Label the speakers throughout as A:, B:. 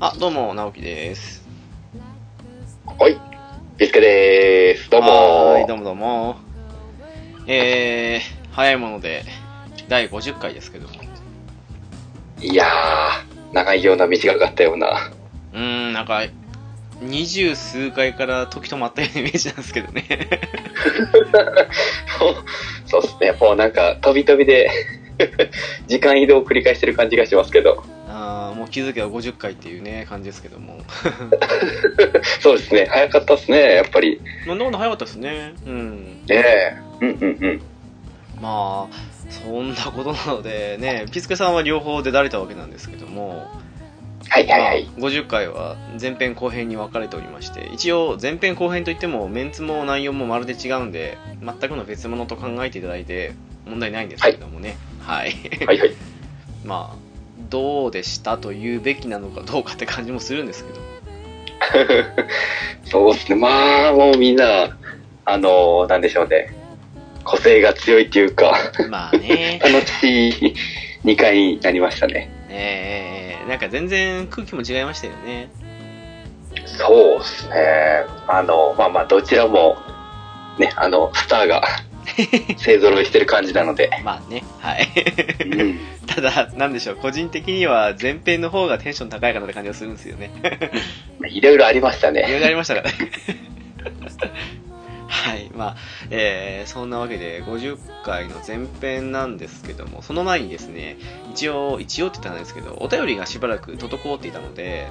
A: あ、どうも、直樹です。
B: はい。ビスケでーす。どうも
A: はーい、
B: ー。
A: どうもどうも。えー、早いもので、第50回ですけども。
B: いやー、長いような短かったような。
A: うーん、なんか、二十数回から時止まったようなイメージなんですけどね。
B: そうですね。もうなんか、飛び飛びで、 時間移動を繰り返してる感じがしますけど。
A: あーもう気づけば50回っていうね、感じですけども。
B: そうですね。早かったですね。やっぱり。
A: そんなこと早かったですね。うん。
B: ねえ。うんうんうん。
A: まあ、そんなことなのでね、ピスケさんは両方出られたわけなんですけども、
B: はいはいはい。
A: まあ50回は前編後編に分かれておりまして一応前編後編といってもメンツも内容もまるで違うんで全くの別物と考えていただいて問題ないんですけれどもねはい、
B: はいはい。
A: まあどうでしたと言うべきなのかどうかって感じもするんですけど
B: そうですね。まあ、もうみんな、あのー、なんでしょうね。個性が強いっていうか、
A: まあね
B: 楽しい2回になりましたね。
A: えー、なんか全然空気も違いましたよね
B: そうですね。あの、まあまあ、どちらも、ね、あの、スター が勢ぞろいしてる感じなので。
A: まあねはい
B: うん。
A: ただなんでしょう個人的には前編の方がテンション高いかなって感じがするんですよね
B: いろいろありました
A: いろ
B: ね。
A: いろありましたからね。はい。まあ、えーそんなわけで、50回の前編なんですけども、その前にですね、一応、一応って言ったんですけど、お便りがしばらく滞っていたので、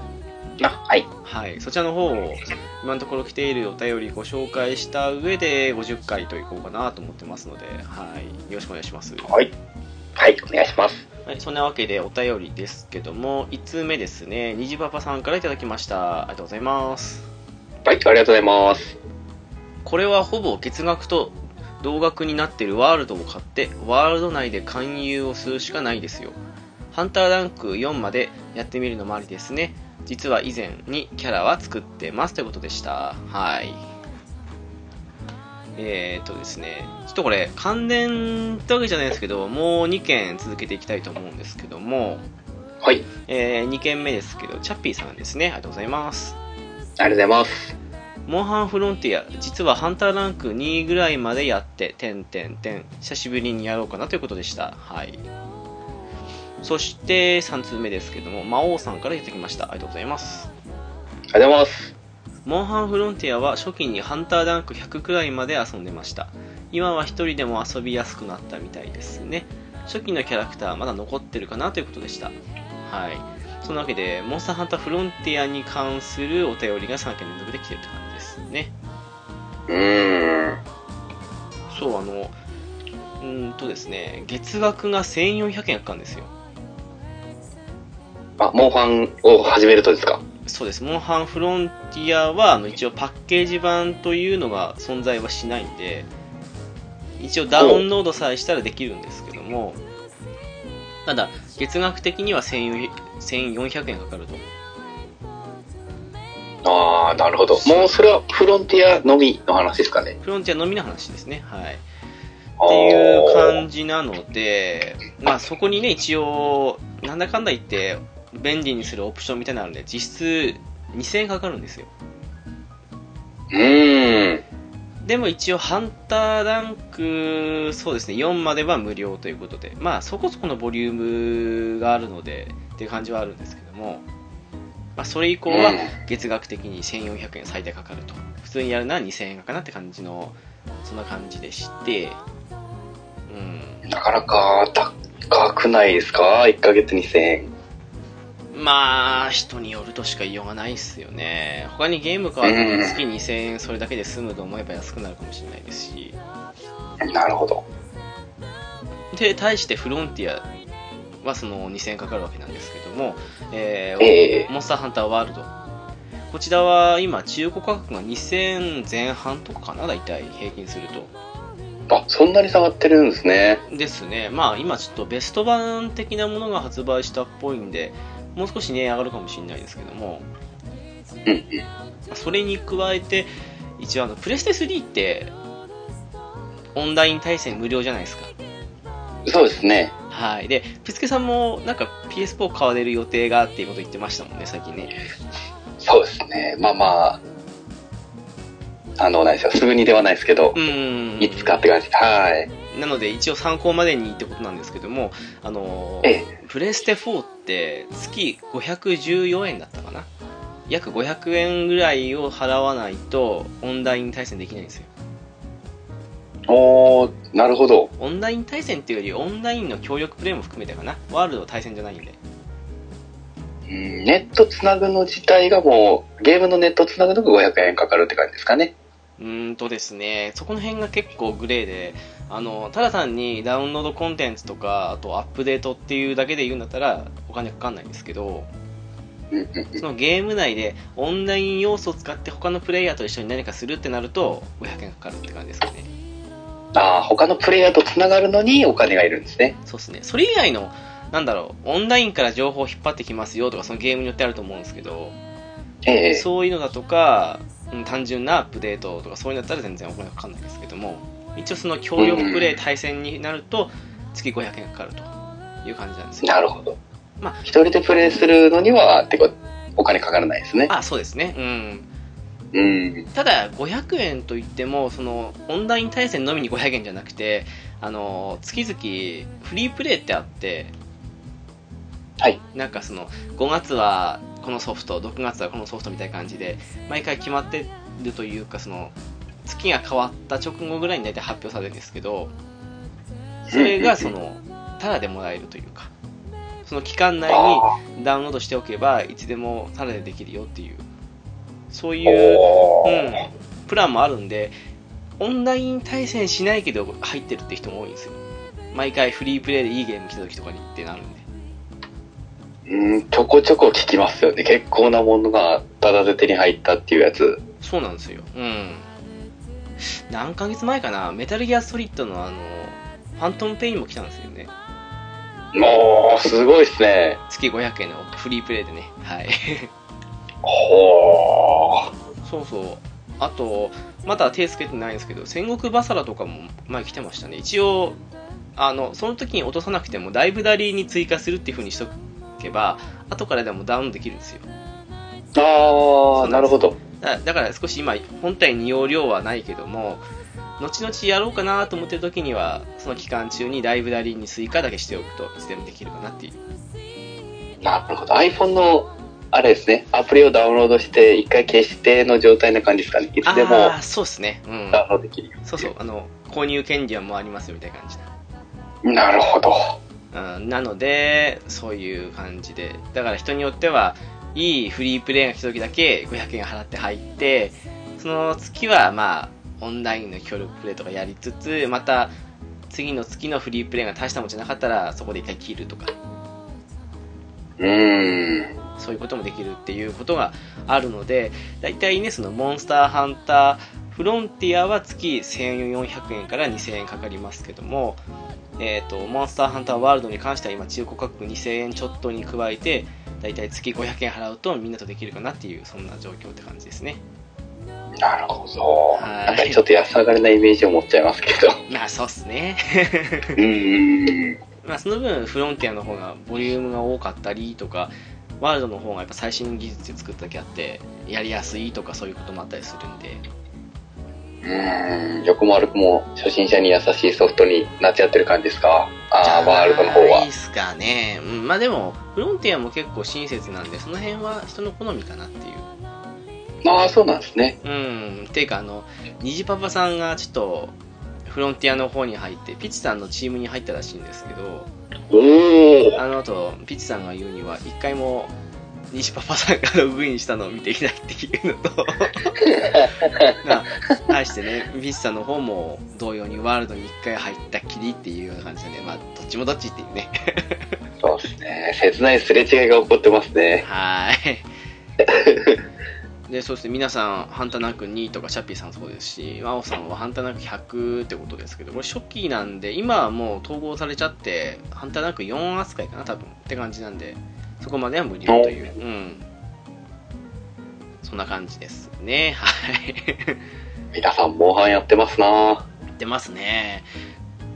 B: あ、はい。
A: はい。そちらの方を、今のところ来ているお便りご紹介した上で、50回といこうかなと思ってますので、はい。よろしくお願いします。
B: はい。はい、お願いします。
A: はい、そんなわけでお便りですけども、1通目ですね、にじパパさんからいただきました。ありがとうございます。
B: はい、ありがとうございます。
A: これはほぼ月額と同額になってるワールドを買ってワールド内で勧誘をするしかないですよハンターランク4までやってみるのもありですね実は以前にキャラは作ってますということでしたはいえー、っとですねちょっとこれ関連ってわけじゃないですけどもう2件続けていきたいと思うんですけども、
B: はい、
A: え2件目ですけどチャッピーさんですねありがとうございます
B: ありがとうございます。
A: モンハンフロンティア、実はハンターランク2ぐらいまでやって、てんてんてん、久しぶりにやろうかなということでした。はい。そして、3通目ですけども、魔王さんからいただきました。ありがとうございます。
B: ありがとうございます。
A: モンハンフロンティアは初期にハンターランク100くらいまで遊んでました。今は一人でも遊びやすくなったみたいですね。初期のキャラクターまだ残ってるかなということでした。はい。そんなわけで、モンスターハンターフロンティアに関するお便りが3件連続で来てるって感じですね。
B: うーん。
A: そうあのうーんとですね月額が1400円あったんですよ
B: あ、モンハンを始めるとですか
A: そうですモンハンフロンティアはあの一応パッケージ版というのが存在はしないんで一応ダウンロードさえしたらできるんですけどもただ月額的には1400 1400円かかると
B: ああ、なるほど。もうそれはフロンティアのみの話ですかね。
A: フロンティアのみの話ですねはいっ
B: あ
A: ていう感
B: じ。
A: じなので、まあ、そこにね、一応、なんだかんだ言って、便利にするオプションみたいなのあるんで、実質2000円かかるんですよ。
B: うーん。
A: でも一応、ハンターランク、そうですね、4までは無料ということで、まあ、そこそこのボリュームがあるので、っていう感じはあるんですけども、まあ、それ以降は
B: うん
A: 月額的に1400円最大かかると。普通にやるなら2000円かなって感じの、そんな感じでして、うん。
B: なかなか高くないですか ?1 ヶ月2000円。
A: まあ、人によるとしか言いようがないっすよね。他にゲーム買わずに月2000円それだけで済むと思えば安くなるかもしれないですし。
B: なるほど。
A: で、対してフロンティアはその2000円かかるわけなんですけども、えー
B: ええ
A: モンスターハンターワールド。こちらは今中古価格が2000前半とかかな、大体平均すると。
B: あ、そんなに下がってるんですね。
A: ですね、まあ今ちょっとベスト版的なものが発売したっぽいんで、もう少し値、上がるかもしれないですけども、
B: うん
A: それに加えて、一応あのプレステ3ってオンライン対戦無料じゃないですか。
B: そうですね。
A: はい。で、ピスケさんもなんか PS4 買われる予定がっていうこと言ってましたもんね、最近ね。
B: そうですね。まあまあ、あの、ないですよ。すぐにではないですけど
A: う、ーん。
B: いつかって感じで。はい。
A: なので一応参考までにってことなんですけども、あのー
B: ええ。
A: プレステ4って月514円だったかな約500円ぐらいを払わないとオンライン対戦できないんですよ
B: おー、なるほど。
A: オンライン対戦っていうよりオンラインの協力プレイも含めてかなワールド対戦じゃないんで
B: うんネットつなぐの自体がもう、ゲームのネットつなぐのが500円かかるって感じですかね。
A: うーんとですねそこの辺が結構グレーであのただ単にダウンロードコンテンツとかあとアップデートっていうだけで言うんだったらお金かかんないんですけど
B: うんうんうん
A: そのゲーム内でオンライン要素を使って他のプレイヤーと一緒に何かするってなると500円かかるって感じですかね
B: ああ、他のプレイヤーとつながるのにお金がいるんですね。
A: そうですね。それ以外の、なんだろう、オンラインから情報を引っ張ってきますよとか、そのゲームによってあると思うんですけど、
B: ええ。
A: そういうのだとか、うん単純なアップデートとか、そういうのだったら全然お金かかんないですけども、一応その協力プレイ対戦になると、月500円かかるという感じなんですよ。
B: なるほど。
A: まあ
B: 一人でプレイするのには、てか、お金かからないですね。
A: あ、そうですね。うん。
B: うん。
A: ただ、500円といっても、その、オンライン対戦のみに500円じゃなくて、あの、月々、フリープレイってあって、
B: はい。
A: なんかその5月はこのソフト6月はこのソフトみたいな感じで毎回決まってるというかその月が変わった直後ぐらいに大体発表されるんですけどそれがそのタダでもらえるというかその期間内
B: あ
A: にダウンロードしておけばいつでもタダでできるよっていうそう
B: ー
A: いう、
B: お
A: う
B: ー
A: ん、プランもあるんでオンライン対戦しないけど入ってるって人も多いんですよ毎回フリープレイでいいゲーム来た時とかにってなるんで
B: うん、ちょこちょこ聞きますよね。結構なものがタダで手に入ったっていうやつ。
A: そうなんですよ。うん。何ヶ月前かな、メタルギアソリッドのあの、ファントムペインも来たんですよね。
B: もう、すごいですね。
A: 月500円のフリープレイでね。はい。
B: ほ
A: そうそう。あと、まだ手つけてないんですけど、戦国バサラとかも前来てましたね。一応、あの、その時に落とさなくても、ライブダリーに追加するっていう風にしとけば、後からでもダウンロードできるんですよ。
B: ー。ああ、なるほど。
A: だだから少し今本体に容量はないけども後々やろうかなと思ってる時にはその期間中にライブラリーに追加だけしておくといつでもできるかなっていう
B: なるほど。iPhone の、あれですね、アプリをダウンロードして、一回消しての状態な感じですかね。いつでも
A: ああーそうですねうん
B: ダウンロードできるよってい
A: そうそうあの購入権利はもうありますよみたいな感じ
B: なるほど。
A: な、うん、なのでそういう感じでだから人によってはいいフリープレイが来た時だけ500円払って入ってその月はまあオンラインの協力プレイとかやりつつまた次の月のフリープレイが大したもんじゃなかったらそこで一回切るとか
B: うーん。
A: そういうこともできるっていうことがあるので、だいたいね、そのモンスターハンターフロンティアは月1400円から2000円かかりますけども、えっ、と、モンスターハンターワールドに関しては今中古価格2000円ちょっとに加えて、だいたい月500円払うとみんなとできるかなっていう、そんな状況って感じですね。
B: なるほど。
A: はい
B: なんかちょっと安上がりなイメージを持っちゃいますけ ど。
A: まあそうっすね。
B: うーん。
A: まあその分、フロンティアの方がボリュームが多かったりとか、ワールドの方がやっぱ最新技術で作っただけあって、やりやすいとかそういうこともあったりするんで、
B: うーん。良くも悪くも初心者に優しいソフトになっちゃってる感じですか。ああ、ワールドの方
A: いい
B: は
A: っ。すかね。うん、まあでも、フロンティアも結構親切なんで、その辺は人の好みかなっていう。
B: ああ、そうなんですね。
A: うん、っていうか、あの、虹パパさんがちょっと、フロンティアの方に入って、ピチさんのチームに入ったらしいんですけど、
B: おー。
A: あの後、ピチさんが言うには、一回も、西パパさんがログインしたのを見ていないっていうの と、まあ、対してね、ピチさんの方も同様にワールドに一回入ったきりっていうような感じでね、まあ、どっちもどっちっていうね。
B: そうですね。切ないすれ違いが起こってますね。
A: はーい。で、そして皆さん、ハンターナック2とか、シャッピーさんそうですし、マオさんはハンターナック100ってことですけど、これ初期なんで、今はもう統合されちゃって、ハンターナック4扱いかな、多分って感じなんで、そこまでは無料という。うん。そんな感じですね。はい。
B: 皆さん、モンハンやってますな
A: 出ますね。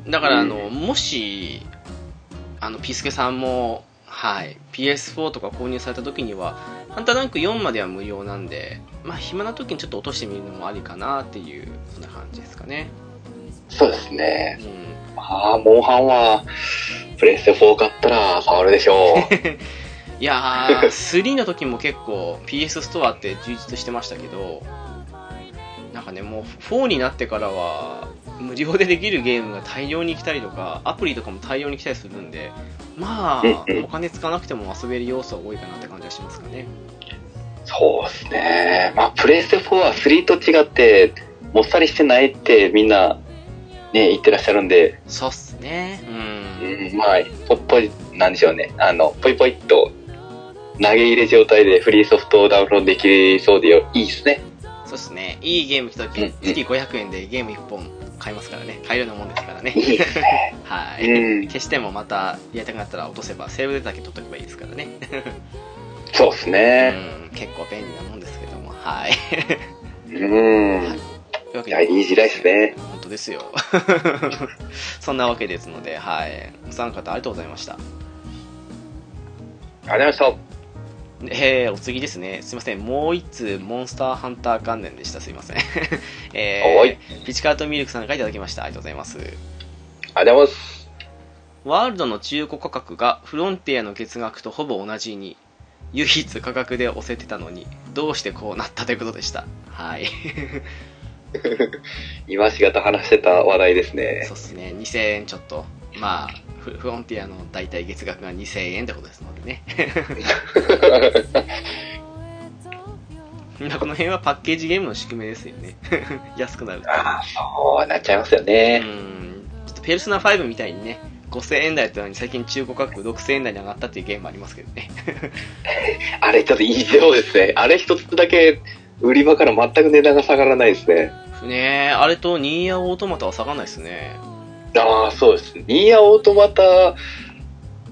A: だから、あの、
B: う
A: もし、あのピースケさんも、はい、PS4 とか購入された時には「ハンターダンク4」までは無料なんでまあ暇な時にちょっと落としてみるのもありかなっていうそんな感じですかね
B: そうですね
A: う。ん
B: ああ、モンハンは、プレステ4買ったら触るでしょ う。
A: いやー 3の時も結構 PS ストアって充実してましたけどなんかねもう4になってからは無料でできるゲームが大量に来たりとかアプリとかも大量に来たりするんでまあ
B: うんうん
A: お金使わなくても遊べる要素は多いかなって感じはしますかね
B: そうですね。まあ、プレステ4は3と違って、もっさりしてないってみんな、ね、言ってらっしゃるんで、
A: そうっすねうん
B: うん、まあ、ぽっぽい、なんでしょうね。あの、ぽいぽいっと、投げ入れ状態でフリーソフトをダウンロードできそうでよ、いいですね。
A: そうっすねいいゲーム来た
B: うんう
A: 時
B: ん
A: 月500円でゲーム1本買いますからね買えるようなもんですからね
B: いいですね。
A: はい、
B: うん
A: 消してもまたやりたくなったら落とせばセーブデータだけ取っとけばいいですからね
B: そうですね。
A: うん結構便利なもんですけども、はい。
B: うん。
A: というわけ
B: いや、いい時代です。ね。
A: 本当ですよ。 そんなわけですので、はい。お三方ありがとうございました。
B: ありがとうございま
A: えー、お次ですね。すいません。もう一通、モンスターハンター関連でした。すいません。
B: おい
A: えー、ピチカートミルクさんからいただきました。ありがとうございます。
B: した。ありがとうございます。
A: ワールドの中古価格がフロンティアの月額とほぼ同じに、唯一価格で押せてたのに、どうしてこうなったということでした。はい。
B: 今しがと話してた話題ですね。
A: そうですね、2000円ちょっと、まあ、フフロンティアの大体月額が2000円ってことですのでね、 まあこの辺はパッケージゲームの宿命ですよね、 安くなると。
B: ああ、そうなっちゃいますよ
A: う
B: ね。
A: ん、ちょっとペルソナ5みたいにね、5000円台だったのに最近中古価格6000円台に上がったっていうゲームもありますけどね、
B: あれちょっと異常ですね。あれ一つだけ売り場から全く値段が下がらないですね。
A: ねえあれとニーヤオートマタは下がらないですね、
B: ああ、そうですね。ニーヤオートマタ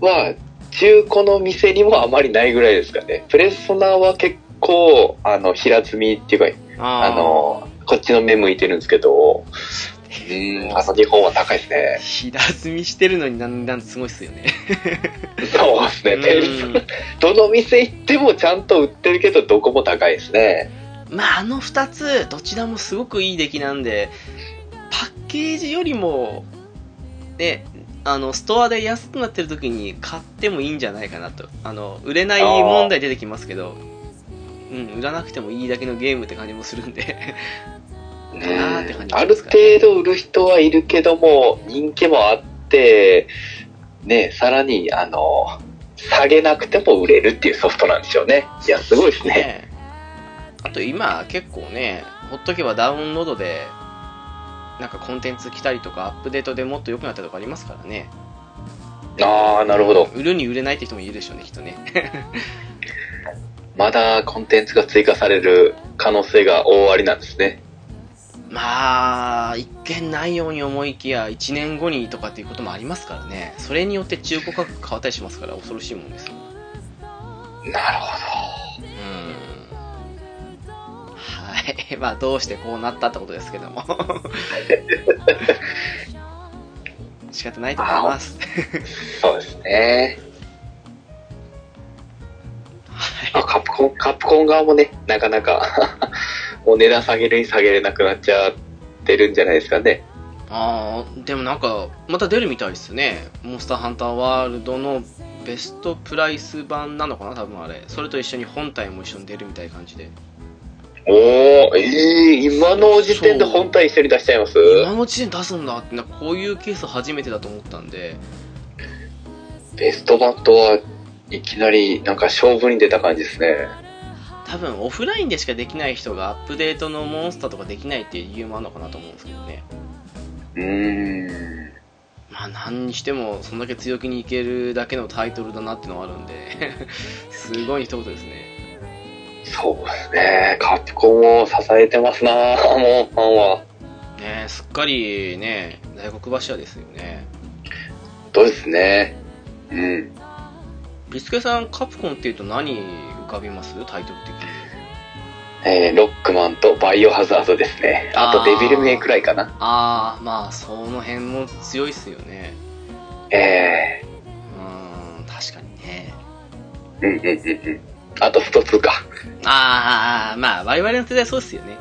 B: は中古の店にもあまりないぐらいですかね。プレソナは結構、あの、平積みっていうか、
A: あ
B: あ
A: ー
B: の、こっちの目向いてるんですけど、うん、あの日本は高いで すね。
A: 平積みしてるのになんなんすごいっすよね。
B: そうですね。ペルソ
A: うん
B: ナどの店行ってもちゃんと売ってるけど、どこも高いですね。
A: まあ、あの2つ、どちらもすごくいい出来なんで、パッケージよりも、ね、あのストアで安くなってる時に買ってもいいんじゃないかなと。あの売れない問題出てきますけど、うん、売らなくてもいいだけのゲームって感じもするんで、
B: うん
A: なーって感じ
B: あ
A: で
B: る
A: すかね
B: 程度売る人はいるけども、人気もあって、ね、さらに、あの、下げなくても売れるっていうソフトなんでしょうね。いや、すごいですね。
A: ねあと今、結構ね、ほっとけばダウンロードで、なんかコンテンツ来たりとか、アップデートでもっと良くなったとかありますからね。
B: ああ、なるほど。
A: 売るに売れないって人もいるでしょうね、きっとね。
B: まだコンテンツが追加される可能性が大ありなんですね。
A: まあ、一見ないように思いきや、1年後にとかっていうこともありますからね、それによって中古価格変わったりしますから、恐ろしいもんですよ。
B: なるほ
A: うーん。はい。 まあ、どうしてこうなったってことですけども。 仕方ないと思います。
B: ど。そうですね。
A: はい。
B: あカプコン、カプコン側もね、なかなか、 もう値段下げるに下げれなくなっちゃってるんじゃないですかね。
A: ああ、でもなんか、また出るみたいですね。モンスターハンターワールドのベストプライス版なのかな、多分あれ。それと一緒に本体も一緒に出るみたいな感じで。
B: おお、ええ今の時点で本体一緒に出しちゃいます
A: 今のうちに出すんだってなんかこういうケース初めてだと思ったんで
B: ベストバットはいきなりなんか勝負に出た感じですね。
A: 多分オフラインでしかできない人がアップデートのモンスターとかできないっていう理由もあるのかなと思うんですけどね
B: うーん。
A: まあ何にしてもそんだけ強気にいけるだけのタイトルだなってのはあるんで すごい一言ですね
B: そうですね。カプコンを支えてますなもうファンは。
A: ねえすっかりね大黒柱ですよね
B: どうですね。うん。
A: ビスケさんカプコンっていうと何浮かびますタイトル的に
B: えー、ロックマンとバイオハザードですね。あとデビルメイクライかな。
A: ああまあその辺も強いっすよね
B: ええ
A: う
B: うんうんうんうん。あとスト2か。
A: ああ、まあ、我々の世代そうですよね。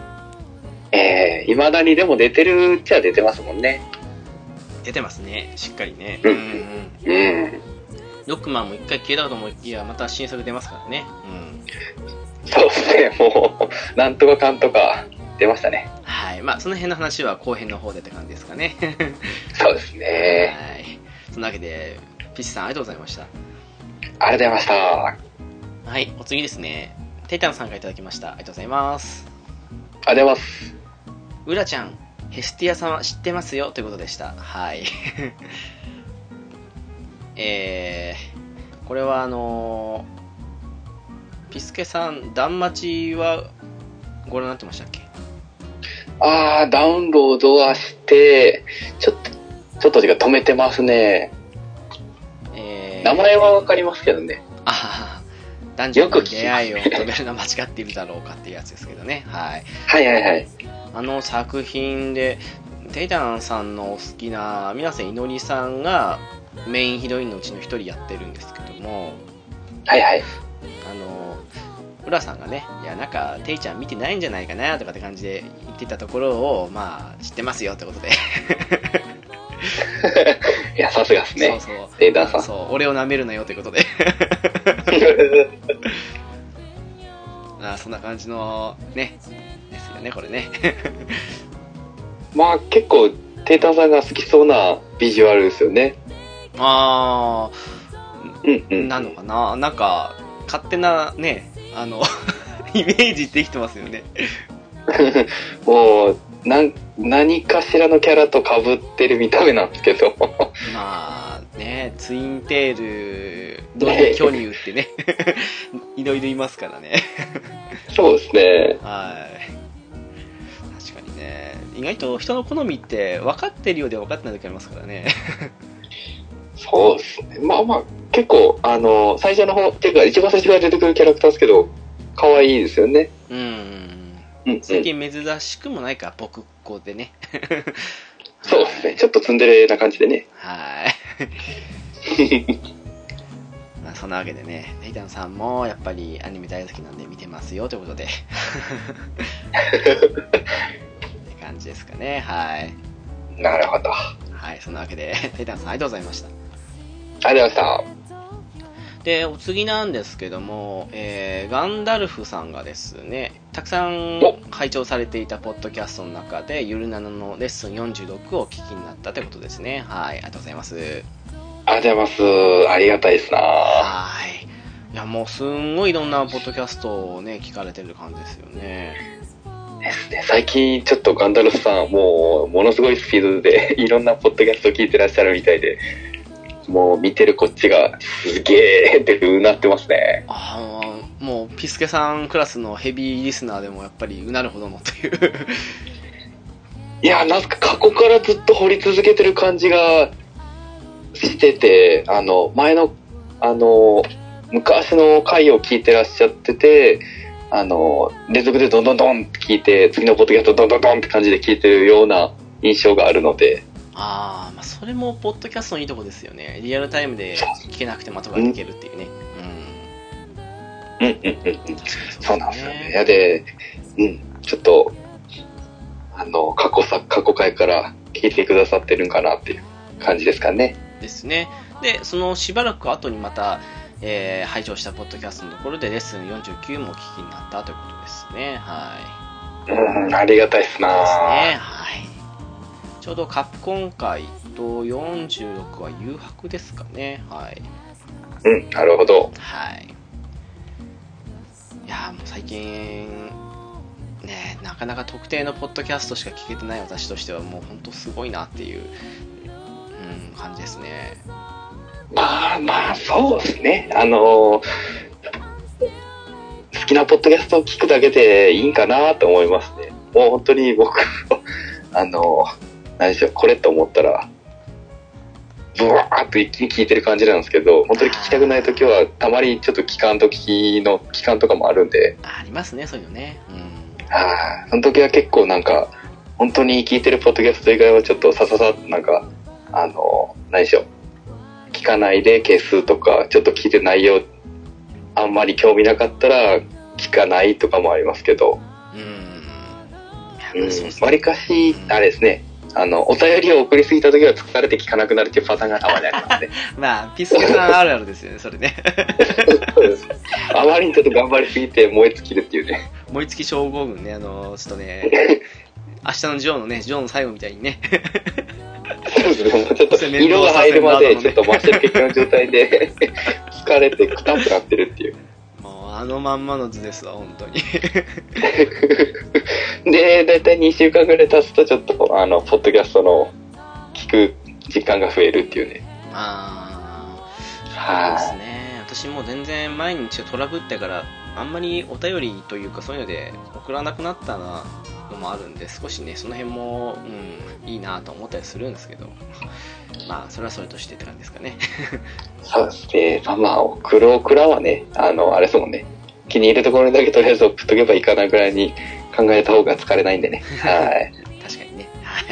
B: ええー、未だにでも出てるっちゃ出てますもんね。
A: 出てますね、しっかりね。
B: う
A: ん。
B: んうん。
A: ロックマンも一回消えたかと思いきや、また新作出ますからね。うん。
B: そうですね、もう、なんとかかんとか出ましたね。
A: はい。まあ、その辺の話は後編の方でって感じですかね。
B: そうですね。
A: はい。そんなわけで、ピッチさんありがとうございました。
B: ありがとうございました。
A: はい、お次ですね。テイタンさんからいただきました。ありがとうございます。
B: ありがとうございます。
A: うらちゃん、ヘスティア様知ってますよということでした。はい。 えー、これはあのーピスケさん、ダンマチはご覧になってましたっけ
B: あー、ダウンロードはして、ちょっと、ちょっと時間止めてますね。
A: えー、
B: 名前はわかりますけどね。
A: あはは男女の
B: よく聞きます
A: 出会いを止めるのは間違っているだろうかっていうやつですけどね。はい。
B: はいはいはい。
A: あの作品でテイタンさんのお好きな皆さんいのりさんがメインヒロインのうちの一人やってるんですけども
B: はいはい。
A: あの浦さんがねいやなんかテイちゃん見てないんじゃないかなとかって感じで言ってたところをまあ知ってますよってことで、
B: いや、さすがです
A: そう
B: ね。
A: そう
B: テイタンさん
A: そう俺を舐めるなよってことで あそんな感じのねですよねこれね
B: まあ結構、テータンさんが好きそうなビジュアルですよね。
A: ああ
B: うんうん。
A: なのかな、なんか勝手なねあの イメージできてますよね
B: もう、なん、何かしらのキャラと被ってる見た目なんですけど。
A: まあねツインテールドリ巨乳ってね いろいろいますからね
B: そうですね。
A: はい確かにね意外と人の好みって分かってるようで分かってない時ありますからね
B: そうですね。まあまあ、結構、あの、最初の方、っていうか一番最初から出てくるキャラクターですけど、可愛いですよね。
A: うん
B: うん、うん。
A: 最近珍しくもないか僕っ子でね
B: そうですね。ちょっとツンデレな感じで ね。
A: はいまあ、そんなわけでね、ネイタンさんもやっぱりアニメ大好きなんで見てますよということ で。って感じですかね。はい。
B: なるほど。あ
A: はい、そんなわけで、ネイタンさんありがとうございました。
B: りがとうございました。
A: で、お次なんですけども、えーガンダルフさんがですね、たくさん
B: お
A: 拝聴されていたポッドキャストの中で、ゆるななのレッスン46をお聞きになったということですね。はい、ありがとうございます。
B: ありがとうございます。ありがたいですな
A: はい。いや、もうすんごいいろんなポッドキャストをね、聞かれてる感じですよね。
B: ですね。最近ちょっとガンダルフさん、もう、ものすごいスピードでいろんなポッドキャストを聞いてらっしゃるみたいで、もう見てるこっちが、すげーってうなってますね。
A: ああもうピスケさんクラスのヘビーリスナーでもやっぱりうなるほどのという
B: いや、なんか過去からずっと掘り続けてる感じがしてて、あの、前の、あの、昔の回を聞いてらっしゃってて、あの、連続でどんどんどんって聞いて、次のポッドキャストどんどんどんって感じで聞いてるような印象があるので、
A: ああまあそれもポッドキャストのいいとこですよねリアルタイムで聞けなくてまとが聞けるっていうね
B: うんうんうんうん
A: うん確かに
B: そう
A: で
B: なんです
A: す
B: よね。いやで、うん、ちょっと、あの、過去さ、過去回から聞いてくださってるんかなっていう感じですかね。
A: ですねでそのしばらく後にまた、えー、拝聴したポッドキャストのところでレッスン49もお聞きになったということですねはい
B: うん、ありがたいっすな
A: そうですねはいちょうどカプコン会と46は誘白ですかねはい
B: うん、なるほど。
A: はい。いやーもう最近、ね、なかなか特定のポッドキャストしか聞けてない私としては、もう本当すごいなっていう、うん、感じですね。
B: まあまあ、そうですね。あの、好きなポッドキャストを聞くだけでいいんかなと思いますね。もう本当に僕、 あの、何でしょう、これと思ったら、ブワーっと一気に聞いてる感じなんですけど、本当に聞きたくない時は、たまにちょっと期間と聞きの期間とかもあるんで、
A: あありますね、そういうのね。うん。
B: はいその時は結構なんか、本当に聞いてるポッドキャスト以外はちょっとさささっとなんか、あの、何でしょう。聞かないで消すとか、ちょっと聞いて内容、あんまり興味なかったら聞かないとかもありますけど、
A: うん。い
B: う
A: や
B: ん
A: そうですね
B: わりかし
A: う、ん
B: あれですね、あの、お便りを送りすぎた時は疲れて聞かなくなるっていうパターンがたまにあります ね。
A: まあ、ピスケさんあるあるですよね、それね。
B: そうですあまりにちょっと頑張りすぎて燃え尽きるっていうね。
A: 燃え尽き症候群ね、あの、ちょっと ね、明日のジョーのね、ジョーの最後みたいにね、
B: そうですねちょっと色が入るまでちょっと回してる結果の状態で 疲れてくたくなってるっていう。
A: もうあのまんまの図ですわ、本当に。
B: で、だいたい2週間ぐらい経つと、ちょっと、あの、ポッドキャストの聞く時間が増えるっていうね。
A: まあ、そう
B: は
A: ですね。私もう全然毎日トラブってから、あんまりお便りというかそういうので送らなくなったなのもあるんで、少しね、その辺も、うん、いいなと思ったりするんですけど、まあ、それはそれとしてって感じですかね。
B: い。そうですね。まあまあ、送る送らはね、あの、あれですもんね。気に入るところにだけとりあえず送っとけばいいかなぐらいに考えた方が疲れないん でね。はい。
A: 確かにね。はい。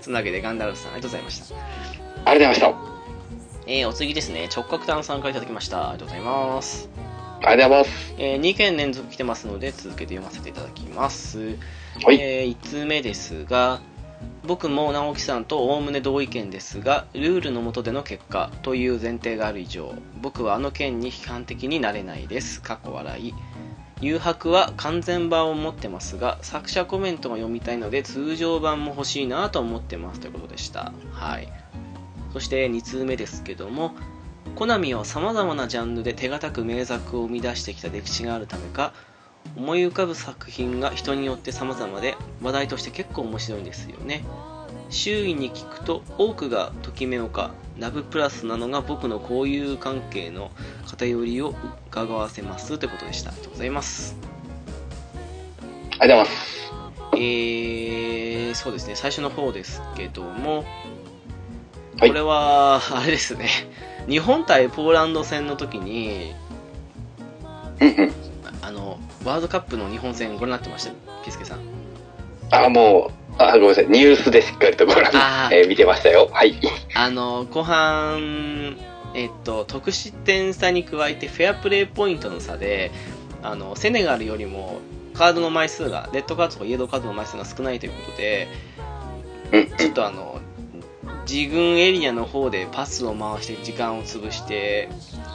A: そんなわけで、ガンダルフさん、ありがとうございました。
B: ありがとうございました。
A: えーお次ですね、直角炭酸からいただきました。ありがとうございます。
B: ありがとうございます。
A: え2件連続来てますので続けて読ませていただきます、
B: はい
A: え1通目ですが僕も直樹さんと概ね同意見ですがルールの下での結果という前提がある以上僕はあの件に批判的になれないです過去笑い誘白は完全版を持ってますが作者コメントが読みたいので通常版も欲しいなと思ってますということでしたはいそして2通目ですけどもコナミはさまざまなジャンルで手堅く名作を生み出してきた歴史があるためか思い浮かぶ作品が人によって様々で話題として結構面白いんですよね周囲に聞くと多くがときめおかラブプラスなのが僕の交友関係の偏りを伺わせますということでしたありがとうございます
B: ありがとうございます。
A: えー、そうですね、最初の方ですけども、
B: はい
A: これは、あれですね、日本対ポーランド戦の時に、
B: うんうん。
A: あの、ワールドカップの日本戦ご覧になってました、ピスケさん。
B: あ、もう、あ、ごめんなさい。ニュースでしっかりとご覧
A: あ、ー
B: えー見てましたよ。はい。
A: あの、後半、えっと、得失点差に加えてフェアプレーポイントの差で、あの、セネガルよりもカードの枚数が、レッドカードとかイエローカードの枚数が少ないということで、
B: うん
A: ちょっとあの、自軍エリアの方でパスを回して時間を潰して、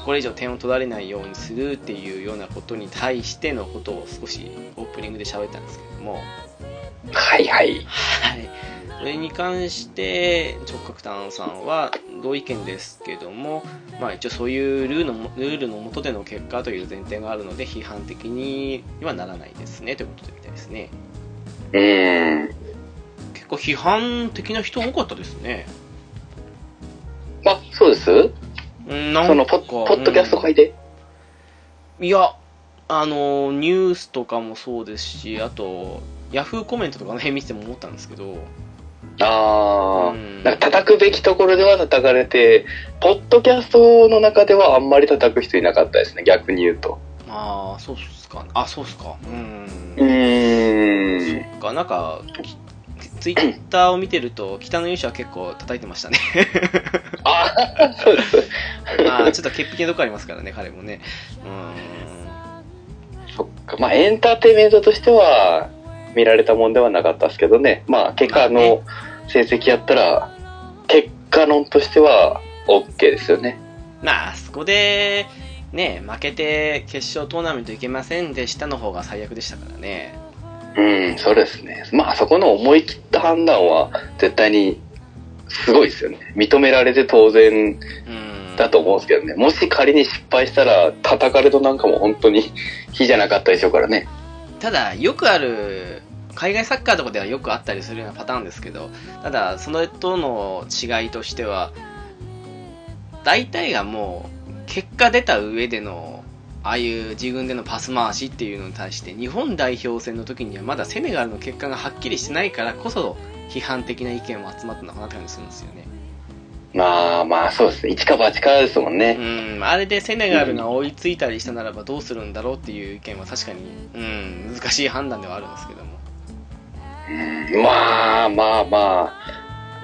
A: これ以上点を取られないようにするっていうようなことに対してのことを少しオープニングで喋ったんですけども、
B: はいはい。
A: はい。これに関して、直角炭さんは同意見ですけども、まあ一応そういうルールのもルールの下での結果という前提があるので、批判的にはならないですね、ということみたいですね。
B: うーん。
A: 結構批判的な人多かったですね。
B: まあ、そうです。
A: うんなんか
B: そのポッ、ポッドキャスト書いて。
A: うんいや、あの、ニュースとかもそうですし、あと、ヤフーコメントとかの辺見てても思ったんですけど、
B: ああ、
A: うん
B: なんか叩くべきところでは叩かれて、ポッドキャストの中ではあんまり叩く人いなかったですね、逆に言うと。
A: まあ、そうっすか。あ、そうっすか。うん。
B: ーん。
A: そっか、なんか、きツイッターを見てると、北の勇者は結構叩いてま したね。
B: ああ、そうです。
A: まあ、ちょっと潔癖なとこありますからね、彼もね。うー
B: そっか。まあ、エンターテインメントとしては、見られたもんではなかったですけどね。まあ、結果の成績やったら、結果論としては、OK ですよね。
A: ん。まあ、そこで、ね、負けて決勝トーナメント行けませんでしたの方が最悪でしたからね。
B: うん、そうですね。まあ、そこの思い切った判断は、絶対に、すごいですよね。認められて当然
A: うーん。
B: だと思うんですけどね。もし仮に失敗したら、叩かれとなんかも本当に、 火じゃなかったでしょうからね。
A: ただ、よくある、海外サッカーとかではよくあったりするようなパターンですけど、ただ、それとの違いとしては、大体がもう、結果出た上での、ああいう自分でのパス回しっていうのに対して、日本代表戦の時にはまだセネガルの結果がはっきりしてないからこそ、批判的な意見も集まったのかなって感じするんですよね。
B: まあまあ、そうですね。一か八かですもん
A: う
B: ね。
A: ん、あれでセネガルが追いついたりしたならばどうするんだろうっていう意見は確かに、うん、難しい判断ではあるんですけども。
B: まあまあま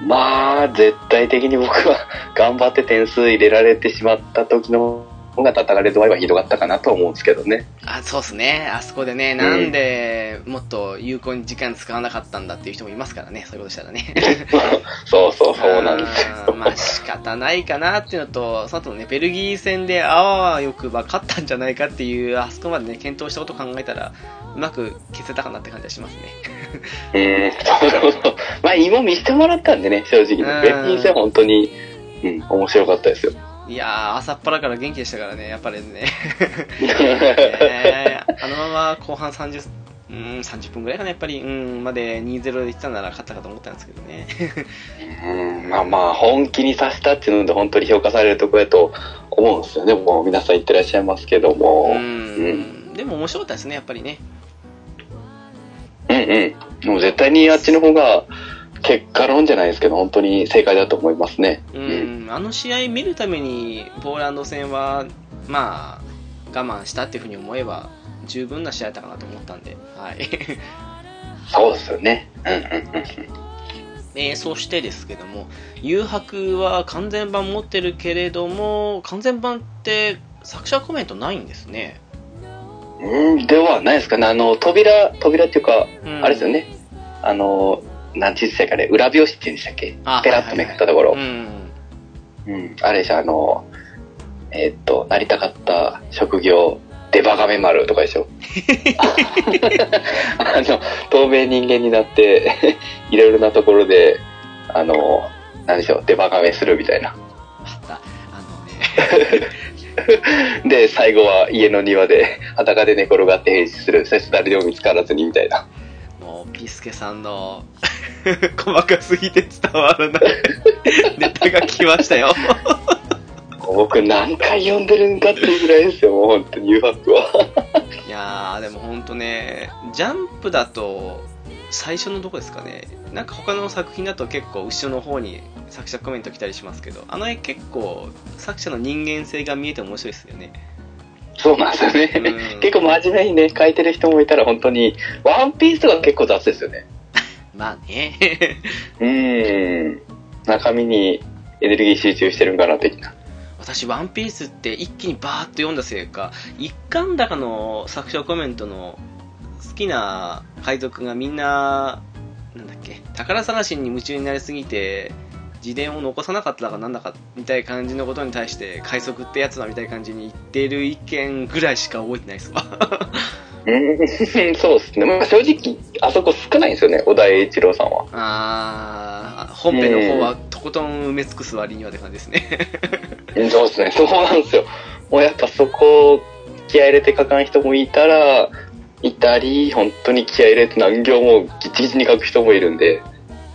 B: あ、 まあ、絶対的に僕は、頑張って点数入れられてしまった時のこが叩かれる度合いはひどかったかなと思うんですけどね。
A: あそうですね、あそこでね、なんでもっと有効に時間使わなかったんだっていう人もいますからね、そういうことしたらね。
B: そうそう、 そうなんです
A: あー。
B: よ
A: まあ仕方ないかなっていうのと、その後のね、ベルギー戦であわよくば勝ったんじゃないかっていう、あそこまでね、検討したことを考えたら、うまく消せたかなって感じはしますね。
B: うん、そうそうそう。まあ、今見せてもらったんでね、正直
A: うん
B: ね。ベッキン戦本当に、うん、面白かったですよ。
A: いやー、朝っぱらから元気でしたからね、やっぱり ね。ねあのまま後半30、うーん、30分ぐらいかな、やっぱり、うん、まで2-0でいってたなら勝ったかと思ったんですけどね。
B: うんまあまあ、本気にさしたっていうので、本当に評価されるところだと思うんですよね。もう皆さん言ってらっしゃいますけども。
A: う
B: うん、
A: ん。でも面白かったですね、やっぱりね。
B: うん。もう絶対にあっちの方が、結果論じゃないですけど、本当に正解だと思いますね。
A: う。ん、あの試合見るために、ポーランド戦は、まあ、我慢したっていうふうに思えば、十分な試合だったかなと思ったんで、はい。
B: そうですよね。うんうんうん。
A: えーそしてですけども、誘白は完全版持ってるけれども、完全版って作者コメントないんですね。
B: うん、ではないですかね。あの、扉、扉っていうか、
A: うん
B: あれですよね。あの、なんて言ってたっけあれ、裏表紙って言うんでしたっけ
A: あ
B: ペラッとめくったところ。
A: うん。
B: うん。あれでしょ、あの、えーっと、なりたかった職業、デバガメ丸とかでしょ。あの、透明人間になって、いろいろなところで、あの、なんでしょう、デバガメするみたいな。
A: あった。あのね、
B: で、最後は家の庭で裸で寝転がって変死する。そして誰でも見つからずにみたいな。
A: もう、ピスケさんの、 細かすぎて伝わらない ネタが来ましたよ。
B: 僕何回読んでるんかっていうぐらいですよ、もう本当に、誘惑は。
A: いやー、でもほんとね、ジャンプだと、最初のどこですかね。なんか他の作品だと結構後ろの方に作者コメント来たりしますけど、あの絵結構作者の人間性が見えて面白いですよ ね。
B: そうなんですよね。
A: うん
B: 結構真面目にね、書いてる人もいたら本当に、ワンピースとか結構雑ですよね。
A: まあね。
B: うーん。中身にエネルギー集中してるんかな、的な。
A: 私、ワンピースって一気にバーっと読んだせいか、一巻高の作者コメントの好きな海賊がみんな、なんだっけ、宝探しに夢中になりすぎて、自伝を残さなかったかなんだかみたいな感じのことに対して、海賊ってやつはみたいな感じに言ってる意見ぐらいしか覚えてないですわ。
B: うん、そうですね。まあ、正直、あそこ少ないんですよね、小田栄一郎さんは。
A: あー、本編の方はとことん埋め尽くす割にはって感じですね。
B: うんそうですね、そうなんですよ。もうやっぱそこを気合入れて書かん人もいたら、いたり、本当に気合入れて何行もギチギチに書く人もいるん で。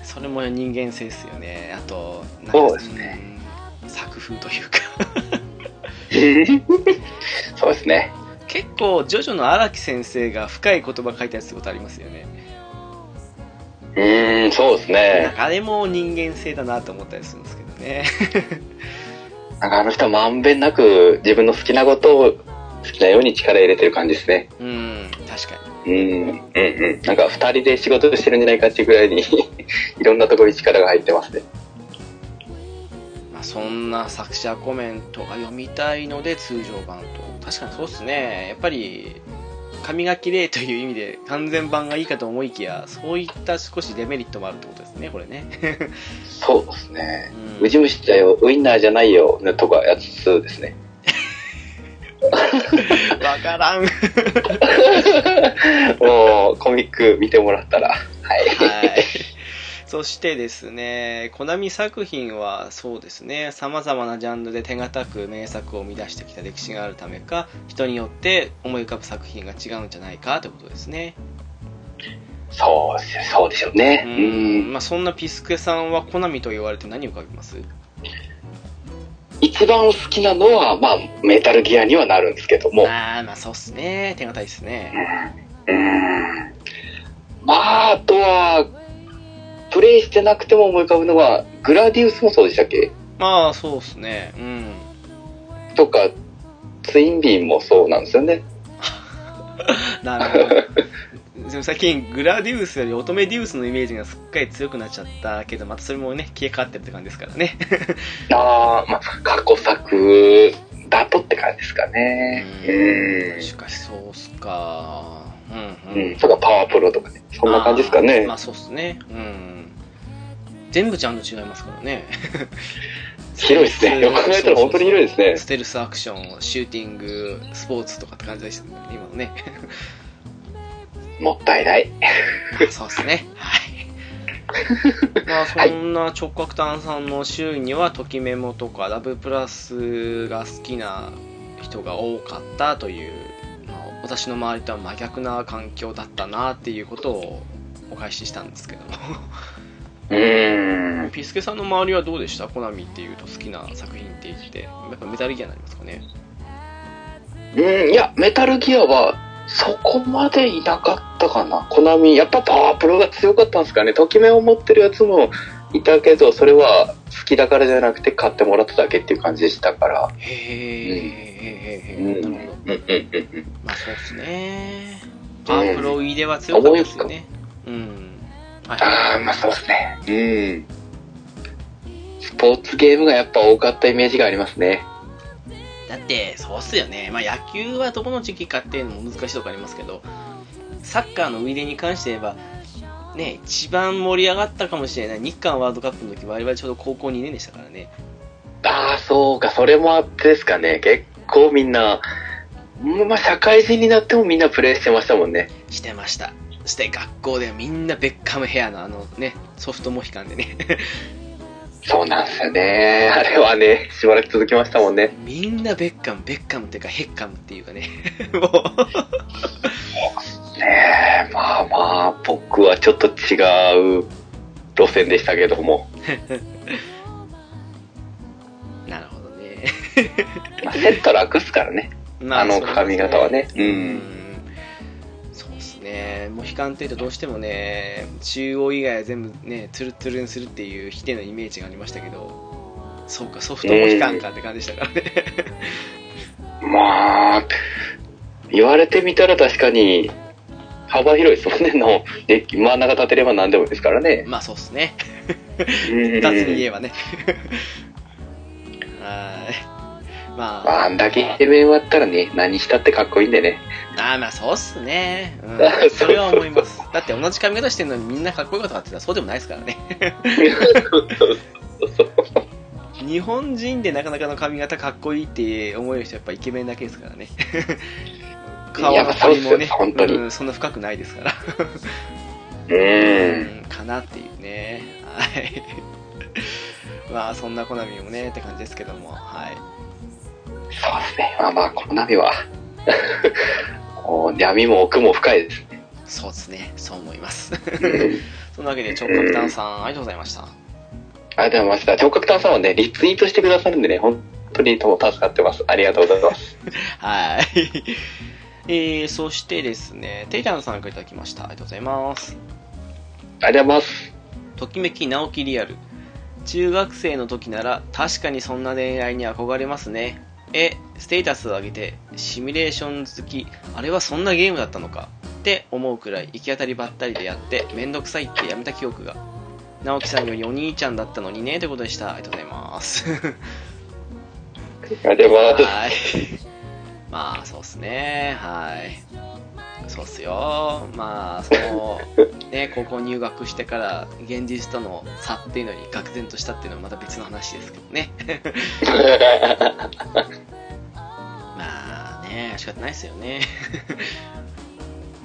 A: それも人間性ですよね。あと、なんか
B: そうですね
A: うん作風というか。
B: そうですね。
A: 結構ジョジョの荒木先生が深い言葉書いたりすることありますよね、
B: うーん、そうです
A: なん
B: ね。
A: かあれも人間性だなと思ったりするんですけどね
B: なんかあの人はまんべんなく自分の好きなことを好きなように力入れてる感じですね。
A: うん確か
B: うん、うん、うん。なんか二人で仕事してるんじゃないかっていうぐらいに、 いろんなところに力が入ってますね。
A: に、まあ、そんな作者コメントが読みたいので通常版と確かにそうっすねやっぱり紙が綺麗という意味で完全版がいいかと思いきやそういった少しデメリットもあるってことですねこれね、
B: そうですね。
A: う
B: ウ
A: ん、
B: ジ虫だよ、ウインナーじゃないよ、とかやつですね。
A: わからん
B: もう、コミック見てもらったら。
A: はい。 そしてですね、コナミ作品はそうですね、様々なジャンルで手堅く名作を生み出してきた歴史があるためか、人によって思い浮かぶ作品が違うんじゃないかということですね。
B: そうですよ、そうでしょうね。
A: う。
B: うんん。
A: まあそんなピスケさんはコナミと言われて何を書きます
B: 一番好きなのは、まあ、メタルギアにはなるんですけども。
A: ああ、まあそうっすね。手堅いっすね。
B: うーんまあ、あとは、プレイしてなくても思い浮かぶのは、グラディウスもそうでしたっけ
A: まあそうっすね。うん。
B: とか、ツインビーンもそうなんですよね。
A: なるほど。でも最近グラディウスより乙女ディウスのイメージがすっかり強くなっちゃったけど、またそれもね、消え変わってるって感じですからね。
B: ああ、まあ、過去作た後って感じですかね。うん。
A: しかしそうっすかうんう、
B: うんん、それかパワープロとかね。そんな感じですか
A: あー
B: ね
A: ま。あそうっすねうん全部ジャンル違いますからね
B: 広いですね。よく考えたら本当に広いですね
A: ス。テルスアクションシューティングスポーツとかって感じでしたね今のね
B: もったいない。
A: そうっすね はいまあそんな直角炭さんの周囲にはときメモとかラブプラスが好きな人が多かったという、まあ、私の周りとは真逆な環境だったなっていうことをお返ししたんですけども
B: うーん。
A: ピスケさんの周りはどうでしたコナミっていうと好きな作品って言ってやっぱメタルギアになりますかね
B: うん、いや、メタルギアは、そこまでいなかったかな。コナミ、やっぱパワープロが強かったんですかね。ときめを持ってるやつもいたけど、それは好きだからじゃなくて買ってもらっただけっていう感じでしたから。
A: へえ、
B: う
A: へ
B: ん、
A: ーへーへー
B: うん、うん、
A: なるほ
B: う
A: ど
B: ん、うん。
A: まあそうっすね
B: うん
A: パープロ入れは強かったですよねうんはい
B: ああ、まあそうですね。うん。スポーツゲームがやっぱ多かったイメージがありますね。
A: だってそうっすよねまあ野球はどこの時期かっていうのも難しいとこありますけどサッカーの売り出に関して言えばね一番盛り上がったかもしれない日韓ワールドカップの時我々ちょうど高校2年でしたからね
B: ああ、そうか、それもあってですかね。結構みんな、うんまあ社会人になってもみんなプレイしてましたもんね。
A: してましたそして学校でみんなベッカムヘアのあのねソフトモヒカンでね
B: そうなんですよね。あれはね、しばらく続きましたもんね。
A: みんなベッカムベッカムっていうかヘッカムっていうかね も
B: ねえ、まあまあ、僕はちょっと違う路線でしたけども。
A: うなるほどね
B: まあ、セット楽っすからね。
A: ま
B: あの
A: そうです
B: 髪型はね。う。
A: うんんそうですねモヒカンっていうとどうしてもね中央以外は全部ねツルツルにするっていう否定のイメージがありましたけどそうかソフトモヒカンかって感じでしたからね、
B: まあ、言われてみたら確かに、幅広いですもんね。の、で真ん中立てれば何でもですからね。
A: まあそうっすね
B: うん
A: 二つに言えばね はーいまあ
B: まあ、あんだけイケメン割ったらね、何したってかっこいいんでね。
A: ああまあそうっすね、う、
B: そ
A: そ
B: うん
A: れは思いますだって同じ髪型してるのにみんなかっこよかったかって言ったらそうでもないですから ね
B: そうそうそう
A: 日本人でなかなかの髪型かっこいいって思える人はやっぱイケメンだけですからね顔の張りも
B: いやそうっす
A: ね
B: よ本当に
A: うん、そんな深くないですから
B: うん。
A: うんかなっていうねはいまあそんなコナミもねって感じですけどもはい
B: そうですね。まあまあ、この波は、もう闇も奥も深いですね。
A: そうですねそう思います
B: うん
A: そんなわけで直角炭さんありがとうございました
B: ありがとうございました。直角炭さんはね、リツイートしてくださるんでね、本当にとも助かってます。ありがとうございます。
A: はい。 えー、そしてですね、テイタンさんからいただきました。ありがとうございます。
B: ありがとうございます。
A: ときめき直樹リアル。中学生の時なら確かにそんな恋愛に憧れますね。え、ステータスを上げて、シミュレーション好き、あれはそんなゲームだったのかって思うくらい行き当たりばったりでやって、めんどくさいってやめた記憶が。直樹さんよりお兄ちゃんだったのにね、ということでした。ありがとうございます。
B: ありがとうございます。
A: はい。まあ、そうっすね。はい。そうっすよ。まあ、その、ね、高校入学してから、現実との差っていうのに、愕然としたっていうのはまた別の話ですけどね。まあね、仕方ないっすよね。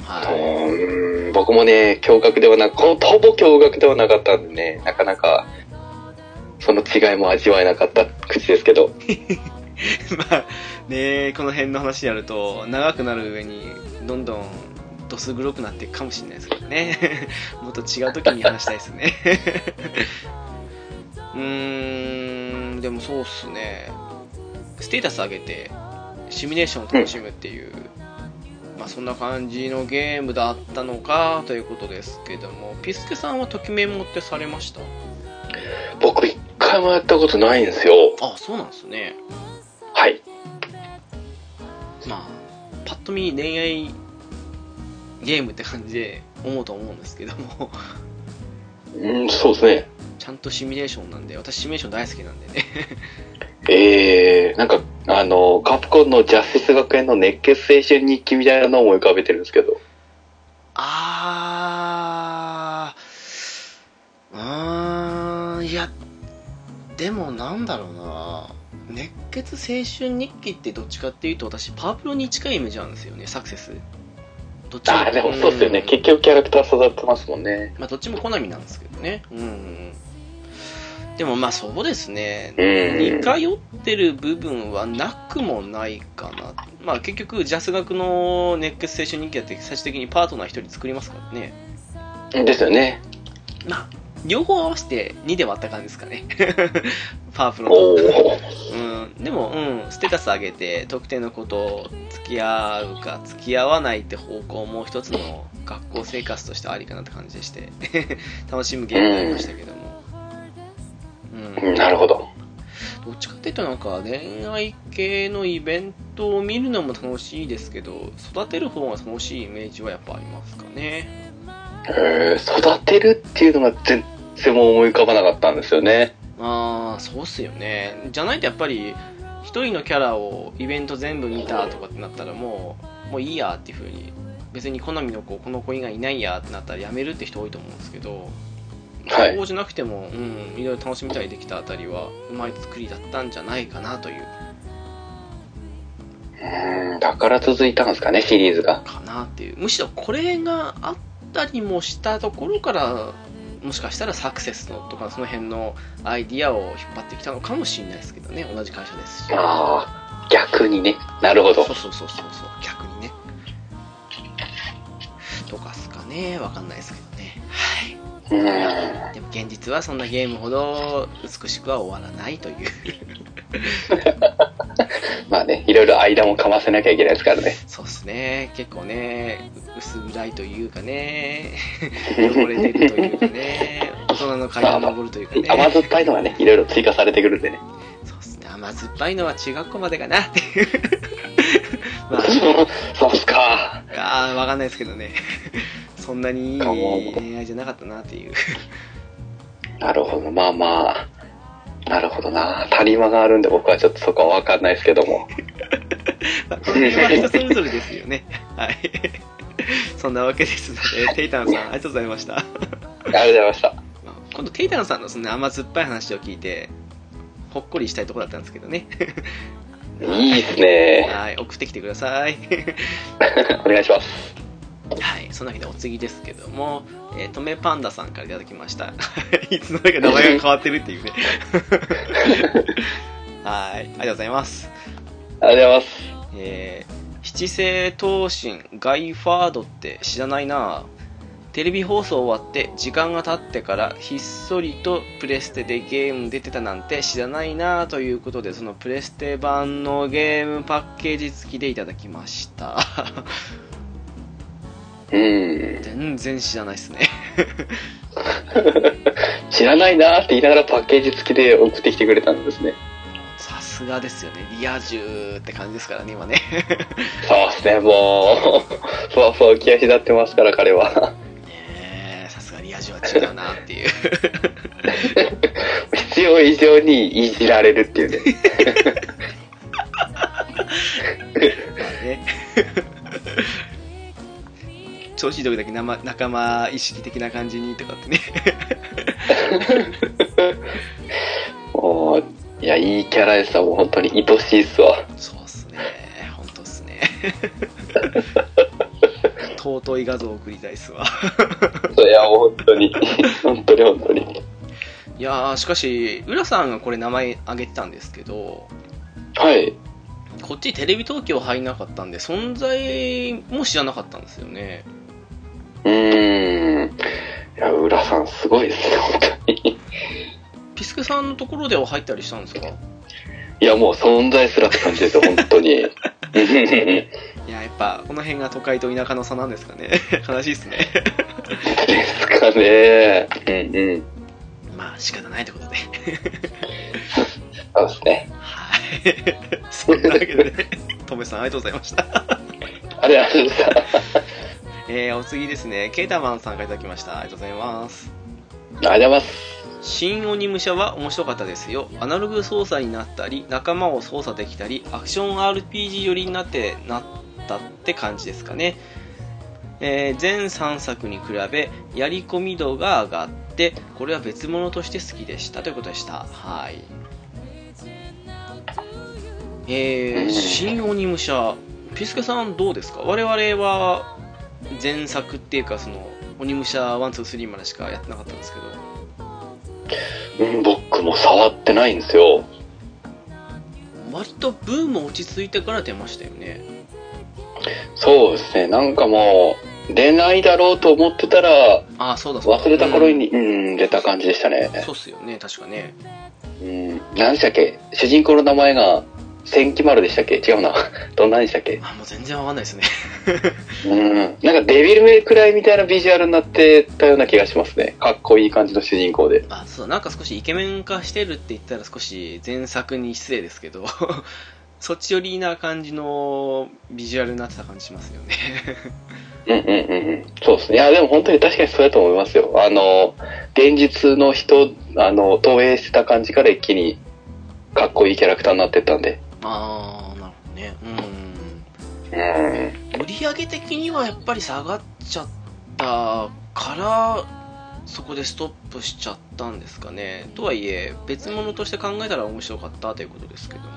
A: は
B: うん僕もね、驚愕ではなく、ほほぼ驚愕ではなかったんでね、なかなか、その違いも味わえなかった口ですけど。
A: い。 まあ、ね、この辺の話やると、長くなる上に、どんどん、ドス黒くなっていくかもしれないですけどね。 もっと違う時に話したいですね。 うーん、でもそうっすね。ステータス上げて、シミュレーションを楽しむっていう、まあそんな感じのゲームだったのかということですけども、ピスケさんはときめもってされました
B: 僕一回もやったことないんですよ。
A: あ、そうなんですね。
B: はい。
A: まあ、パッと見恋愛ゲームって感じで思うと思うんですけども、
B: うん、そうですね。
A: ちゃんとシミュレーションなんで、私シミュレーション大好きなんでね。
B: えー、なんか、ああの、カプコンのジャスティス学園の熱血青春日記みたいなのを思い浮かべてるんですけど。
A: あー、あー、いや、でもなんだろうな熱血青春日記ってどっちかっていうと私、パープロに近いイメージなんですよね、サクセス。どっち
B: ああ、でもそうですよね。
A: ん
B: 結局キャラクター育ってますもんね。
A: まあ、どっちも好みなんですけどね。うん。でもまあそうですね。
B: うん
A: 似通ってる部分はなくもないかな。まあ結局、ジャス学の熱血青春人気だって最終的にパートナー一人作りますからね。
B: ですよね。
A: まあ、両方合わせて2で割った感じですかね。 パワープロ
B: お
A: と
B: お。
A: うん、でも、うん、ステータス上げて特定のことと付き合うか付き合わないって方向も一つの学校生活としてはありかなって感じでして 楽しむゲームになりましたけども、うん
B: うんなるほど。
A: どっちかっていうとなんか恋愛系のイベントを見るのも楽しいですけど育てる方が楽しいイメージはやっぱありますかね
B: えー育てるっていうのが全然もう思い浮かばなかったんですよね。
A: ああそうっすよねじゃないとやっぱり一人のキャラをイベント全部見たとかってなったらもうもういいやっていう風に別に好みの子この子以外いないやってなったらやめるって人多いと思うんですけど、
B: はい
A: そうじゃなくても、うん、いろいろ楽しみたりできたあたりはうまい作りだったんじゃないかなという
B: うん、だから続いたんですかね、シリーズが。
A: かなっていうむしろこれがあったりもしたところからもしかしたらサクセスのとかその辺のアイディアを引っ張ってきたのかもしれないですけどね同じ会社ですし
B: ああ、逆にね。なるほど
A: そ。うそうそうそうそう逆にねとかっすかねわかんないですけどねは
B: うん。
A: いでも現実はそんなゲームほど美しくは終わらないという
B: まあね、いろいろ間もかませなきゃいけないですからね。
A: そうっすね結構ね薄暗いというかね汚れてるというかね大人の階段を登るというかね
B: 甘酸っぱいのがね、いろいろ追加されてくるんでね。
A: そうっすね甘酸っぱいのは中学校までかなって いうまあ
B: そうっすか。
A: あーわかんないですけどねそんなにいい
B: かも
A: 恋愛じゃなかったなっていう
B: なるほど、まあまあ。なるほどな。谷間があるんで僕はちょっとそこはわかんないですけども。
A: まあこの辺は人それぞれですよね。はい。そんなわけですので、テイタンさん、ありがとうございました。
B: ありがとうございました。
A: まあ今度、テイタンさんのそんな甘酸っぱい話を聞いて、ほっこりしたいところだったんですけどね。
B: いいですね。
A: はい、送ってきてください。
B: お願いします。
A: はい、そんなわけでお次ですけども、えー、とめパンダさんからいただきました。 いつの間にか名前が変わってるっていうね。はい、ありがとうございます。
B: ありがとうございます。
A: えー七星闘神ガイファードって知らないなテレビ放送終わって時間が経ってからひっそりとプレステでゲーム出てたなんて知らないなということでそのプレステ版のゲームパッケージ付きでいただきました
B: うん。
A: 全然知らないですね
B: 知らないなーって言いながらパッケージ付きで送ってきてくれたんですね。
A: さすがですよねリア充って感じですからね今ね
B: そうですね、もう、ふわふわ浮き足立ってますから、彼は。
A: ねえさすがリア充は違うなっていう
B: 必要以上にいじられるっていうね。
A: まあ ね調子いい時だけ仲間仲間意識的な感じにとかってね
B: もう、いや、いいキャラでした、もう本当に愛しいっすわ。
A: そうっすね本当っす ね尊い画像を送りたいっすわ
B: いや、もう本当に、本当に本当に。
A: いやーしかし浦さんがこれ名前挙げてたんですけど
B: はい。
A: こっちテレビ東京入んなかったんで存在も知らなかったんですよね
B: うーん。いや、浦さんすごいですね、本当に。
A: ピスケさんのところでは入ったりしたんですか
B: いや、もう存在すらって感じですよ、本当に。
A: いややっぱこの辺が都会と田舎の差なんですかね 悲しいっすね
B: ですかね。うんうん。
A: まあ仕方ないってことで
B: そうですね。
A: はい。 そんなわけで、トメさんありがとうございました。
B: ありがとうございました。
A: えー、お次ですね、ケータマンさんからいただきました。ありがとうございます。
B: ありがとうございます。
A: 新鬼武者は面白かったですよ。アナログ操作になったり、仲間を操作できたり、アクション RPG 寄りになってなったって感じですかね。えー全3作に比べ、やり込み度が上がって、これは別物として好きでしたということでした。はい。え
B: う
A: ー、
B: ん
A: 新鬼武者、ピスケさんどうですか我々は前作っていうか、その、鬼武者1,2,3までしかやってなかったんですけど、
B: うん、僕も触ってないんですよ。
A: 割とブーム落ち着いてから出ましたよね
B: そうですね、なんかもう、出ないだろうと思ってたら、
A: ああそうだそうだ
B: 忘れた頃、に、うん、出た感じでしたね。
A: うんそうっすよね確かね
B: うん、何でしたっけ主人公の名前が、千木丸でしたっけ違うな。 どんなんでしたっけ
A: あもう全然わかんないですね
B: うん、なんかデビルメイクライみたいなビジュアルになってたような気がしますね。かっこいい感じの主人公で。
A: あそうだなんか少しイケメン化してるって言ったら少し前作に失礼ですけど そっち寄りな感じのビジュアルになってた感じしますよね
B: うんうんうんうん。そうですね。いや、でも本当に確かにそうだと思いますよ。あの、現実の人、あの、投影してた感じから一気に、かっこいいキャラクターになってったんで。
A: ああなるほどねうん
B: うん。
A: 売り上げ的にはやっぱり下がっちゃったからそこでストップしちゃったんですかねとはいえ別物として考えたら面白かったということですけども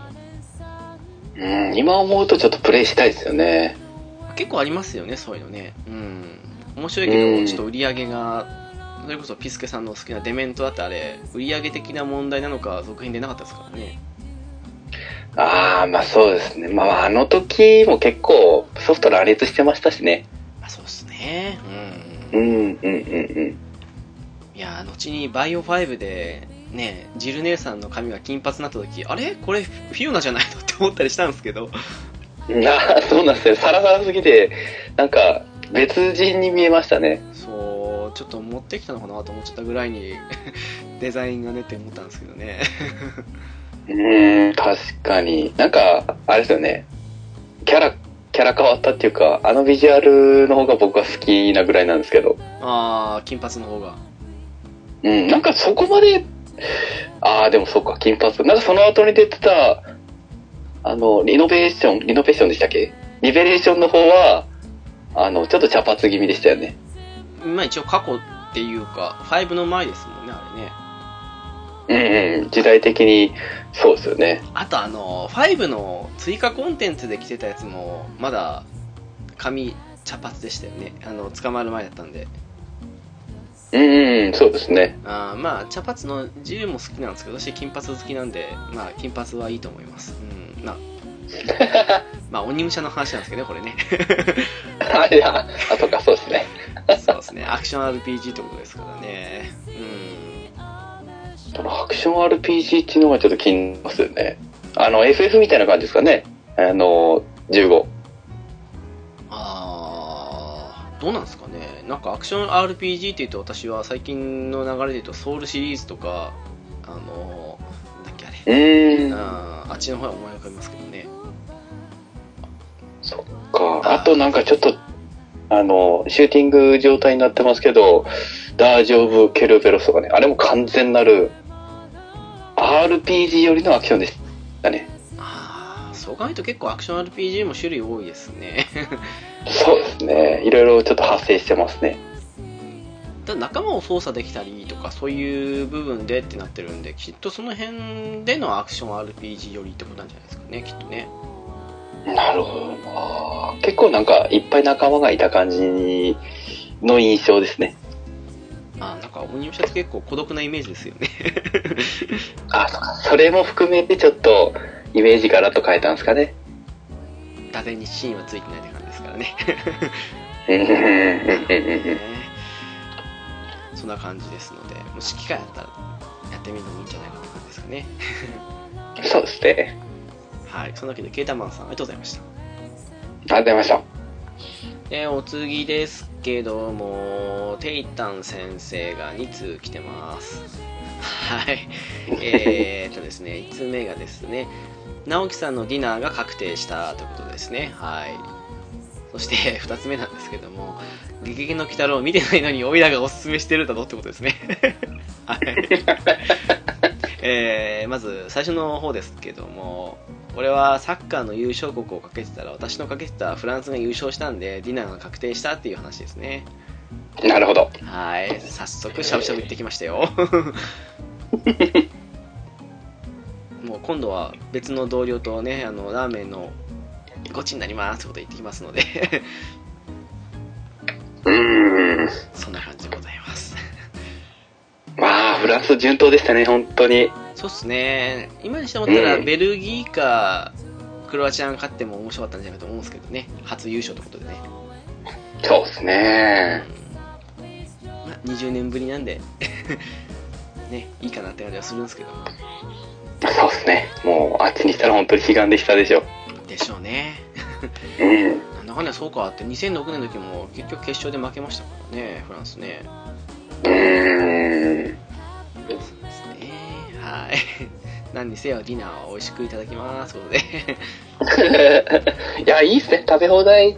B: うん、今思うとちょっとプレイしたいですよね。
A: 結構ありますよねそういうのねうん面白いけ
B: う
A: ど
B: ん
A: ちょっと売り上げがそれこそピスケさんの好きなデメントだってあれ売り上げ的な問題なのか続編でなかったですからね
B: ああ、まあそうですね。まああの時も結構ソフト乱立してましたしね。
A: あそうですねう
B: うんん、うん、うん、うん。
A: いやー後にバイオ5でねジル姉さんの髪が金髪になった時あれこれフィオナじゃないの って思ったりしたんですけど
B: なそうなんですよ。サラサラすぎて、なんか、別人に見えましたね。
A: そうちょっと持ってきたのかなと思っちゃったぐらいに デザインがねって思ったんですけどね
B: うん、確かに。なんか、あれですよね。キャラ、キャラ変わったっていうか、あのビジュアルの方が僕は好きなぐらいなんですけど。
A: ああ金髪の方が
B: うん、なんかそこまで、ああ、でもそうか、金髪。なんかその後に出てた、あの、リノベーション、リノベーションでしたっけリベレーションの方は、あの、ちょっと茶髪気味でしたよね。
A: まあ一応過去っていうか5の前ですもんねあれね
B: うんうん、時代的に、そうですよね。
A: あとあの5の追加コンテンツで着てたやつもまだ髪茶髪でしたよねあの捕まる前だったんで
B: うん、うん、そうですね。
A: あーまあ茶髪の自由も好きなんですけど私金髪好きなんでまあ金髪はいいと思いますうん まあまあ鬼武者の話なんですけどねこれね
B: あ、いや、あ、そうか、そうですね。
A: そうですねアクション RPG ってことですからねうん
B: そのアクション RPG っていうのがちょっと気になりますよね。あの、FF みたいな感じですかね。あの、15。
A: あーどうなんですかねなんかアクション RPG って言うと私は最近の流れで言うとソウルシリーズとかあのー、だっけあれ
B: うーん、
A: あーあっちの方は思い浮かびますけどね
B: そっか。あとなんかちょっと、あの、シューティング状態になってますけど、ダージョブ・ケルベロスとかね、あれも完全なる、RPG よりのアクションでしたね。
A: ああそう考えると結構アクション RPG も種類多いですね
B: そうですね。いろいろちょっと発生してますね。
A: ただ仲間を操作できたりとかそういう部分でってなってるんできっとその辺でのアクション RPG よりってことなんじゃないですかねきっとね
B: なるほどな。結構なんか、いっぱい仲間がいた感じの印象ですね。
A: あーなんか鬼武者って結構孤独なイメージですよね
B: あ、そっかそれも含めてちょっと、イメージガラッと変えたんですかね。
A: 打然にシーンはついてないって感じですからね
B: うんうんうんうんうんうん
A: ねそんな感じですのでもし機会あったらやってみるのもいいんじゃないかって感じですかね
B: そうですね。
A: はいそんなわけでケータマンさんありがとうございました
B: ありがとうございました。
A: でお次ですけどもテイタン先生が2通来てますはいえーっとですね1通目がですね直樹さんのディナーが確定したということですねはいそして2つ目なんですけども「ゲゲゲの鬼太郎」見てないのにオイラがおすすめしてるだろってことですね はいえーまず最初の方ですけども俺はサッカーの優勝国をかけてたら私のかけてたフランスが優勝したんでディナーが確定したっていう話ですね
B: なるほど。
A: はい早速しゃぶしゃぶ行ってきました よもう今度は別の同僚とねあのラーメンのごちになりますってこと言ってきますので
B: うーん。
A: そんな感じでございます
B: まあ、フランス順当でしたね、本当に。
A: そうっすね今にして思ったら
B: うん
A: ベルギーかクロアチアが勝っても面白かったんじゃないかと思うんですけどね初優勝ってことでね、
B: そうですね。
A: まあ、20年ぶりなんで ねいいかなって感じはするんですけども
B: そうですね。もう、あっちにしたら本当に悲願でしたでしょ。
A: でしょうね
B: うん。
A: なんだかんだそうかって2006年の時も結局決勝で負けましたからねフランスね
B: うーん。
A: そうですねはい 何にせよディナーは美味しくいただきますと いうことで
B: いや、いいっすね。食べ放題っ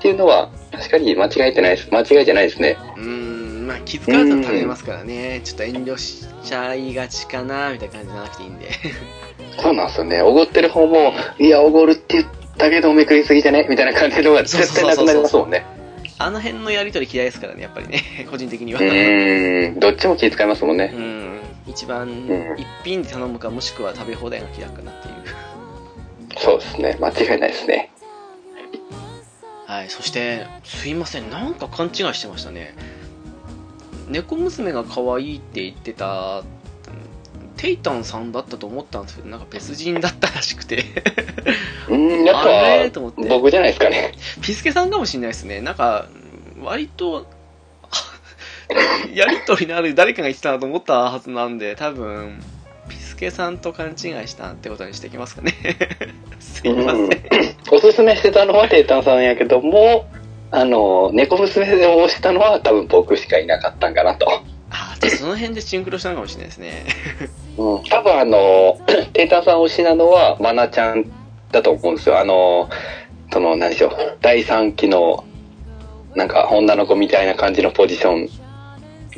B: ていうのは、確かに間違えてないです。間違いじゃないですね。
A: うーんまあ気づかれたら食べれますからねちょっと遠慮しちゃいがちかなみたいな感じじゃなくていいんで
B: そうなんですよね。おごってる方も、いや、おごるって言ったけど、めくりすぎじゃねみたいな感じのが絶対なくなりますもんね。
A: あの辺のやり取り嫌いですからね、やっぱりね、 個人的には。
B: うーん。どっちも気遣いますもんね。
A: うん、一番、
B: ん
A: 一品で頼むか、もしくは食べ放題が気楽なっていう。
B: そうですね。間違いないですね。
A: はい、そして、すいません、なんか勘違いしてましたね。猫娘が可愛いって言ってた、テイタンさんだったと思ったんですけど、なんか別人だったらしくて、
B: うーん、や
A: あれ
B: っ
A: と
B: ぱ
A: 思って、
B: 僕じゃないですかね。
A: ピスケさんかもしれないですね。なんか、割と、 やりとりのある誰かが言ってたなと思ったはずなんで、多分、ピスケさんと勘違いしたってことにしてきますかね。 すいません。
B: おすすめしてたのはテイタンさんやけども、あの、猫娘で応募したのは多分僕しかいなかったんかなと。
A: あー、じゃあその辺でシンクロしたのかもしれないですね。
B: うん、多分あの、 テイタンさん推しなのは、マナちゃんだと思うんですよ。あの、その、何でしょう、第3期の、なんか、女の子みたいな感じのポジション、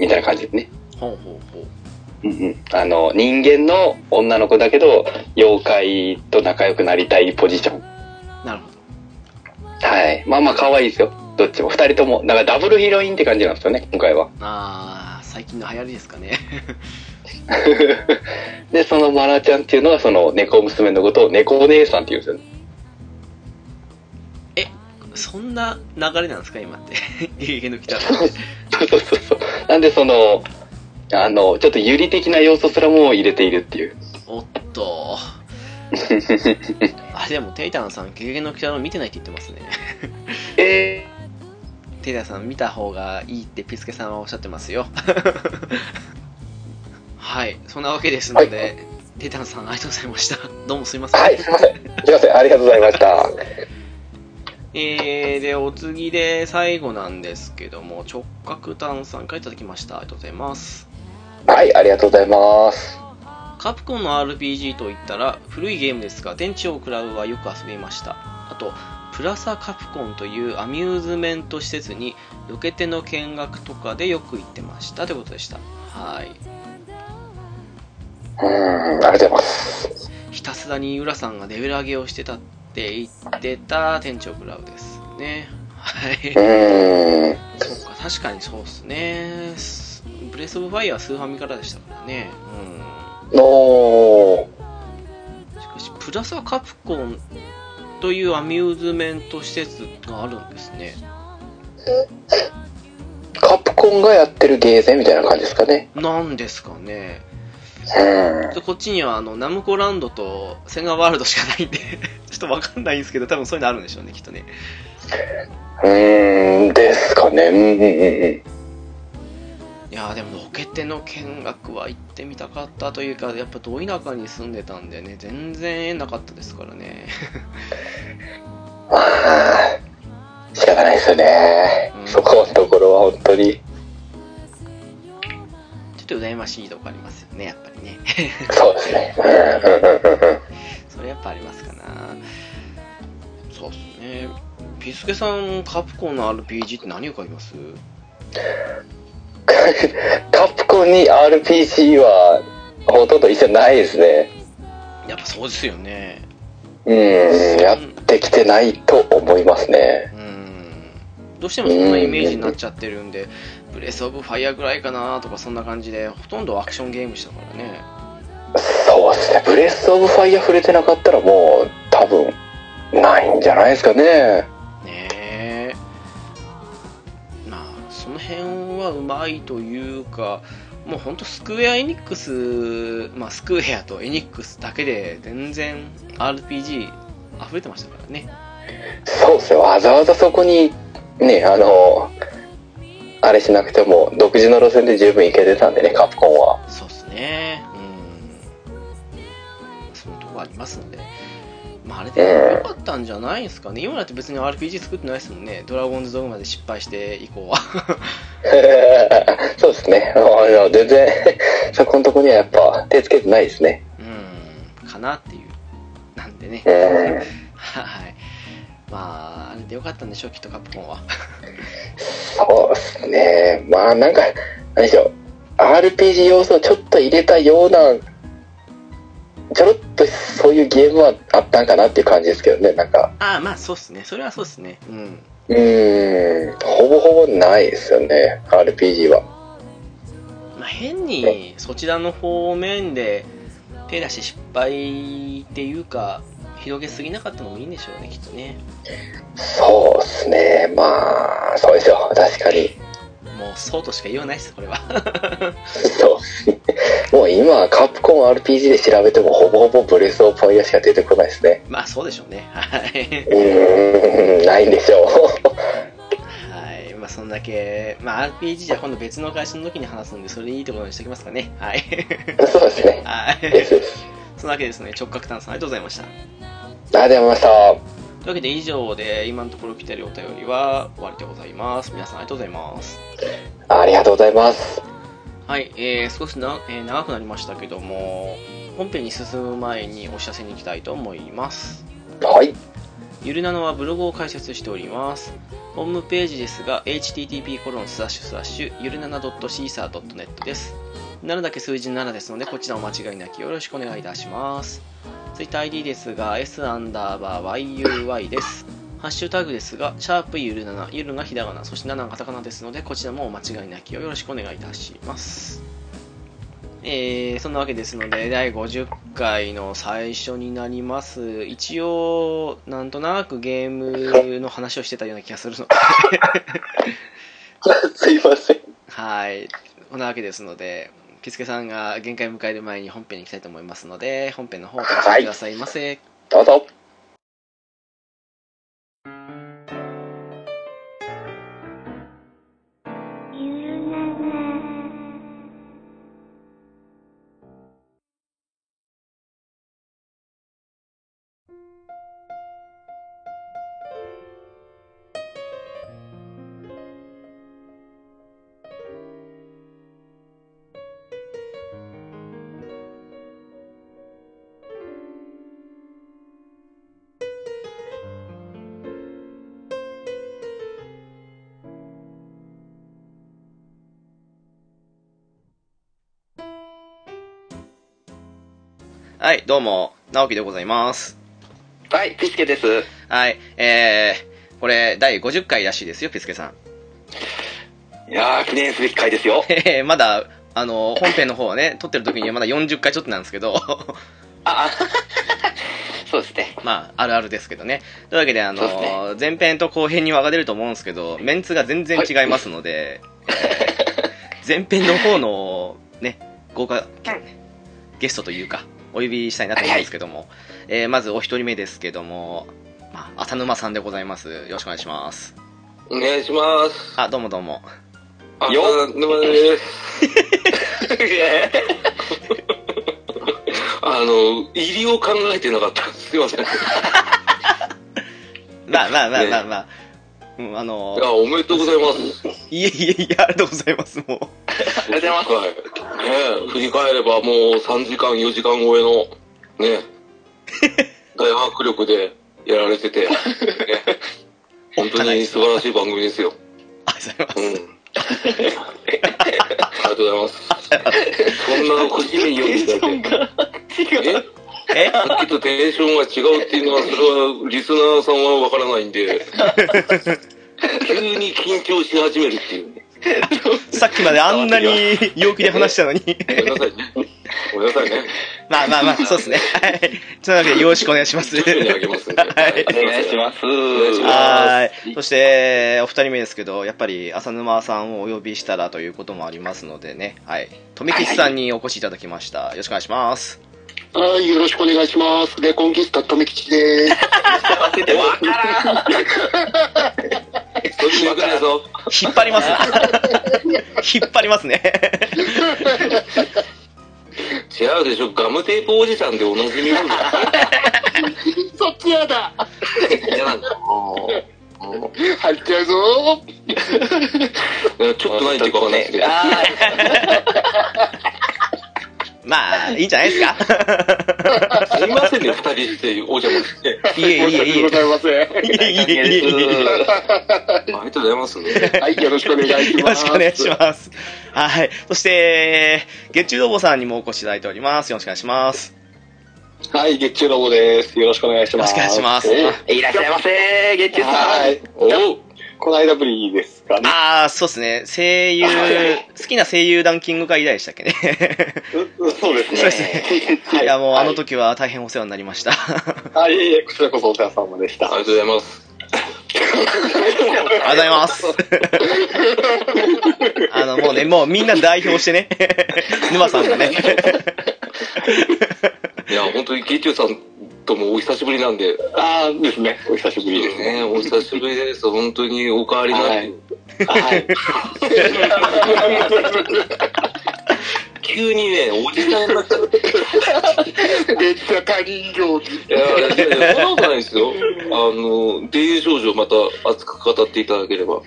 B: みたいな感じですね。
A: ほうほうほう。
B: うんうん。あの、人間の女の子だけど、妖怪と仲良くなりたいポジション。
A: なるほど。
B: はい。まあまあ、可愛いですよ。どっちも。二人とも。だからダブルヒロインって感じなんですよね、今回は。
A: あー、最近の流行りですかね。
B: で、そのマナちゃんっていうのは、その、猫娘のことを猫お姉さんって言うんですよね。
A: そんな流れなんですか、今って。 ゲゲの鬼太郎って。
B: そうそうそうそう。なんでその、あの、ちょっと有利的な要素すらも入れているっていう。
A: おっ と。あ、でも、テイタンさん、ゲゲの鬼太郎見てないって言ってますね。
B: え
A: テイラさん見た方がいいってピスケさんはおっしゃってますよ はいそんなわけですので、
B: は
A: テイタンさんありがとうございましたどうもすいませ
B: ー、
A: ん、
B: はい、すいません。すいません、ありがとうございました。
A: えー、でお次で最後なんですけども直角炭酸からいただきましたありがとうございます
B: はい、ありがとうございます。
A: カプコンの RPG といったら古いゲームですが電池を食らうはよく遊びましたあとプラサカプコンというアミューズメント施設にロケテの見学とかでよく行ってましたということでしたはい
B: うーん、ありがとうございます。
A: ひたすらに浦さんがレベル上げをしてたって言ってた店長クラウですね。は
B: う
A: い。
B: ーん、
A: そうか、確かにそうっすね。ブレスオブファイアはスーファミからでしたからね。
B: の
A: うん。しかし、プラスはカプコンというアミューズメント施設があるんですね。
B: カプコンがやってるゲーセンみたいな感じですかね。
A: なんですかね。
B: うん。
A: でこっちにはあのナムコランドとセガワールドしかないんで、 ちょっとわかんないんですけど、多分そういうのあるんでしょうね、きっとね。
B: うーん、ですかね。うんうん
A: いやーでもロケテの見学は行ってみたかったというかやっぱど田舎に住んでたんでね全然縁なかったですからね
B: うんうん。あー仕方ないですよね
A: うん。
B: そこのところは本当に。
A: ちょっと羨ましいとこありますよねやっぱりね
B: そうですね。うんうんうんうんうん。
A: それやっぱありますかなそうっすねピスケさんカプコンの RPG って何を買います
B: カカプコンに RPG はほとんど一緒ないですね。
A: やっぱそうですよね
B: うん、やってきてないと思いますね。
A: うんどうしてもそんなイメージになっちゃってるんでブレス・オブ・ファイアぐらいかなとかそんな感じでほとんどアクションゲームでしたからね
B: そうですね。ブレス・オブ・ファイア触れてなかったらもう多分ないんじゃないですかね。
A: ねえまあその辺はうまいというかもうほんとスクエア・エニックス、まあ、スクエアとエニックスだけで全然 RPG 溢れてましたからね
B: そうですね。わざわざそこにね、あの、あれしなくても独自の路線で十分いけてたんでね、カプコンは。
A: そうっすねうんそのとこありますのでまああれで良かったんじゃないですかね今だって別に RPG 作ってないですもんねドラゴンズドグマで失敗して以降は
B: そうですね。あの全然、 そこのとこにはやっぱ手つけてないですね。
A: うんかなっていうなんでね
B: うん。
A: はいまああれで良かったんでしょうきっとカプコンは
B: そうですね。まあなんか、何でしょう。RPG 要素をちょっと入れたような、ちょろっとそういうゲームはあったんかなっていう感じですけどね。なんか、
A: ああまあそうっすねそれはそうっすねうん
B: うーん、ほぼほぼないですよね。RPG は。
A: まあ、変にそちらの方面で手出して失敗っていうか広げすぎなかったのもいいんでしょうねきっとね
B: そうですね。まあ、そうですよ。確かに。
A: もうそうとしか言わないですこれ は
B: そう。もう今、カプコン RPG で調べてもほぼほぼブレスオブファイアしか出てこないですね。
A: まあそうでしょうねはいう
B: ーん、ないんでしょう。
A: はいまあそんだけ、まあ、RPG じゃ今度別の会社の時に話すんでそれいいところにしておきますかねはい
B: そうですね。
A: は
B: で
A: い
B: す。
A: そんなわけですね直角炭さんありがとうございました
B: ありがとうございました。
A: というわけで以上で今のところ来てるお便りは終わりでございます皆さんありがとうございます
B: ありがとうございます。
A: はい、えー少しな、えー長くなりましたけども本編に進む前にお知らせに行きたいと思います
B: はい。
A: ゆるなのはブログを開設しておりますホームページですが http コロンスラッシュスラッシュゆるなな .caesar.net です7だけ数字7ですのでこちらもお間違いなきよろしくお願いいたします TwitterID ですが S アンダーバー YUY ですハッシュタグですが、シャープゆるなな、ゆるがひらがな、そして7がカタカナですので、こちらもお間違いなきをよろしくお願いいたします。えー、そんなわけですので、第50回の最初になります。一応、なんとなくゲームの話をしてたような気がするので、
B: すいません。
A: はい。そんなわけですので、ピスケさんが限界を迎える前に本編に行きたいと思いますので、本編の方をお楽しみくださいませ。
B: どうぞ。
A: はい、どうも、直樹でございます。
B: はい、ピスケです。
A: はい、えー、これ、第50回らしいですよ、ピスケさん。
B: いやー、記念すべき回ですよ。
A: えーまだ、あの、本編の方はね、撮ってる時にはまだ40回ちょっとなんですけど、
B: あ、 そうですね。
A: まあ、あるあるですけどね。というわけで、あの、
B: そうですね
A: 前編と後編に分かれると思うんですけど、メンツが全然違いますので、 えー前編の方の、ね、豪華、ゲストというか、お呼びしたいなと思うんですけども、えーまずお一人目ですけども、まあ、浅沼さんでございます。よろしくお願いします。
C: お願いします。
A: あ、どうもどうも。
C: あ
B: よ
C: っ、沼田です。 あの、入りを考えてなかった。すいませ ん。い
A: まあまあまあまあまあ、うん、あの、
C: や、おめでとうございます。
A: いえいえいえ、ありがとうございます、もう。
C: ありがとうございます。はい。ねえ振り返ればもう3時間、4時間超えの、ねえ大迫力でやられてて、ね本当に素晴らしい番組ですよ。
A: ありがとうございます。
C: うん。
D: ありがとうございます。そんな個人名読んでいただいて。
B: 違う。
A: え
D: さっきとテンションが違うっていうのは、それはリスナーさんはわからないんで、急に緊張し始めるっていう。
A: さっきまであんなに陽気で話したのに。
D: ごめんなさい。ごめんなさいね。
A: まあまあまあ、そうですね。はい。というわけでよろしくお願いします。
D: 徐々に上げますんで。
A: はい
B: お願いします。
D: す
A: はーい。そして、お二人目ですけど、やっぱり浅沼さんをお呼びしたらということもありますのでね、はい。富吉さんにお越しいただきました。よろしくお願いします。
E: はい、よろしくお願いします。レコンギスタ、とめきちです。
D: わからんそっちわからんぞ。
A: 引っ張りますね引っ張りますね。
D: 違うでしょ。ガムテープおじさんでおなじみなんだ。
E: そっちやだ。
D: 嫌なんだ
E: 入っちゃうぞ。
D: ちょっと何言ってるかわかんないですけど。
A: まあ、いいんじゃないですか
D: すいませんね、二人してお邪魔 して。
A: いえいえ
E: 申し
A: いえいえ。
E: 訳ございませ
A: いえいえいえいえ。
D: ありがとうございますね。
E: ん。はい、よろしくお願いし
A: よろ
E: ま
A: し
E: す。
A: くお願いします。はい。そして、月中ロボさんにもお越しいただいております。よろしくお願いします。
E: はい、月中ロボです。よろしくお願いし
A: よろ
E: ま
A: し
E: す。
A: くお願いします。
B: いらっしゃいませ、月中さ
E: は
B: ん。
E: い。
D: おう。
E: この間ぶりですかね。
A: ああ、そうですね。声優、好きな声優ランキング会以来でしたっけね。
E: ううそうですね。
A: そうですね
E: はい
A: や、もうあの
E: 時。
A: 時は大変お世話になりました。
E: はい、いえいえこちらこそお世話様でし た
D: あ。りがとうございます。
A: ありがとうござい ます。あの、もうね、もうみんな代表してね、沼さんがね。
D: いや、本当にゲッチュさんともお久しぶりなんで、
E: ああ、ですね。お久しぶりですね。
D: ね、お久しぶりです。本当にお変わりなく、
E: はい はい。
D: 急にね、おじさんになっちゃって。
E: めっちゃ他人行儀。
D: いや、いやいやそんなことないですよ。あの、デイ少女また熱く語っていただければ。は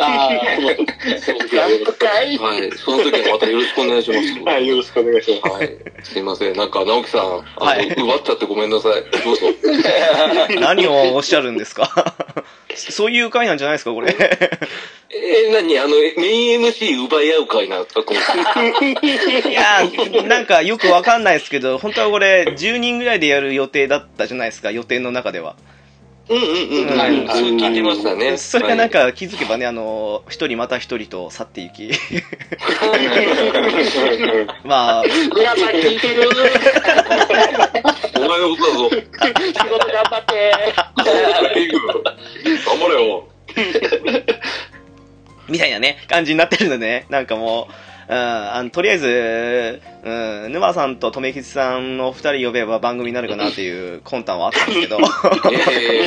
E: ああ、そうなんかい。
D: い、その時はまたよろしくお願いします。
E: はい、よろしく お願いします。
D: はい、すいません。なんか、直樹さん、あの、
A: はい
D: 奪っちゃってごめんなさい。どうぞ。
A: 何をおっしゃるんですかそういう会なんじゃないですか、これ。
D: えー、何あの、メイン MC 奪い合う会なとか、こう
A: いやー、なんかよくわかんないですけど、本当はこれ、10人ぐらいでやる予定だったじゃないですか、予定の中では。
D: うんうんうん。はい、それ聞いてましたね。
A: それがなん
D: は
A: か気づけばね、あの、一人また一人と去っていき、まあ、
E: 皆さん聞いてる
D: い、お前のことだぞ。
E: 仕事頑 張って。
D: リング頑張れよ。
A: みたいなね、感じになってるのでね、なんかもう、うん、あのとりあえず、うん、沼さんと留吉さんのお二人呼べば番組になるかなっていう魂胆はあったんですけど、
D: え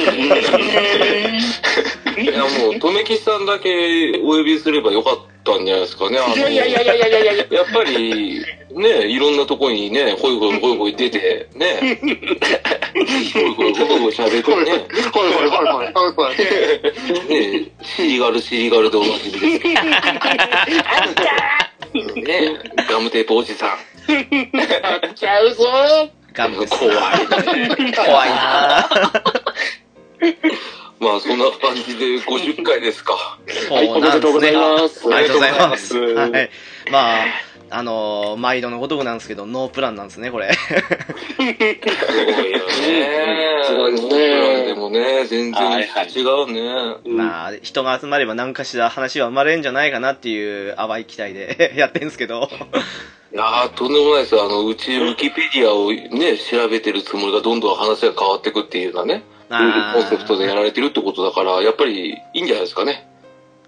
D: えいやもう、とめきさんだけお呼びすればよかったんじゃないですかね。あの
E: いやいやいやいやいやいやいや。
D: やっぱり、ね、いろんなとこにね、ほいほいほいほい出て、ね、ほいほいほいほい喋
E: ほいほい
D: って
E: ほいほいほいほいほい。
D: ね、ね、シリガルシリガルでおなじみですけど。ね、ガムテープおじさん。
E: やっちゃうぞ。
A: ガムです。
D: 怖い。
A: 怖いなぁ。
D: まあ、そんな感じで50回ですか。
E: はい、おめでとうございます。
A: ありがとうございます。
E: おめでとうご
A: は
E: ざい
A: い。まあ、あのー毎度のごとくなんですけど、ノープランなんですね、これ。
D: すごいよね。
E: すごいですね
D: でもね、全然違うね。
A: まあ、人が集まれば何かしら話は生まれるんじゃないかなっていう淡い期待で やってんですけど。
D: いやー、とんでもないです。あの、うち、ウィキペディアをね、調べてるつもりがどんどん話が変わってくっていうようなね、
A: あ
D: コ
A: ー
D: ンセプトでやられてるってことだから、やっぱりいいんじゃないですかね、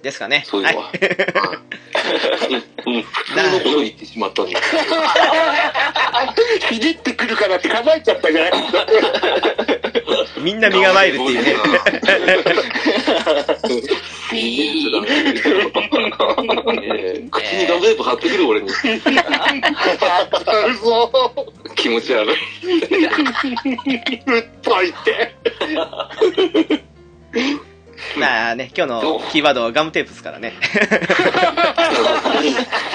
A: ですかね。
D: そういうのは。うん うん普通のことを言ってしまったんだ。
E: ます。ひねってくるからって構えちゃったじゃない
A: みんな身構えるっていうね。
D: ねえ 口にガムテープ貼ってくる 俺に
E: やっちゃうぞ。
D: 気持ち悪い。
E: 振っといて。
A: まあね、今日のキーワードはガムテープですから ね。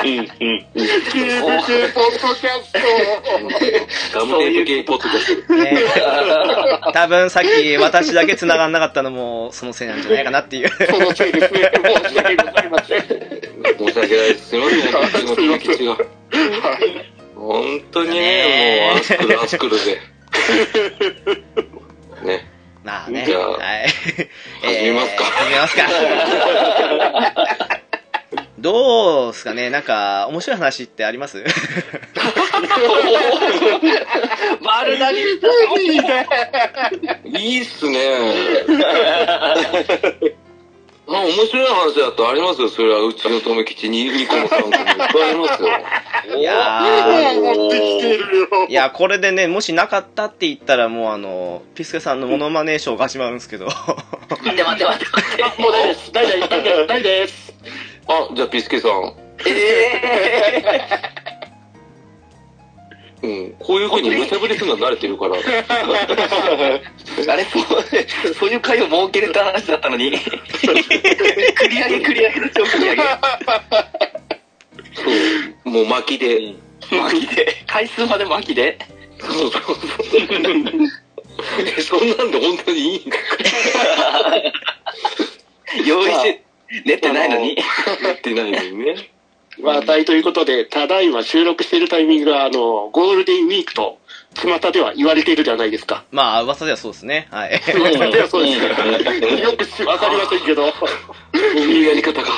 E: キューブ中ポッドキャスト。
D: ガムテープ系ポッドキャスト。
A: ね 多分さっき私だけ繋 がんなかったのもそのせいなんじゃないかなっていう。
E: そのせいですね。申し訳ございませ
D: もう申し
E: ん。
D: 訳ないです。すいません、本当にもう気持ちが。
E: はい。
D: 本当にね、もう、アンスクル、アンスクルで。ね。
A: まあね。
D: じゃあ
A: はい。
D: 始めますか
A: えー始めますか。 どうすかねなんか、面白い話ってあります
F: 丸投げ
D: いいっす ね。あ面白い話だとありますよ。それはうちの留吉に2個も3個もいっぱいありますよ。
A: いやー
E: もう持ってきてるよ。
A: いや、これでね、もしなかったって言ったら、もうあの、ピスケさんのモノマネショーが始まるんですけど。
B: 待って待って待って待って。
E: もう大です。大です。大です。大です。
D: あ、じゃあピスケさん。 うん、こういうふうに無茶ぶりするのは慣れてる から。
B: あれそう、そういう会を設けれた話だったのに。繰り上げ繰り上げの超繰り上げ。
D: そう。もう巻きで。
B: 巻きで。回数まで巻きで。
D: そうそうそう。えそんなんで本当にいいんだ
B: 用意して、練ってないのに。
D: や ってないのにね。
E: まあ、大ということで、ただいま収録しているタイミングが、あの、ゴールデンウィークと、巷では言われているじゃないですか。
A: まあ、噂ではそうですね。はい。
E: 噂で はそうですよ。よくしわかりません けど。
D: そういうやり方が。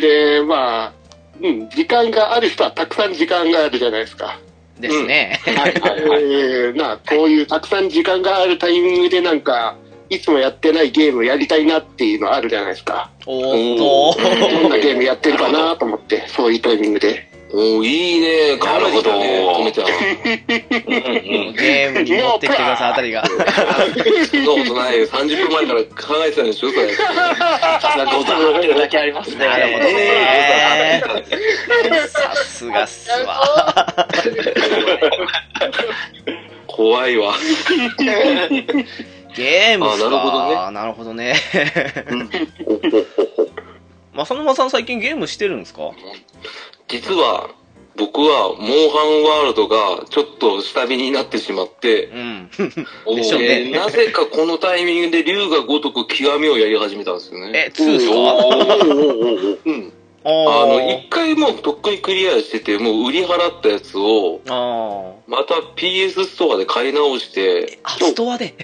E: で、まあ、うん、時間がある人はたくさん時間があるじゃないですか。
A: ですね。
E: えー、なあこういうたくさん時間があるタイミングでなんか、いつもやってないゲームをやりたいなっていうのあるじゃないですか。
A: おーっと。
E: どんなゲームやってるかなと思って、そういうタイミングで。
D: おーいいね。頑張りだね、
B: なるほど
D: とめちゃん。
A: ゲームに持ってきてください、あたりが。
D: そんなことないよ。30分前から考えてたんでしょ、それ。
B: さすが誤差がだけありますね。
A: なるほどね。さすがっすわ。
D: 怖いわ。
A: ゲームっすか
D: あなるほど
A: な
D: ね
A: るほどね。まさのまさん最近ゲームしてるんですか
D: 実は、僕は、モンハンワールドが、ちょっと下火になってしまって、
A: うん。
D: え
A: でしょうね
D: ーなぜかこのタイミングで、竜が如く極みをやり始めたんですよね。
A: え、2ですか
D: うん。あ
A: あ
D: の、
A: ー
D: 一回もうとっくにクリアしてて、もう売り払ったやつを、
A: あー。
D: また PS ストアで買い直して、
A: あ、ストアで。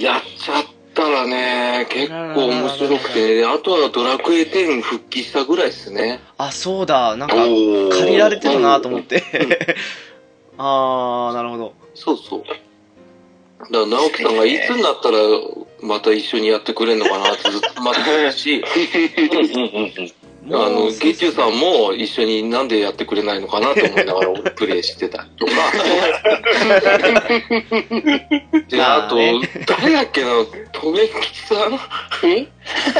D: やっちゃったらね、結構面白くて、あとはドラクエ10復帰したぐらいですね。
A: あ、そうだ。なんか、
D: おー
A: 借りられてるなと思って。 あー、なるほど。
D: そうそう。だから直樹さんがいつになったらまた一緒にやってくれるのかなってずっと待って るし、あ
A: もう
D: の、
A: そう
D: ゲチュさんも一緒になんでやってくれないのかなと思いながら俺プレイしてたり とか。で、
A: ま
D: あ
A: あ
D: と
A: ね、
D: 誰だっけな、とめきさんそうい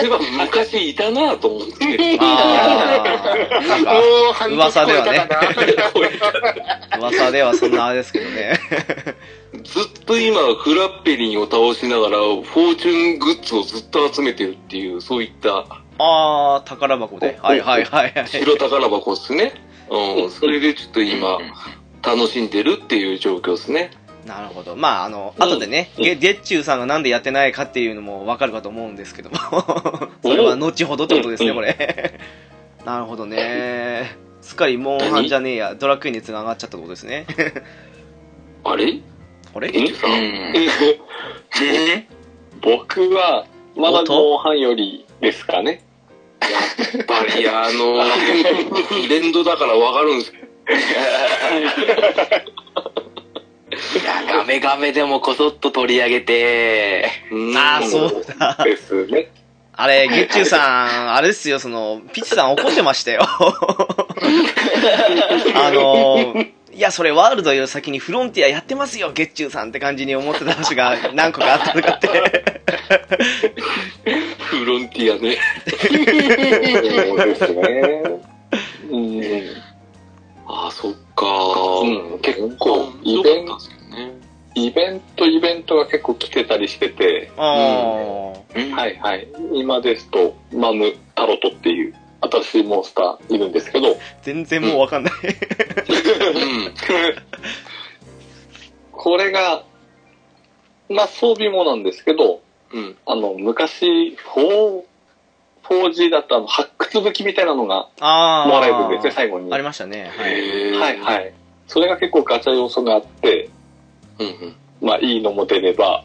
D: えば昔いたなと思っ て。
A: あー、なんか、
E: もう半年
A: 噂ではね
E: 超えたかな
A: 噂ではそんなあれですけどね。
D: ずっと今、フラッペリンを倒しながら、フォーチュングッズをずっと集めてるっていう、そういった
A: あー、宝箱で。はいはいはいはい。
D: 白宝箱っすね。 うん、それでちょっと今、楽しんでるっていう状況ですね。
A: なるほど。まあ、あの、後でね、ゲゲッチューさんがなんでやってないかっていうのもわかるかと思うんですけども。それは後ほどってことですね、これ。 なるほどね。すっかりモンハンじゃねえや、ドラクエ熱が上がっちゃったってことですね。
D: あれ
A: あれ
D: ゲチュさん。
F: 僕は、まだモンハンよりですかね。
D: やっぱり、あの、連動だからわかるんですけど、
B: いや、ガメガメでもこそっと取り上げて。
D: うん
A: あー、そうだ。
F: ですね。
A: あれ、ゲッチューさん、あれですよ、その、ピッチさん怒ってま したよ。あの、いや、それワールドより先にフロンティアやってますよ、ゲッチューさんって感じに思ってた話が何個かあったとかって。
D: フロンティアね。
F: そうですね。うん
D: あー、そっか。
F: うん結構、イベン
D: ト
F: ト、。イベント、イベントが結構来てたりしてて、
A: あー。
F: はいはい。今ですと、マムタロトっていう新しいモンスターいるんですけど、
A: 全然もうわかんない。
D: うん。
F: これが、まあ装備もなんですけど、
D: うん。
F: あの、昔、フォー、
D: 当時だとあの、発掘武器みたいなのが、
A: あー
D: モアライブですね、最後に。
A: あ
D: は
A: り
D: い
A: ましたね。はい。
C: はい。
D: はいい。それが結構ガチャ要素があって、
C: うんうん。
D: まあ、いいのも出れば、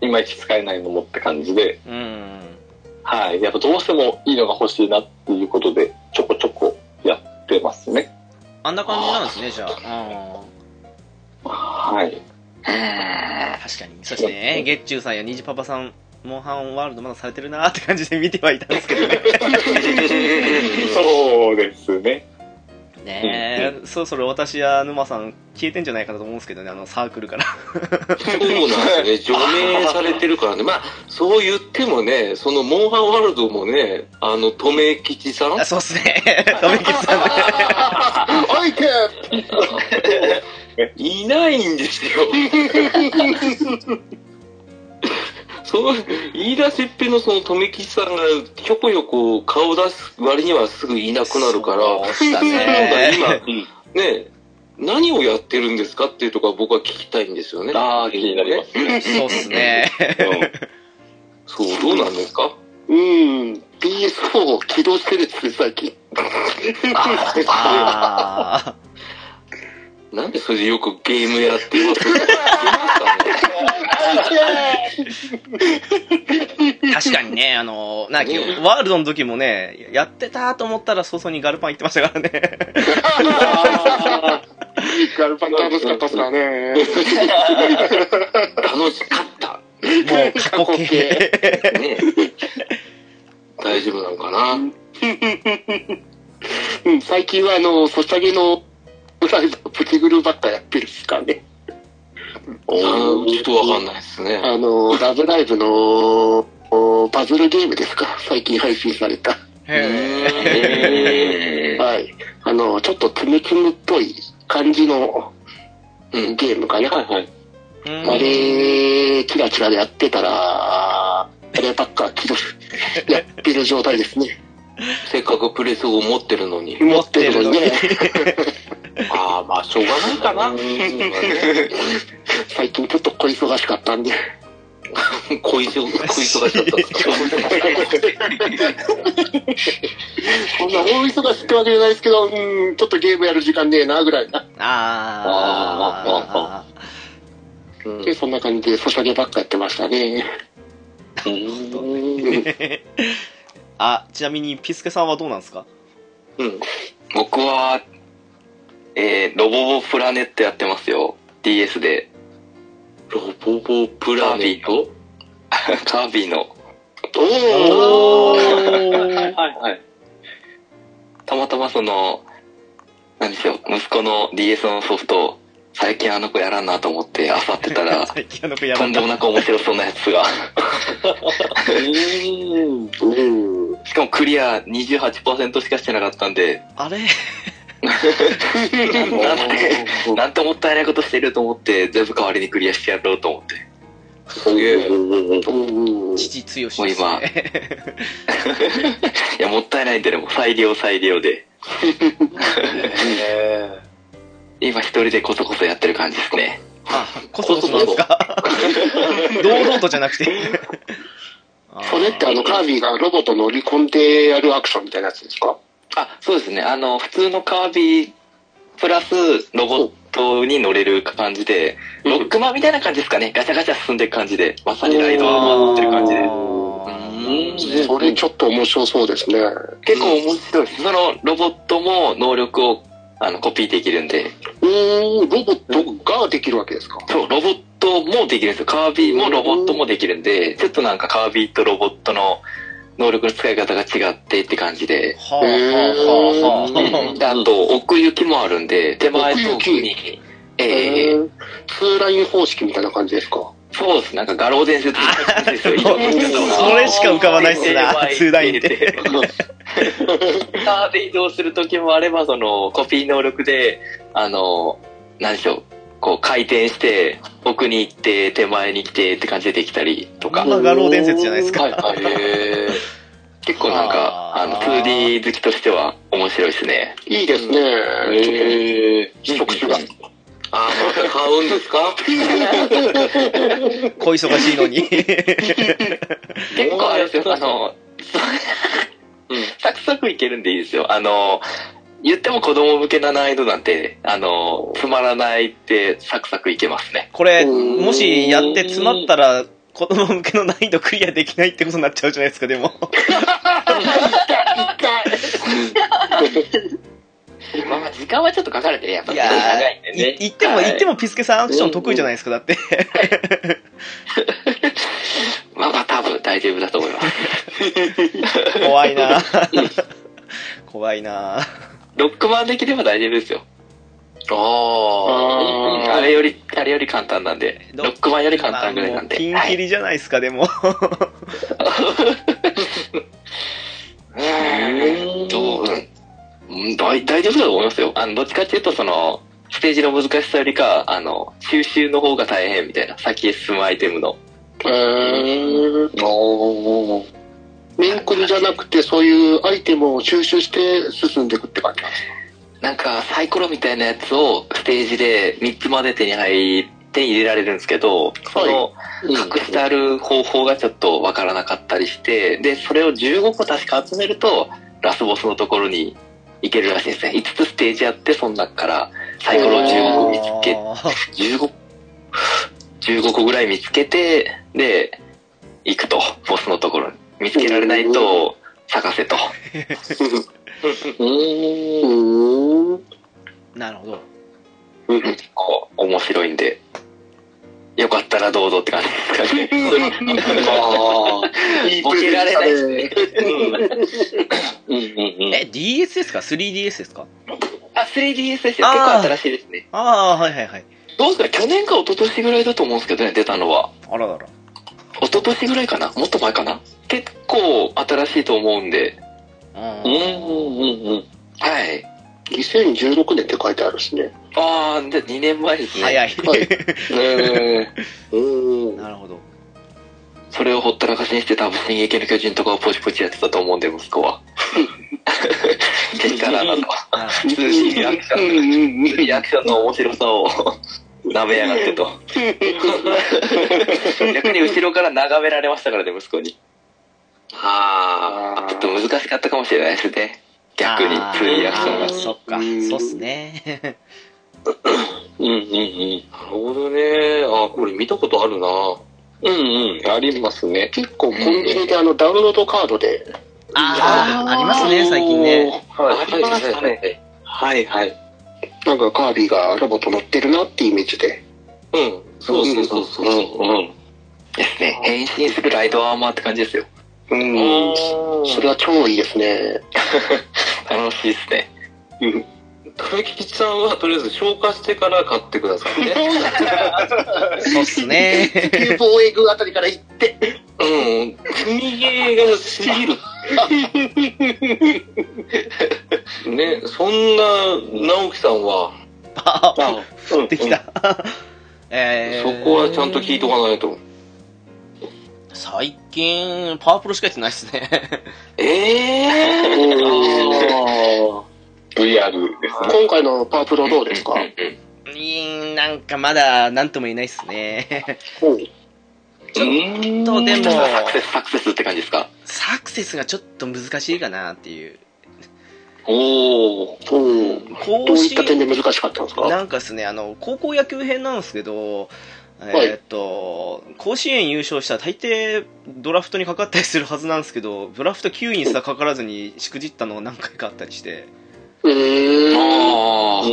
D: いまいち使えないのもって感じで、
A: うん。
D: はい。やっぱどうしてもいいのが欲しいなっていうことで、ちょこちょこやってますね。
A: あんな感じなんですね、じゃあ。あ
D: はい。
A: ー確かに。そしてね、ゲッチューさんやニジパパさん、モンハンワールドまだされてるなーって感じで見てはいたんですけどね。
D: そうですね。
A: ねえ、そろそろ私や沼さん消えてんじゃないかなと思うんですけどね、あのサークルから。
C: そうなんですよね。除名されてるからね。まあ、そう言ってもね、そのモンハンワールドもね、あの、留吉さん
A: あ、 そうっすね。ダメキさんね。
G: おいく
C: いないんですよ。 その、言い出しっぺのその、留吉さんが、ひょこひょこ顔出す割にはすぐいなくなるから、
A: そうしたね
C: なんか今、ね、何をやってるんですかっていうとこは僕は聞きたいんですよね。
D: ああ、気になります。
A: そうっすね。
C: そう、どうなんですか
G: うん、PS4 を起動してるっすね、最近。
A: あ
C: なんでそれでよくゲームやってますかね
A: ー確かにね、あの、なんか、ワールドの時もね、やってたと思ったら早々にガルパン行ってましたから ね。
G: ガルパン楽しかったっすからね。
C: 楽しかった。
A: もう過去形。
C: ね大丈夫なのかな
G: うん、最近はあの、ソシャゲのライブ、プチグルばっかやってるっすからね。
C: あーちょっとわかんないですね。
G: あの、ラブライブの、おパズルゲームですか最近配信された。
A: へー
C: え
G: はい。あの、ちょっとつむつむっぽい感じの
C: うん
G: ゲームかな。
C: はいはい。
A: うん
G: あれ、キラキラでやってたら、あればっか気取る、やってる状態ですね。
C: せっかくプレスを持ってるのに。
G: 持ってるのにね
A: 持、
C: ああ、まあ、しょうがないか な。
G: 最近ちょっと小忙しかったんで。
C: 小石、小石がしちゃったんですか。
G: そんな大忙しってわけじゃないですけど、うん、ちょっとゲームやる時間ねえな、ぐらいな。
A: あー
C: うん
G: で、そんな感じで、ソシャゲばっかやってましたね。うん
A: あ、ちなみにピスケさんはどうなんですか
C: うん。
D: 僕は、えー、ロボボプラネットやってますよ。DS で。
C: ロボボプラネット
D: カービィの。
A: お
D: はい
A: ー
D: はい。たまたまその、何でしょう、息子の DS のソフトを、最近あの子やらんなと思って、あさってたら、
A: 最近あの 子や
D: と
A: ば
D: ん
A: い
D: でもなく面白そうなや つが。
G: うん。
D: しかもクリア28%しかしてなかったんで、
A: あれ
D: なんて、なんてもったいないことしてると思って、全部代わりにクリアしてやろうと思って。
C: すげえ。
G: うん。
A: 父強しですね。
D: いや、もったいないんで、ね、もう再利用再利用で。今一人でこそこそやってる感じですね。
A: あ、コソコソなんですか堂々とじゃ なくて。あー
G: それってあの、カービィがロボット乗り込んでやるアクションみたいなやつですか
D: あ、そうですね。あの、普通のカービィ、プラスロボットに乗れる感じで、ロックマンみたいな感じですかね。ガチャガチャ進んでいく感じで、まさにライドアーマー乗ってる感じで
A: あ。ー
D: うん
G: それちょっと面白そうですね。
D: 結構面白いです。そのロボットも能力をあのコピーできるんで、
G: うん、ロボットができるわけですか
D: そう、ロボットもできるんですよ。カービィもロボットもできるんで、ちょっとなんかカービィとロボットの能力の使い方が違ってって感じで。
A: はあはあはあは
D: であと、奥行きもあるんで、手前と奥に。ええええ
G: うんツーライン方式みたいな感じですか
D: そうです。なんか画廊伝説的な感じですよ。
A: あ それしか浮かばないっすなツーラインって。
D: スターで移動する時もあれば、その、コピー能力で、あの、何でしょう、こう回転して、奥に行って、手前に来てって感じでできたりと
A: あ。
D: か。
A: まあ、画廊伝説じゃないですか。
D: はいはい
C: へえ。
D: 結構なんか、
A: あー
D: あの、2D 好きとしては面白いですね。
G: いいですね。
C: へえ。
G: 特殊が。
C: あー、また買うんですか
A: 小忙しいのに。
D: 結構あれですよ、あの、
C: うん
D: サクサクいけるんでいいですよ。あの、言っても子供向けな難易度なんて、あの、つまらないってサクサクいけますね。
A: これ、
C: うーん
A: もしやって詰まったら、子供向けの難易度クリアできないってことになっちゃうじゃないですか、でも。
H: まあまあ時間はちょっとかかるけど、やっぱ
A: い
H: り。
A: や
D: 長いんで
A: ー、
D: ね
A: い言っても、
D: はい
A: 言っても、ピスケさんアクション得意じゃないですか、だって。
D: まあまあ多分大丈夫だと思い ます。
A: 怖い な怖いな
D: ロックマンできれば大丈夫ですよ。
C: ああ。
D: うんあれより、あれより簡単なんで、
A: ど
D: ロックマンより簡単ぐらいなん
A: ピ
D: で。
A: ン
D: は
A: キ
D: い、
A: リじゃないですか、でも。
D: どううん大大丈夫だと思いますよ。あの、どっちかっていうと、その、ステージの難しさよりか、あの、収集の方が大変みたいな、先へ進むアイテムの。
G: うん
C: おー
G: メインコンじゃなくてそういうアイテムを収集して進んでいくって感じなんです
D: なんかサイコロみたいなやつをステージで3つまで手に入って入れられるんですけど、その隠してある方法がちょっとわからなかったりして、で、それを15個確か集めると、ラスボスのところに行けるらしいですね。5つステージあって、その中からサイコロ15個見つけて15 15個ぐらい見つけてで行くとボスのところに見つけられないと探せと
A: なるほど。
D: こう面白いんでよかったらどうぞって感じですかね
C: あー
G: いい
D: ボケられないですね
C: うんうん
A: え、DS ですか ?3DS ですか
D: あ 3DS ですよ結
A: あー
D: 構新しいですね
A: ああ、はいはいはい。
D: どうですか去年か一昨年ぐらいだと思うんですけどね出たのは
A: あららら。
D: 一昨年ぐらいかなもっと前かな結構新しいと思うんで
A: あ
C: うん。う
A: ー
C: んうんうんうん。
D: はい
G: 2016年って書いてあるですね
D: ああじゃあ2年前ですね
A: 早い。
D: ねえ
G: う ん
A: なるほど。
D: それをほったらかしにして多分「進撃の巨人」とかをポチポチやってたと思うんで息子は激辛だと
A: なるほ
D: 普通にリアクション普通にリアクションの面白さを舐めやがってと逆に後ろから眺められましたからね息子にああちょっと難しかったかもしれないですね
A: ど
D: 逆に
A: あー
D: 普通にリアクション
A: あ
D: が
A: ーそっか。
G: うん
A: そうっすね。
C: うんうんうん。なるほどね。あ、これ見たことあるな。うんうん。ありますね。
G: 結構コンビニであのダウンロードカードで
A: ああ、ありますね、最近ね。
C: はい。
D: はいはい
C: はいはい。
G: なんかカービィがロボット乗ってるなってイメージで
C: うん。そうそうそうそう。うんうん。
D: ですね変身するライドアーマーって感じですよ
G: うんそれは超いいですね
D: 楽しいですね
C: 亀吉さんはとりあえず消化してから買ってくださいね。
A: そうっすね。
G: 地球防衛軍あたりから行って
C: うん。積みゲーがすぎる。ね、そんな直樹さんは、
A: ああ、
C: あ
A: 降ってきた。え
C: そ
A: ー、
C: こはちゃんと聞いとかないと。
A: 最近、パワープロしかやってないっすね。
C: ええ
G: 今回のパープロどうですか
A: うーん、なんかまだ、なんとも言えないっすね。
G: おう
A: ちょっとでも、
D: サクセスサクセスって感じですか
A: サクセスがちょっと難しいかなっていう。
C: おお。
G: おう
A: 更
G: どういった点で難しかったんですか
A: なんかですね、あの、高校野球編なんですけど、
G: い
A: えーっと、甲子園優勝したら大抵ドラフトにかかったりするはずなんですけど、ドラフト9位にさかからずにしくじったのが何回かあったりして、
G: うーん
D: ああ
C: うんうんう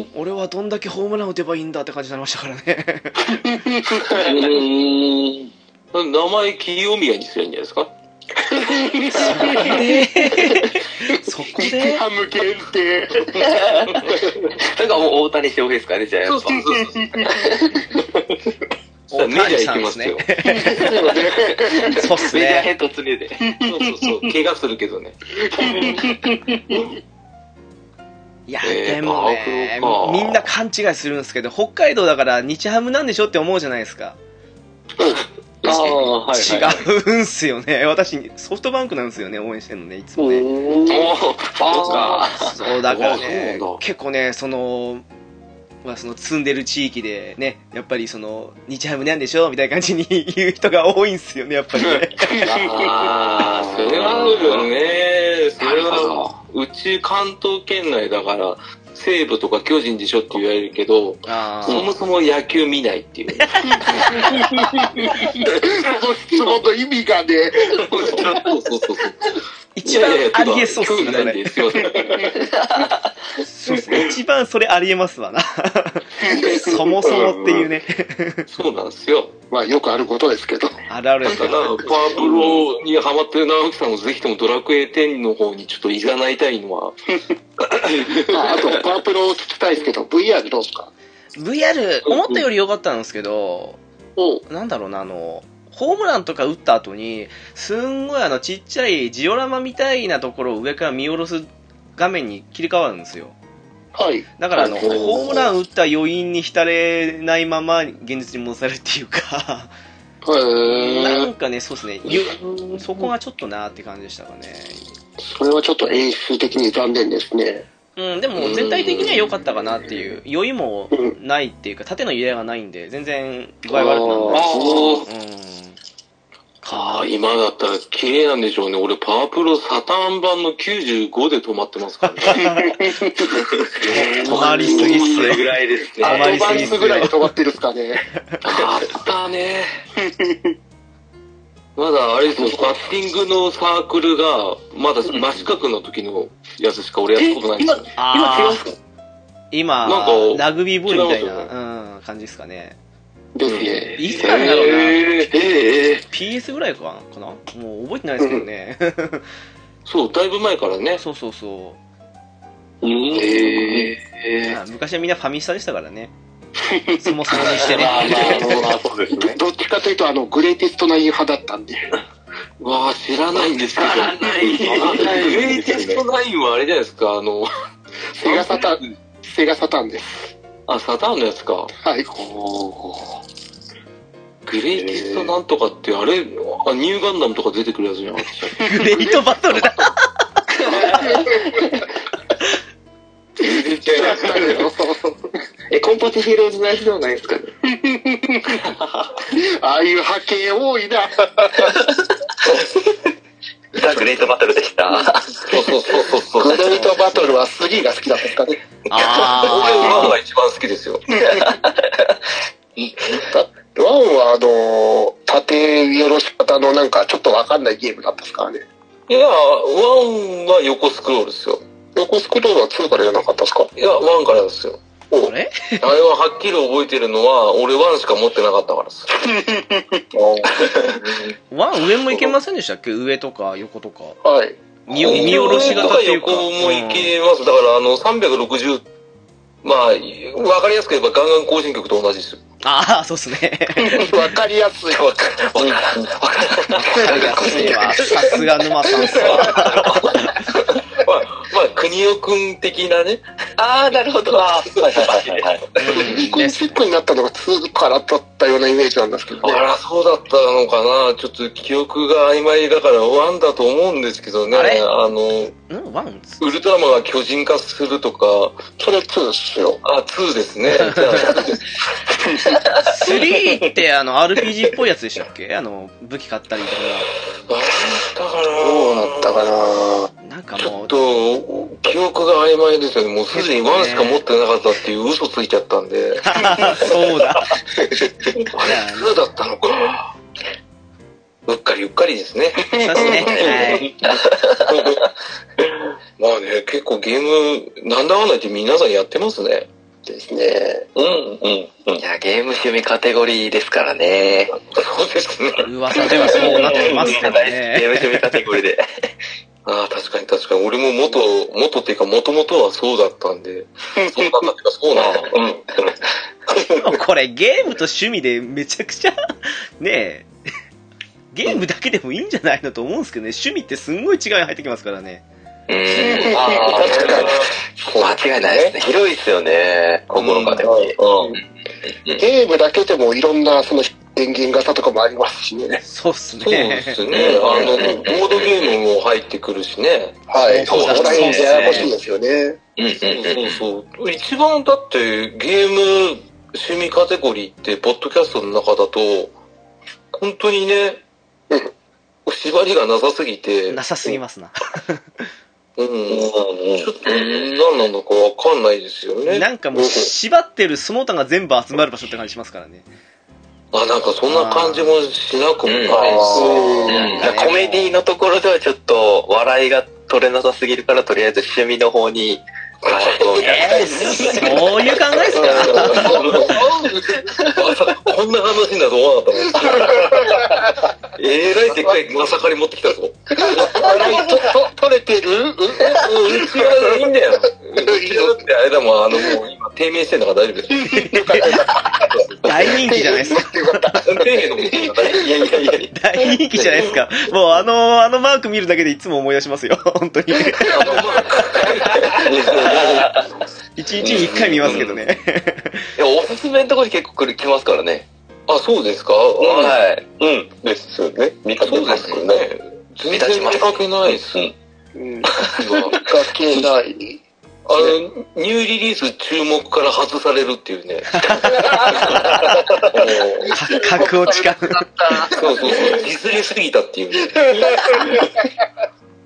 C: ん。
A: 俺はどんだけホームラン打てばいいんだって感じになりましたからね。
C: 名前清宮にするんじゃないですか
A: そこ
G: 日
A: で
G: ハム限定
D: それが大谷翔平ですかねじゃあやっぱ
C: そうそう。
A: 大
C: メジャ
A: 谷さんで
C: ー行きますす
A: ね
C: よ。。
A: そうっす
D: メジャー
A: ね。
D: へ突入で。
C: そうそう そう。怪我するけどね。
A: いや、
C: えー
A: でもね
C: パワプロか
A: みんな勘違いするんですけど、北海道だから日ハムなんでしょって思うじゃないですか。
C: ああ、は
A: 違うんすよね。 私、ソフトバンクなんですよね、応援してるのね、いつもね。
D: おお、そうか。
A: そうだから
C: あ
A: ね
C: そうなんだ、
A: 結構ね、その、まあ、その積んでる地域でね、やっぱりその、日ハムなんでしょみたいな感じに 言う人が多いんですよね、やっぱり ね。
C: ああ、それはあるよね。それは、うち関東圏内だから、西武とか巨人でしょって言われるけど、
A: あ
C: そもそも野球見ないっていう。
G: その質問の意味がね、
C: そうそうそうそう。
A: 一番
C: いやいや
A: ありえそうっすね、
C: 興味
A: そ
C: ないん
A: れ。
C: です よ。
A: そうっすね一番それありえますわな。そもそもっていうね。
C: そうなんですよ。
G: まあよくあることですけど。
A: あるあるや
C: だ
A: つ
C: か
A: だ
C: ら、パワプロにハマってる直樹さんもぜひともドラクエ10の方にちょっといざないたいのは、
G: まあ、あと、パワープロを聞きたいですけど、VR どうですか
A: VR、思ったより良かったんですけど、
G: お
A: なんだろうな、あの、ホームランとか打った後に、すんごいあの、ちっちゃいジオラマみたいなところを上から見下ろす画面に切り替わるんですよ。
G: はい。
A: だからあの、
C: はい
A: ホームラン打った余韻に浸れないまま現実に戻されるっていうか、な
G: へ
A: んかね、そうですね、ゆそこがちょっとなーって感じでしたかね。
G: それはちょっと演出的に残念ですね。
A: うん、でも全体的には良かったかなっていう、酔いもないっていうか、縦の揺れがないんで、全然具合悪くな
C: あ
A: い。
C: あ、
A: うん。
C: ああ、今だったら綺麗なんでしょうね。俺、パワープロサターン版の95で止まってますからね。
A: 止まりすぎっす
D: それぐ
A: ね。
D: らいですね。
A: あ
G: ア
A: まり
G: ド
A: す
G: バ
A: ぎ
G: ン
A: っす
G: ス
A: よ
G: ぐらいで止まってるっすかね。
C: あった ね。まだ、あれですよ、バッティングのサークルが、まだ真四角の時のやつしか俺やったことないんですよ。
A: あー今
C: なんか、
A: ラグビーボールみたい
C: 違うんです
A: な、うん、感じですかね。
G: ですね。
A: いつからだろうな。
C: えええ
A: PS ぐらいかなかなもう覚えてないですけどね。
C: そう、だいぶ前から ね。
A: そうそうそう。
C: うん
A: あ昔はみんなファミスタでしたから ね。そもそもにしてね。
D: まあまあ、そうですね。
G: どっちかというと、あの、グレイテストな派だったんで。
C: わあ、知らないんですけど。知らない。グレイテストナインはあれじゃないですか、あの、
G: セガサタン、セガサタンです。
C: あ、サターンのやつか。
G: はい。
C: グレイテストなんとかって、あれ、あニューガンダムとか出てくるやつじゃないですか。
A: グレートバトルだ。
H: え、コンパティヒーローズのやつではないですかね。
G: ああいう波形多いな。
D: ザ・グレートバトルでした。
C: そうそうそうそう。
G: グレイトバトルはスリーが好きなんですかね。
C: ワン
A: あ
C: が一番好きですよ。
G: ワンは、あの、縦よろし方のなんか、ちょっとわかんないゲームだったですからね。
C: いや、ワンは横スクロールですよ。
G: 横スクロールは2からやらなかった ですか
C: いや、ワンからですよ。
A: ーあれ
C: あれははっきり覚えてるのは、俺ワンしか持ってなかったからです。
A: ワン上もいけませんでしたっけ上とか横とか。
G: はい。
A: 見見下ろし型っていうか。
C: 横もいけます。だから、あの、360、まあ、わかりやすく言えばガンガン行進曲と同じですよ。
A: ああ、そうっすね。
G: わかりやすい。
C: わかる。わか る。わかる。
A: さすが沼さんっすわ。
C: まあ、まあ、国尾くん的なね。
H: ああ、なるほど。あ
G: リコンチックになったのが2からだったようなイメージなんですけど
C: あ
G: ね。
C: ら、そうだったのかな。ちょっと記憶が曖昧だから、ワンだと思うんですけどね。
A: あれ
C: の、
A: うん、ワン
C: ウルトラマンが巨人化するとか、
G: それ2ですよ。
C: あ、2で すね。じゃあ
A: スリーってあの RPG っぽいやつでしたっけあの武器買ったりと
C: だから、
G: どうなったかな
A: か。なんか
C: ちょ
A: も
C: っ
A: う、
C: と、記憶が曖昧ですよね。もうすでにワンしか持ってなかったっていう嘘ついちゃった んで。
A: そうだ。
C: あれ、2だったのか。うっかりうっかりですね。
A: そうですね。はい。
C: まあね、結構ゲーム、なんだかんだ言って皆さんやってますね。
G: ですね。
C: うん、うん、うん
D: い。や、ゲーム趣味カテゴリーですからね。
C: そうですね。
A: 噂ではそうなってますけど
D: ゲーム
A: ね。
D: 趣味カテゴリーで。
C: ああ、確かに確かに。俺も元、元っていうか元々はそうだったん で、そうだったっていうかそうなんだ。うん。
A: これゲームと趣味でめちゃくちゃ、ねえ、ゲームだけでもいいんじゃないのと思うんですけどね、趣味ってすんごい違い入ってきますからね。
D: うん。あー
G: 確かに
D: 間違いないですね。広いですよね。心カテゴリー。
G: ゲームだけでもいろんなそのペンギン型とかもありますしね。
A: そうっすね。
C: そうですね。あの、ボードゲームも入ってくるしね。
G: はい。
A: そうそう
G: ここら辺ややこしいですよね。
D: うんうん
C: そうそうそう。一番だってゲーム趣味カテゴリーって、ポッドキャストの中だと、本当にね、縛りがなさすぎて、
A: なさすぎますな。
C: うん、ちょっと何なのかわかんないですよね。
A: なんかもう、縛ってるその他が全部集まる場所って感じしますからね。
C: あ、なんかそんな感じもしなくもないし。
G: あー
A: なんかね
D: コメディのところではちょっと笑いが取れなさすぎるから、とりあえず趣味の方に、ガシャみたいな。
A: えー、そういう考えですか
C: こんな話になると思わなかったもん。えらいでっかいまさかり持ってきたぞ。
G: あれ、と、と、取れてるうん
C: うちはいいんだよ。うちはだってあれだもん、あの、もう今、低迷してんだから大丈夫です。
A: 大人気じゃないですか。
C: 低迷のもんだから
D: いやいやいや、
A: 大人気じゃないですか。もうあの、あのマーク見るだけでいつも思い出しますよ。本当に。一日に一回見ますけどね。
D: いやおすすめのところに結構来る来ますからね。
C: あ、そうですか
D: はい。
H: うん。ですよね。見た
C: そう
H: ま
C: ですす
H: よ
C: よ
H: ね。
C: ね。全然見かけないです。あ
G: うん。関係ない。
C: の、ニューリリース注目から外されるっていう ね。
A: か 格落ち感。
C: そうそうそう、ディスりすぎたっていうね。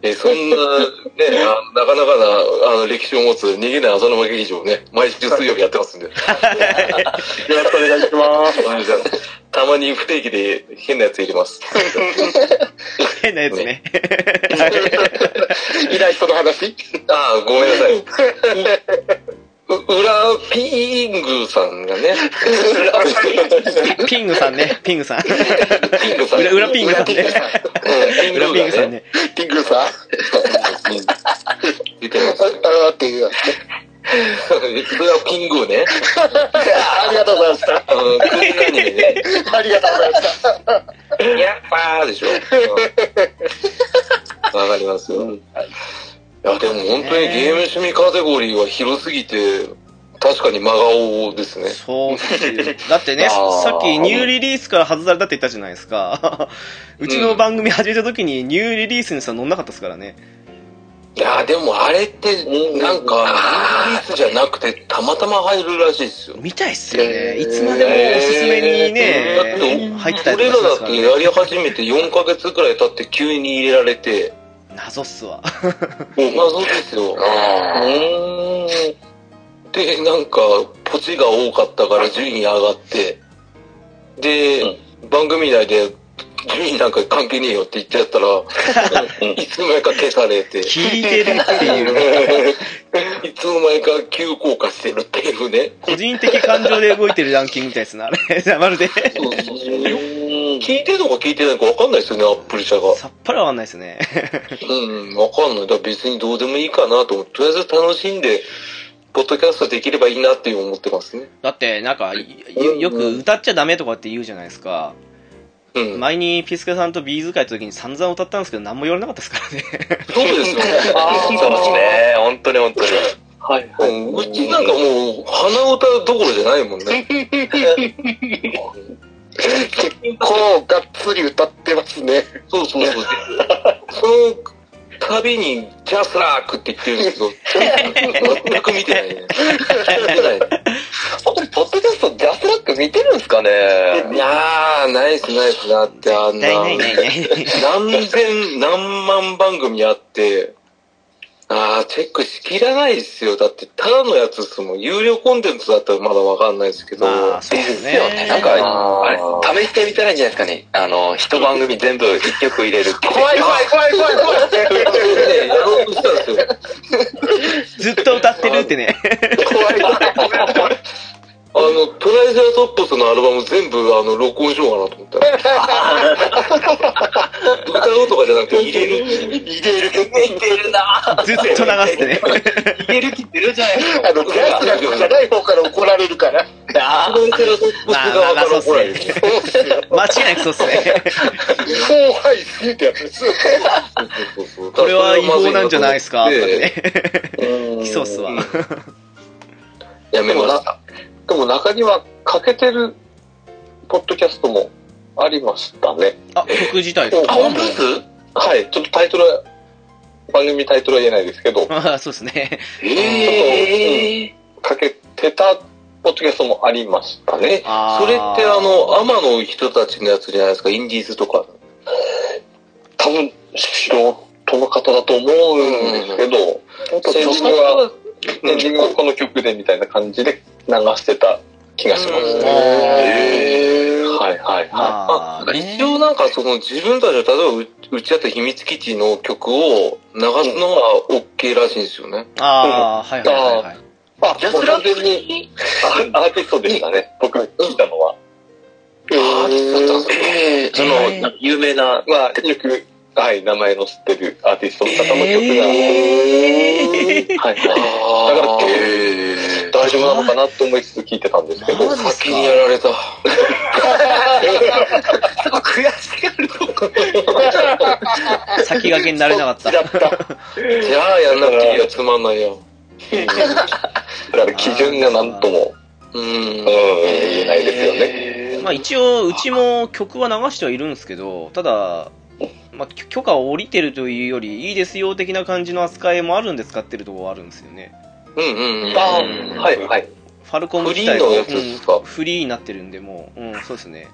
C: えそんな、ね、あなかなかなあの歴史を持つ逃げない浅沼劇場ね、毎週水曜日やってますんで。よろしくお願いします。たまに不定期で変なやつ入れます。
A: 変なやつね。
G: いない人の話
C: ああ、ごめんなさい。う裏ピーングさんがね、
A: ピングさん ね。ピングさん。
C: ピングさん。
A: 裏裏ピングさんね。
C: うん
A: 裏ピングさん。ね。
G: ティングさん、あ
C: 出てます。
G: あーっていうやつね。
C: 裏ピングね。
G: ありがとうございました。
C: あの、クリアにね。
G: ありがとうございました。
C: やっぱーでしょ。わかりますよ。いや、でも本当にゲーム趣味カテゴリーは広すぎて、確かに真顔ですね。
A: そうですだってね、さっきニューリリースから外されたって言ったじゃないです か。うちの番組始めた時にニューリリースにさ、乗んなかったですからね。
C: いや、でもあれって、なんか、リリースじゃなくて、たまたま入るらしいですよ。
A: 見たいっすよね。いつまでもおすすめにね、入ってたり
C: 俺
A: とかしま
C: らだ
A: す
C: っ
A: から
C: て
A: ね。
C: やり始めて4ヶ月くらい経って急に入れられて、
A: 謎っすわ。
C: 謎ですよ。うーんで、なんか、ポチが多かったから順位上がって、で、番組内で、順位なんか関係ねえよって言っちゃったら、いつの間にか消されて、
A: 聞いてるっていう。
C: いつの間にか急降下してるっていうね。
A: 個人的感情で動いてるランキングみたいですな、あれ。 じゃあまるで。
C: そうそうそう聞いてるのか聞いてないのか分かんないですよね、アップル社が。
A: さっぱりわかんないですね。
C: うん、わかんない。だから別にどうでもいいかなと思って、とりあえず楽しんで、ポッドキャストできればいいなって思ってますね。
A: だって、なんか、よよく歌っちゃダメとかって言うじゃないですか。
C: うん。
A: 前にピスケさんとビーズ会やった時に散々歌ったんですけど、何も言われなかったですからね。
C: そうですよね。
D: そうですね。本当に本当に。はい。
C: うんうちなんかもう、鼻歌どころじゃないもんね。
G: 結構がっつり歌ってますね。
C: そうそうそう。その度に、ジャスラークって言ってるんですけど、全く見てないね。見てない。
D: 本当にポッドキャスト、ジャスラック見てるんですかね
C: いやー、ナイスナイスだって、あんな
A: ない。ないないない。
C: 何千、何万番組あって、ああ、チェックしきらないですよ。だって、ただのやつっすもん。有料コンテンツだったらまだわかんないですけど。
A: まあ、そうです
D: ですよね。
A: ね。
D: なんか、
C: あー
D: あれ、試してみたらいいんじゃないですかね。あの、一番組全部一曲入れるって。
G: 怖い怖い怖い怖い怖い。
C: ね、やろうとしたんですよ。
A: ずっと歌ってるってね。
C: あの、トライセラトップスのアルバム全部、あの、録音しようかなと思ったら。歌うとかじゃなくて入れるっていう。
G: 入れるけど、
A: ずっと流してね。
G: あの、ジャスラックじゃない方から怒られるから。
C: トライセラトップス側から怒られる。
G: そうっすよ。
A: 間違いなくそうっすね。
G: 怖いっすってやつです。
C: そうそうそう
A: これは違法なんじゃないですか。とか
C: で
A: ね。来そうっすわ。
C: やめました。
H: でも中には欠けてるポッドキャストも
C: ありましたね。
A: あ、曲自体です
C: あ、
A: か
C: 本当ですはい、ちょっとタイトルは、番組タイトルは言えないですけど、
A: あそうですね。
C: ええかけてたポッドキャストもありましたね。
A: あー
C: それってあの、天の人たちのやつじゃないですか、インディーズとか。多分、素人の方だと思うんですけど、エンディングは、エンディングはこの曲でみたいな感じで流してた気がしますね。 はいはいはい。
A: まあ
C: あ
A: ね
C: 一応なんかその自分たちの例えばううちだった秘密基地の曲を流すのは OK らしいんですよね。
A: ああ、はいはいはいはい。
C: あ、ジャスラ完全にあアーティストでしたね。僕聞いたのは。アーティストだったんです
D: えー、その、
A: えー
D: なんか有名な、
C: まあ、よく、はい、名前の知ってるアーティストの方の曲が。はい。だから、大丈夫なのかなって思いつつ聞いてたんですけど、
A: マジっすか
C: 先にやられた。悔しがるとこ。
A: 先駆けになれなかった。
C: だった。じゃあやんなくていいや、つまんないよ。だから基準がなんとも、うん、言えないですよね。
A: まあ一応、うちも曲は流してはいるんですけど、ただ、まあ、きょ許可を下りてるというより、いいですよ的な感じの扱いもあるんで使ってるところはあるんですよね。
C: うんうんうん。
D: あ
C: うんはいはい。
A: ファルコン自
C: フ
A: 体
C: リーの
A: は
C: やつですか
A: うんフリーになってるんで、もう、うん、そうですね。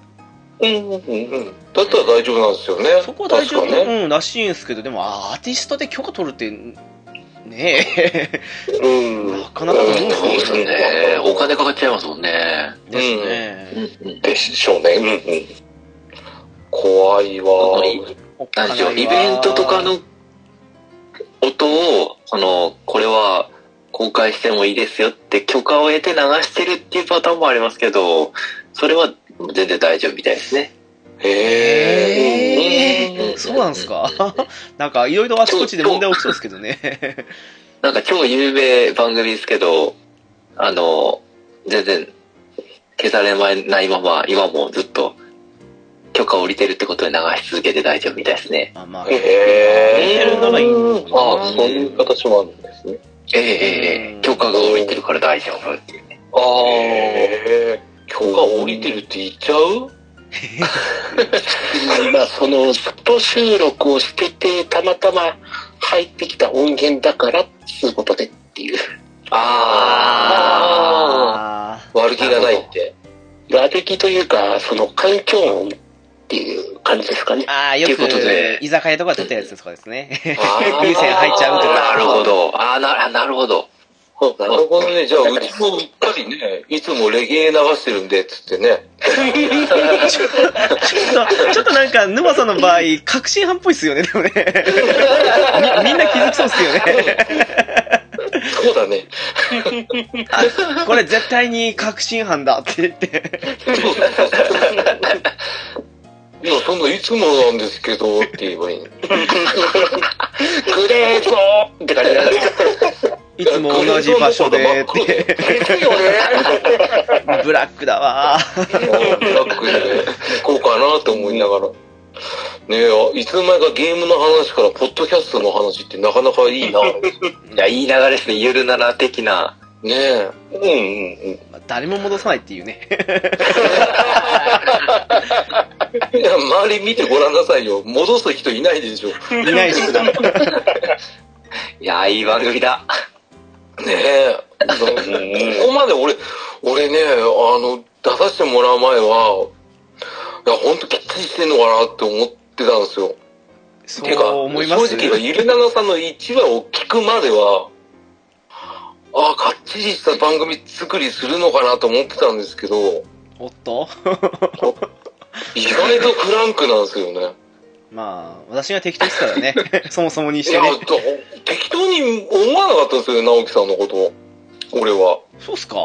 C: うんうんうん。だったら大丈夫なんですよね。
A: そこは大丈夫、
C: 確かね。
A: うん、らしいんですけど、でも、あーアーティストで許可取るって、ねえ、
C: うん。
A: なかなか難しいです
D: そう
A: ね。
D: ですね。お金かかっちゃいますもんね。
A: ですね。
C: でしょうね。うんうん。怖いわ。
A: おっか
D: 何
A: な
D: で
A: い
D: しょ
A: わ
D: う、イベントとか、の音を、その、これは公開してもいいですよって許可を得て流してるっていうパターンもありますけど、それは全然大丈夫みたいですね。
C: へ
A: え
C: え。
A: ー、そうなんですか なんか、いろいろあちこちで問題起きそうですけどね。
D: なんか超有名番組ですけど、あの、全然消されないまま、今もずっと許可を下りてるってことで流し続けて大丈夫みたいですね。
A: あまあ、
C: へ
A: やるならいいのかな
C: あそういう形もあるんですね。
D: ええええええ許可が下りてるから大丈夫っていうね。
C: ああ。許可降りてるって言っちゃう
G: まあ、その、外収録をしてて、たまたま入ってきた音源だから、つうことでっていう。
A: あ
C: ああ。悪気がないって。
G: ラテキというか、その環境音っていう感じですかね。
A: あー、よ
D: ということで
A: く、居酒屋とかで撮ったやつとかですね。
C: あー
A: 風船入っちゃうとか
D: なるほど。ああ、ななるほど。
C: なるほどね。じゃあ、うちもうっかりね、いつもレゲエ流してるんで、つってね。
A: ちょっと、ちょっとなんか、沼さんの場合、確信犯っぽいっすよね、でもね。みみんな気づきそうっすよ ね。
C: そうだね。
A: あこれ絶対に確信犯だって言って。
C: いや、そんないつもなんですけど、って言えばいい。
G: グレーゾーンって感じなんですよ
A: いつも同じ場所でって。ブラックだわー。
C: ブラックで、こうかなって思いながら。ねえ、いつの間にかゲームの話から、ポッドキャストの話ってなかなかいい な。
D: いや、いい流れですね。ゆるなら的な。
C: ねえ。うんうん
A: まあ誰も戻さないっていうね。
C: うん。いや、 周り見てごらんなさいよ。戻す人いないでしょ。
A: いないし。
D: いや、いい番組だ。
C: ねえ。だここまで俺、俺ね、あの、出させてもらう前は、いや、ほんときっちりしてんのかなって思ってたんですよ。
A: そう思います
C: 正直、ゆりななさんの1話を聞くまでは、ああ、かっちりした番組作りするのかなと思ってたんですけど、
A: おっと
C: 意外とフランクなんですよね。
A: まあ、私が適当ですからね。そもそもにし
C: い
A: て
C: や、
A: ね。
C: ど適当に思わなかったんですよ、直樹さんのこと。俺は。
A: そうっすか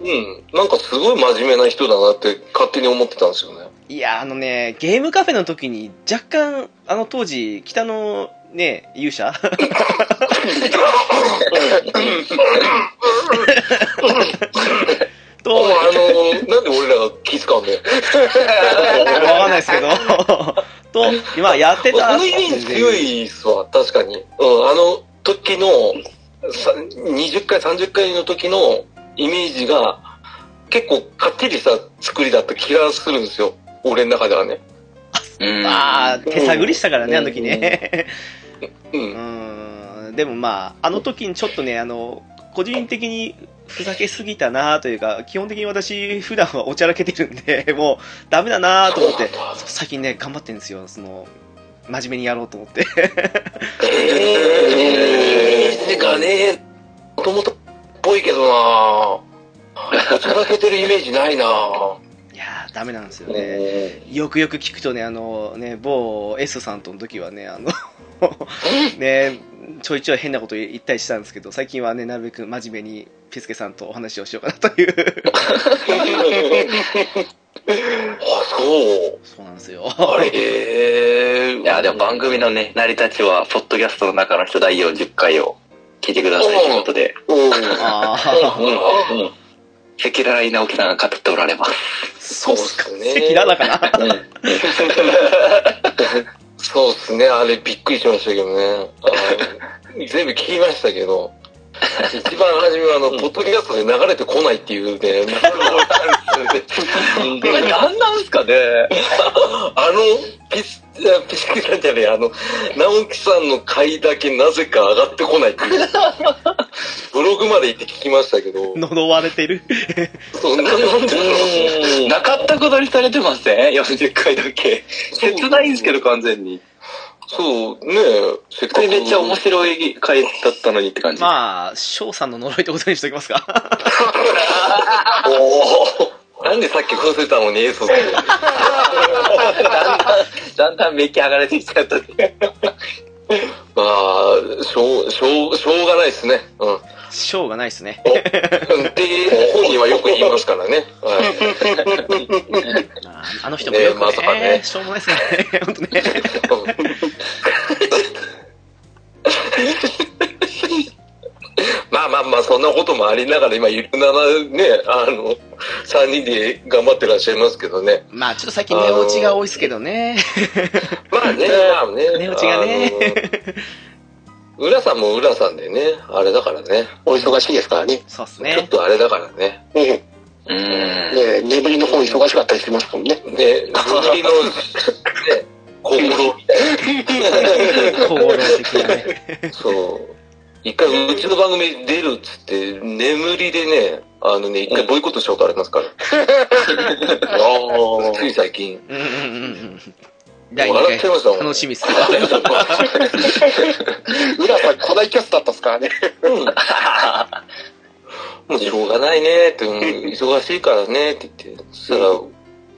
C: うん。なんかすごい真面目な人だなって勝手に思ってたんですよね。
A: いや、あのね、ゲームカフェの時に若干、あの当時、北のね、勇者
C: あ
A: と、わ
C: あの、なんで俺らが気遣うんだよ。
A: かんないですけど、と、今やってた。
C: そのイメージ強いっすわ、確かに。うん、あの時の、さ20回、30回の時のイメージが、結構かっちりした作りだった気がするんですよ。俺の中ではね。
D: うん。
A: ああ、手探りしたからね、あの時ね。
C: う。
A: うんん、でもまあ、あの時にちょっとね、あの、個人的にふざけすぎたなというか、基本的に私、普段はおちゃらけてるんで、もう、ダメだなと思って、そう最近ね、頑張ってるんですよ、その、真面目にやろうと思って。
C: えー、てかね、もともとっぽいけどなぁ。働けてるイメージないなぁ。
A: いやー、ダメなんですよね。よくよく聞くとね、あのね、某 S さんとの時はね、あのね、ちょいちょい変なこと言ったりしたんですけど、最近はね、なるべく真面目に、ピスケさんとお話をしようかなという。
C: あ、そう。
A: そうなんですよ。
C: あれ、えー、
D: いや、でも番組のね、成り立ちは、ポッドキャストの中の人第40回を聞いてくださいということで、
C: うん。
A: あ
C: う
A: ー
C: ん。
D: 赤裸々に直樹さんが語っておられます。
A: そうっすか。
C: そうっすね
A: 赤裸々かな。
C: そうですね、あれびっくりしましたけどね。あ の全部聞きましたけど、一番初めはあの、ポッドキャストで流れてこないっていうね、
D: 何なんすかね
C: あの、ピス、あピスケさんじゃねえ、あの、直樹さんの回だけなぜか上がってこないっていう。ブログまで行って聞きましたけど、
A: 呪われてる。
C: そう、ななんで
D: なかったことにされてません ?40 回だけ。切ないんですけど、完全に。
C: そう、ねえ、せっ
D: これめっちゃ面白い回だったのにって感じ。
A: まあ、翔さんの呪いってことにしておきますか。
C: おおなんでさっきこうせたのに、エースをつけて
D: だんだんめき上がれてきちゃった。
C: まあ、しょう、しょう、しょうがないですね。うん。
A: 翔がないですね。
C: で、本人はよく言いますからね。はい。
A: あーあの人もよくね,、
C: ねまさかね
A: しょうもないですね。本当ね。
C: まあまあまあ、そんなこともありながら、今、ゆるななね、あの、3人で頑張ってらっしゃいますけどね。
A: まあ、ちょっと最近寝落ちが多いですけどね。
C: まあね、まあね。
A: 値打ちがね
C: あの。浦さんも浦さんでね、あれだからね。
G: お忙しいですからね。
A: そうっす
C: ちょっ
A: ね。
C: とあれだからね。
G: ね
D: うーん。
G: ね眠りの方忙しかったりしますもんね。
C: ね、 ぶりの、ね、小室みたい
A: 行動的なね。
C: な。そう。一回、うちの番組出るっつって、眠りでね、あのね、一回ボイコットしようとあります から。ああ。つい最近。も
A: うんうんうんうん。
C: う
A: 第
C: 笑
A: 2
C: っちゃいましたも
A: 回、
C: ん。
A: 楽 しみっすね。
G: 浦さん、古代キャストだったっすから ね。
C: うん。もうしょうがないねって、うん忙しいからねって言って、そしたら、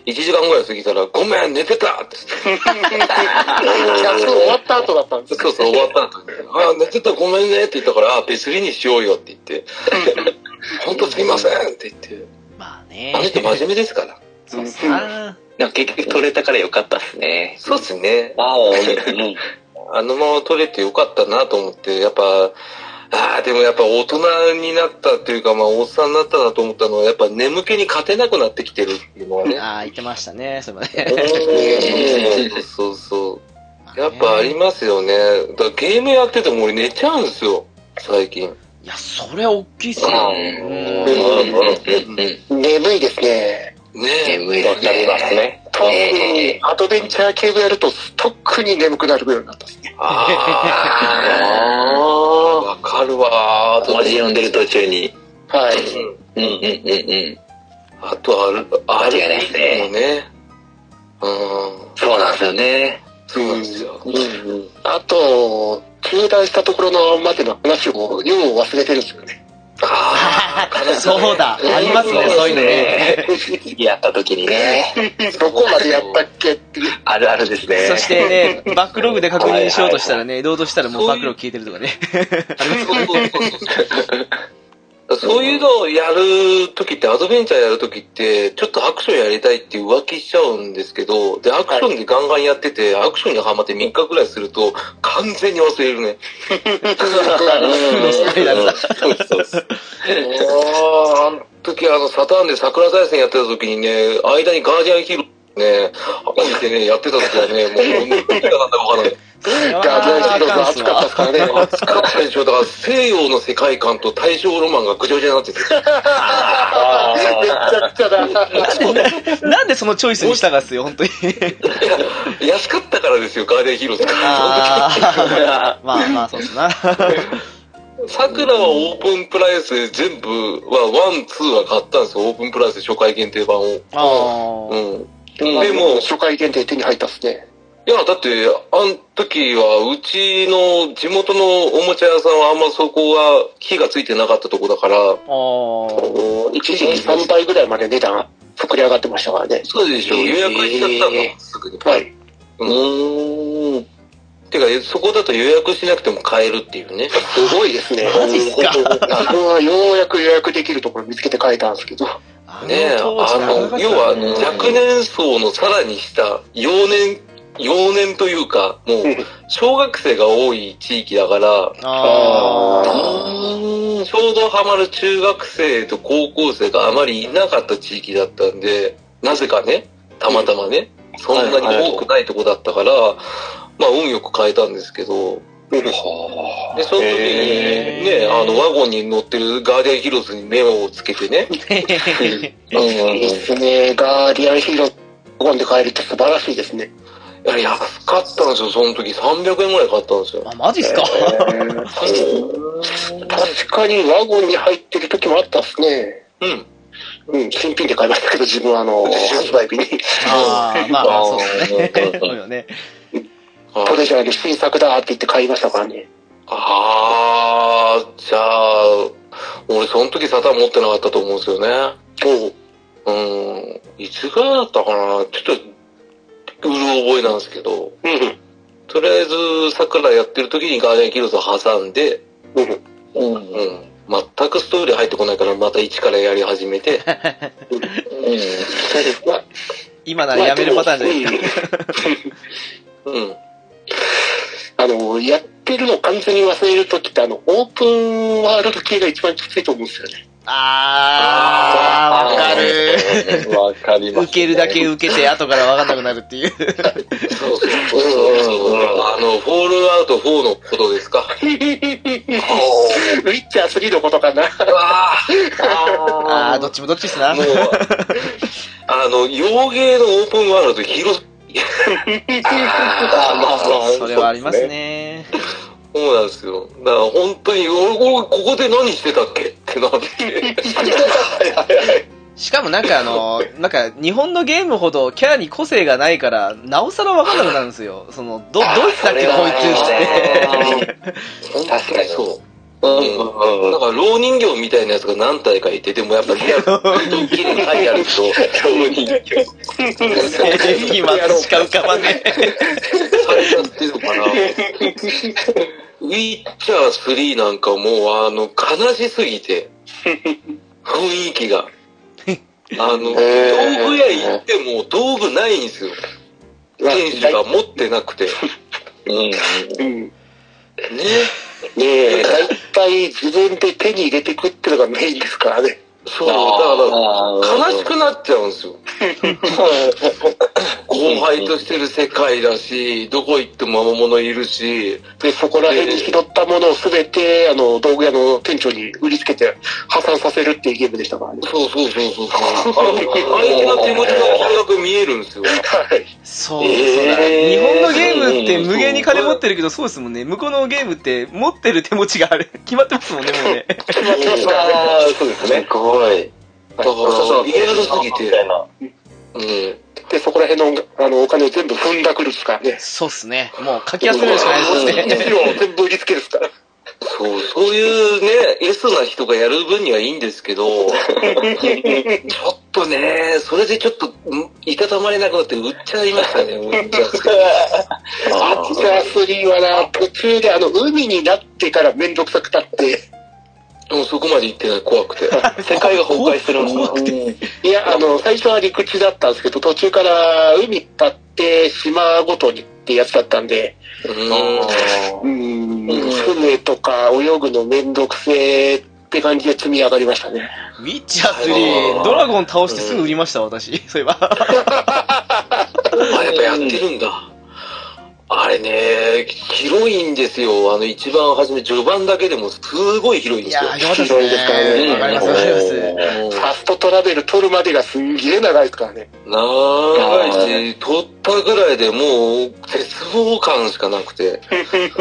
C: 1時間ぐらい過ぎたら、ごめん、寝てたって言って。
G: キャスト終わった後だったんです。
C: そうそう、終わった後に、ああ、寝てたごめんねって言ったから、ああ、別ににしようよって言って、本当すみませんって言って、
A: まあ
C: あの人
A: ね。
C: 真面目ですから。
A: そうっすな。
D: でも結局取れたからよかったっすね。
C: そうですね。
D: ああ、
C: あのまま撮れてよかったなと思って、やっぱ、ああ、でもやっぱ大人になったっていうか、まあ、おっさんになったなと思ったのは、やっぱ眠気に勝てなくなってきてるっていうのはね。
A: ああ、言ってましたね、それもね。
C: うんそうそう。やっぱありますよね。だからゲームやってても俺寝ちゃうんですよ、最近。
A: いや、それは大きいっすよ。
D: うん
A: うん
G: 眠いですね。
C: ね
D: 眠いですね。
G: 特に、アドベンチャー系をやると、特に眠くなるようになったっす。
C: ああ、
G: あ
C: わかるわー。
D: 文字読んでる途中に。
G: あ。はい。
D: うんうんうんうん。
C: あとある、ある
D: 間違いないですね
C: もね。うん。
D: そうなんですよね。
C: そうなんですよ。
G: あと、中断したところのまでの話を、よう忘れてるんですよね。
C: あ ー
A: そうだ、ありますね、そういうのね。
D: 次やった時にね。
G: どこまでやったっけっていう。
D: あるあるですね。
A: そしてね、バックログで確認しようとしたらね、ロードしたらもうバックログ消えてるとかね。
C: そういうのをやるときって、アドベンチャーやるときって、ちょっとアクションやりたいって浮気しちゃうんですけど、で、アクションでガンガンやってて、アクションにハマって3日くらいすると、完全に忘れるね。
D: そうそうそう。
C: あーあの時あのサターンで桜大戦やってた時にね、間にガーディアンヒーローね、置いてね、やってた時はね、もう、何がなんだかわからない。
A: それは
G: ガーデン
A: ー
C: 広
A: カ
C: く
A: ンス
C: 熱かったですからね。熱かったでしょ。だから西洋の世界観と大正ロマンがぐちゃぐちゃになってて。
G: めちゃくちゃだ。
A: なんでそのチョイスに従っすよ、本当に。
C: いや安かったからですよ、ガーデンヒーローズ。
A: あ ーまあまあ、そうっすな。
C: 桜はオープンプライスで全部は、ワン、ツーは買ったんですよ。オープンプライスで初回限定版を。
A: あ
C: う
A: ー
C: ん。
G: でも、
C: でも
G: 初回限定手に入ったっすね。
C: いや、だって、あの時は、うちの地元のおもちゃ屋さんはあんまそこは火がついてなかったとこだから、
A: あー。
G: 一時期3倍ぐらいまで値段、膨れ上がってましたからね。
C: そうでしょ、
G: えー
C: 予約しちゃったんだもん、すぐに。
G: はい。
C: うん。てか、そこだと予約しなくても買えるっていうね。
G: すごいですね。
A: マジっすか
G: 自分はようやく予約できるところ見つけて書いたんですけど。
A: あ
C: ねえ、あ
A: 当時長かった
C: の、
A: ね
C: 要は若年層のさらに下、幼年、幼年というか、もう
G: うん、
C: 小学生が多い地域だから、
A: あ
C: ちょうどハマる中学生と高校生があまりいなかった地域だったんで、なぜかね、たまたまね、そんなに多くないとこだったから、まあ運よく変えたんですけど、で、その時にね
A: へ、ー
C: あの、ワゴンに乗ってるガーデンヒローズに目をつけてね、
A: ー。
C: うん
G: いいですね。ガーディアンヒーローゴンで買えるって素晴らしいですね。
C: いや、安かったんですよ、その時。300円ぐらい買ったんですよ。
A: あ、マジっすか
G: 確かにワゴンに入ってる時もあったっすね。
C: うん。
G: うん、新品で買いましたけど、自分はあの、発売日に。
A: あーまあまあ、そうっすね。
C: うん
A: そうよね。
G: これじゃなくて新作だって言って買いましたからね。
C: あー、じゃあ、俺その時サタン持ってなかったと思うんですよね。
G: うん。
C: うん。いつぐらいだったかなちょっと、うる覚えなんですけど、
G: うん。
C: とりあえず、桜やってる時にガーデンキルズを挟んで、
G: うん。
C: うん。全くストーリー入ってこないから、また一からやり始めて。
A: 今ならやめるパターンじゃないですか。
C: うん。うん。
G: あの、やってるのを完全に忘れるときって、あの、オープンワールド系が一番きついと思うんですよね。
A: あー、わかる。
C: うんわかります
A: 受けるだけ受けて、後からわかんなくなるっていう。
C: そうそうそうあの、フォールアウト4のことですか。
G: ウィッチャー3のことかな。
C: あ
A: あー、どっちもどっちっすな。
C: もう、あの、洋芸のオープンワールド広す、
A: それはありますね。
C: そうなんですよ。だから本当に、俺、俺ここで何してたっけってなって。
A: しかもなんかあ の、なんか日本のゲームほどキャラに個性がないから、なおさらわかんなくなるんですよ。その、ど、どいつだっけこいつって。
C: 確かにそう。うん。なんか、老人形みたいなやつが何体かいて、でもやっぱリアル、ドッキリに書いてあるけど、老人 形。
A: 今しか浮かばねえ。
C: されちゃってるのかな。ウィッチャー3なんかもう、あの、悲しすぎて、雰囲気が。あの、道具屋行っても道具ないんですよ。店主が持ってなくて。うん。ね。
G: うん。ねえ、大体自分で手に入れてくってのがメインですからね。
C: そう、だから、悲しくなっちゃうんですよ。後輩としてる世界だし、どこ行っても魔物いるし、
G: で、そこら辺に拾ったものをすべて、あの、道具屋の店長に売りつけて破産させるっていうゲームでしたからね。
C: そうそうそうそう。そうあの相手の手持ちの金額見えるんですよ。
G: はい。
A: そう、そうだ。日本のゲームって無限に金持ってるけど、そうですもんね。向こうのゲームって持ってる手持ちがある。 決まってますもんね、もうね。
G: 決まってますからね。
C: そうですね。すごい。だから、リアルすぎて。うん。
G: で、そこら辺の、あの、お金を全部踏んだくるっすからね。
A: そうっすね。もうかき集めるしかないですね。
G: 資料を全部売りつけるっすから。
C: そう、そういうね、エスな人がやる分にはいいんですけど、ちょっとね、それでちょっと、んいたたまれなくなって売っちゃいま したね、売っちゃって。
G: アキラ3はな、途中であの、海になってからめんどくさくなって、
C: もうそこまで行ってない、怖くて。 世界が崩壊するんです
G: いや、あの、最初は陸地だったんですけど、途中から海立って島ごとにってやつだったんで、うーん、船とか泳ぐのめんどくせえって感じで積み上がりましたね。
A: ウィッチャー3、ドラゴン倒してすぐ売りました、私。そういえば。
C: あ、やっぱやってるんだ。あれね、広いんですよ。あの、一番初め、序盤だけでもすごい広いん
I: い
C: ですよ
I: やー、。よかったですね。わかります、わかります。
G: ファストトラベル取るまでがすんげえ長いですからね。
C: 長いし、取ったぐらいでもう、絶望感しかなくて。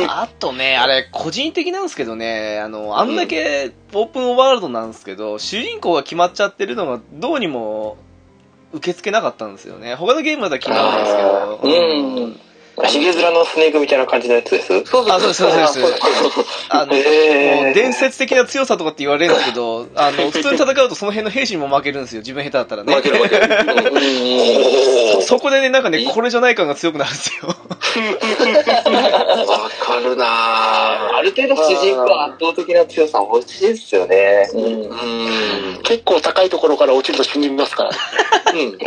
A: あとね、あれ、個人的なんですけどね、あの、あんだけオープンワールドなんですけど、主人公が決まっちゃってるのがどうにも受け付けなかったんですよね。他のゲームだと決まるんですけど。
C: うん。
H: ヒゲ面のスネークみたいな感じのやつです。
C: そう
A: あ、そうです、そうです、そうです。あの、
H: へー
A: もう伝説的な強さとかって言われるんですけど、あの、普通に戦うとその辺の兵士にも負けるんですよ。自分下手だったらね。
C: 負ける負ける。
A: そそこでね、なんかね、これじゃない感が強くなるんですよ。
C: わかるな
H: ある程度主人公は圧倒的な強さ欲しいですよね。
C: ぁ。うん。
G: 結構高いところから落ちると死にますからね。
C: うん。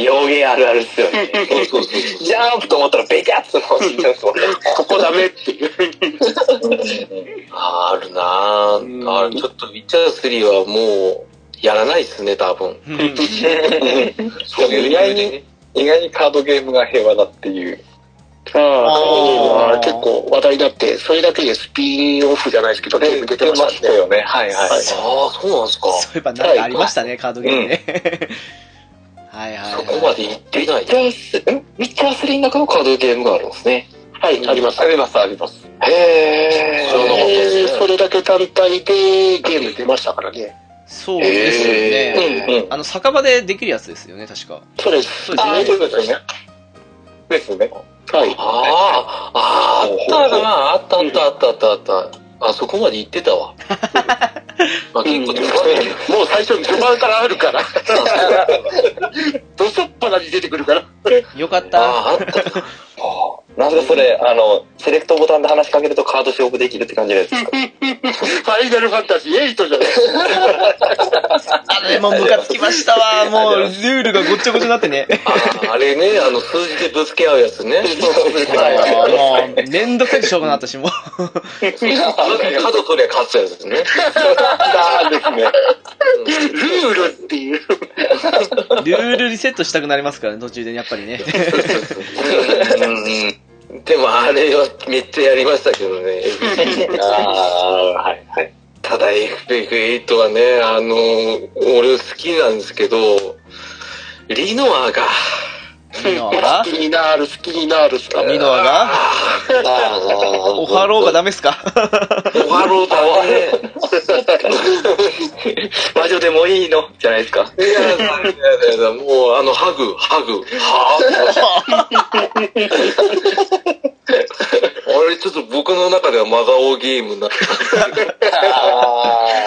H: 妖芸あるあるですよね。
C: そうそうそう。
H: ジャンプと思ったらベキャッと落ちちゃうんですもんね。
G: ここダメっていう。
C: あるなぁ。あちょっと、ウィッチャー3はもう、やらないっすね、多分。
A: うん
C: そういう
E: 意外に、意外にカードゲームが平和だっていう。
G: ああ、結構話題になって、それだけでスピンオフじゃないですけど、ゲーム出てましたね。
E: よね。はいはい。
C: ああ、そうなんすか。
A: そういえばなんかありましたね、カードゲームね。 はいはい、
C: そこまで行ってない。
H: ウィッチャースんウィッチャー3の中のカードゲームがあるんですね。
G: はい、あります。
E: ありますあります。
H: へ
C: 知らなかった
G: え
C: です
G: ー
C: ね
G: それだけ単体でゲーム出ましたからね。
A: そうですよね。
E: うんうん。
A: あの、酒場でできるやつですよね、確か。
G: それです。
A: そうです
E: ああ、
A: ね。
E: そうですね。ですね。
G: はい。
C: ああ、あったな、あったあったあったあったあった。あそこまで行ってたわ。まあ結構飛ばないけど
G: もう最初、序盤からあるから。どそっぱなに出てくるから。
A: よかった。
C: ああ、あった。
H: なんかそれ、あの、セレクトボタンで話しかけるとカード勝負できるって感じのやつですか
G: ファイナルファンタジー8じゃない。
A: あれもうムカつきました わ。もう、ルールがごっちゃごちゃになってね。
C: ああれね、あの数字でぶつけ 合うやつね。
A: もう、めんどくさくてしょうがなかったし、もう。
C: 角取りゃ勝つやつですね。
G: ルールっていう。
A: ルールリセットしたくなりますからね、途中でねやっぱり ね。
C: うんでもあれはめっちゃやりましたけどね。
E: ああー、はいはい。
C: ただ FF8 はね、あの俺好きなんですけど、リノアが、
A: ミノア
G: 好
A: が
G: きになる、好きになるっすか。
A: ミノアがおはろうがダメっす か
C: 終わろうだわね。
H: 魔女でもいいのじゃないですか。
C: いやいやいやいや、もう、あの、ハグ、ハグ、は ぁあれ、ちょっと僕の中では真顔ゲームになって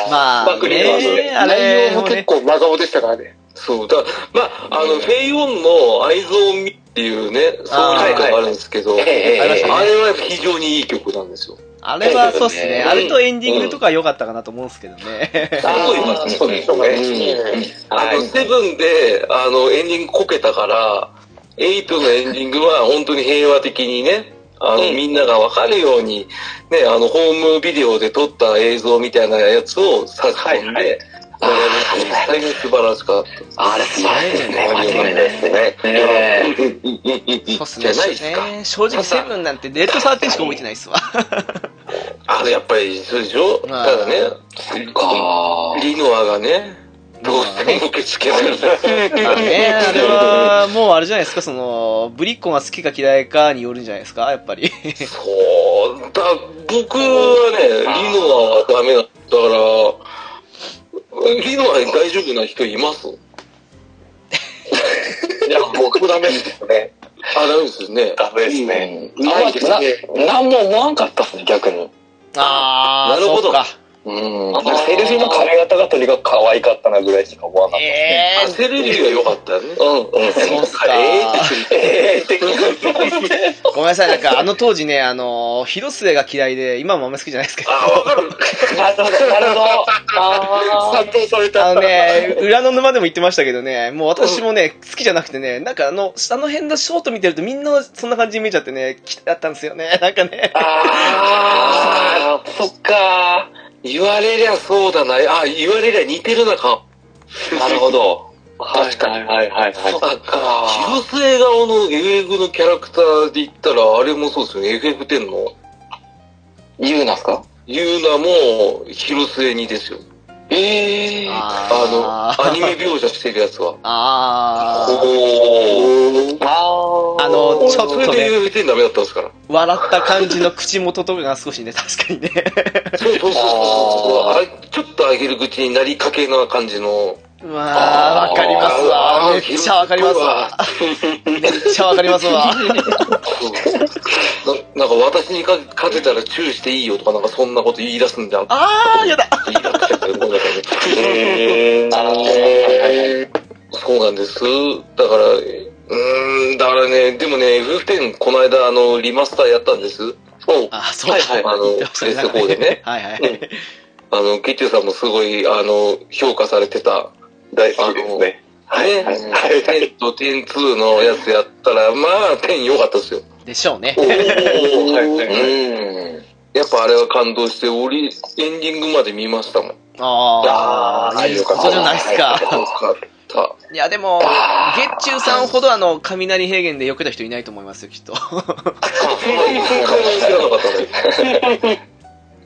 A: まあ、ねあれ
G: 内容
A: も
G: も
A: ね
G: 結。構真顔でしたからね。
C: そう、だまあ、あの、フェイオンの愛蔵みっていうね、そういう曲があるんですけど、あ
H: ええ
C: れ
A: ありましたね
C: は非常にいい曲なん ですよ。
A: あれはそうっすね。あれとエンディングとか良かったかなと思うんですけどね。
C: すごい良かった
E: そうですね。
C: あの、セブンで、あの、エンディングこけたから、エイトのエンディングは本当に平和的にね、あの、みんながわかるように、ね、あの、ホームビデオで撮った映像みたいなやつを差し込んで、あれは大変素晴らしかった。
H: あれ、素晴らしいです ね。
C: 間
H: 間
C: 違
H: 違
C: い
H: い
C: な
H: ないい
C: で
H: ですすね。え
C: ね
H: え
A: そうっす
C: じ
A: ね
C: ゃないですか。
A: 正直セブンなんてレッドサーテンしか覚えてないっすわ。
C: あれやっぱり、そうでしょた
A: まあ
C: だね、
H: あ
C: リノアがね、どうしても受け付けない。
A: ねあれは、もうあれじゃないですか、その、ブリッコが好きか嫌いかによるんじゃないですか、やっぱり。
C: そう、だ僕はね、リノアはダメだ。だから、リノアに大丈夫な人い ます
E: いや、僕もダメですね。
C: あ、ダメですよね。
E: ダメですね。
G: ないですね。
H: なんも思わんかったっすね、逆に。
A: あ
C: なるほど
A: そっか。
C: うん。
H: なんかセルフィの髪型がとにかく可愛かったなぐらいしか思わなかった。
A: え
C: セルリーは良かったよね。
H: うん、うん。
A: ー、そうっすか。
H: ええって
A: ごめんなさい、なんかあの当時ね、あの、広末が嫌いで、今もあんまり好きじゃないですけど。
C: あ、わか
H: な
C: る。
H: るほど、なるほど。あ
G: 賛同された。
A: あのね、裏の沼でも言ってましたけどね、もう私もね、好きじゃなくてね、なんかあの、下の辺のショート見てるとみんなそんな感じに見えちゃってね、嫌いだったんですよね、 なんかね。
C: あ
H: ー、そっか
C: 言われりゃそうだな。あ、言われりゃ似てるなか。
H: なるほど。確かに。はいはいはい。
C: そうか。広末顔の FF のキャラクターで言ったら、あれもそうですよね。FF10 の
H: 言うなっすか
C: ユーナも広末にですよ。
H: ええ
C: あの、アニメ描写してるやつは。
A: あー。
C: おー。
H: あ
A: あの、ちょっ
C: それ
A: とね、
C: で FF10 ダメだったんですから。
A: 笑った感じの口元とかが少しね、確かにね。
C: そうそうそうそうあれ。ちょっと上げる口になりかけな感じの。
A: うわー、わかりますわ。
C: あ
A: め
C: ー
A: っちゃわかりますわ。めっちゃわかりますわ。
C: そうななんか私にか勝てたらチューしていいよとか、なんかそんなこと言い出すんで、あ
A: あー、やだ。
C: 言い出しちゃったよごめんなさいねそうなんです。だから、うーん、だからね、でもね、FF10 この間、あの、リマスターやったんです。
A: あー、そうだ。
C: はいはいあの
A: 言ってましたね
C: PS4 でね。
A: はいはい。
C: あの、ケチュさんもすごい、あの、評価されてた。
E: 大好きですね。
C: ね、10と102のやつやったら、まあ、10良かったですよ。
A: でしょうね。
C: うん。やっぱあれは感動して、俺、エンディングまで見ましたもん。
A: あー、いいことじゃないですか。
C: よ かった。
A: いや、でも、月中さんほどあの、雷平原で避けた人いないと思いますよ、きっと。
C: 知らなかったね。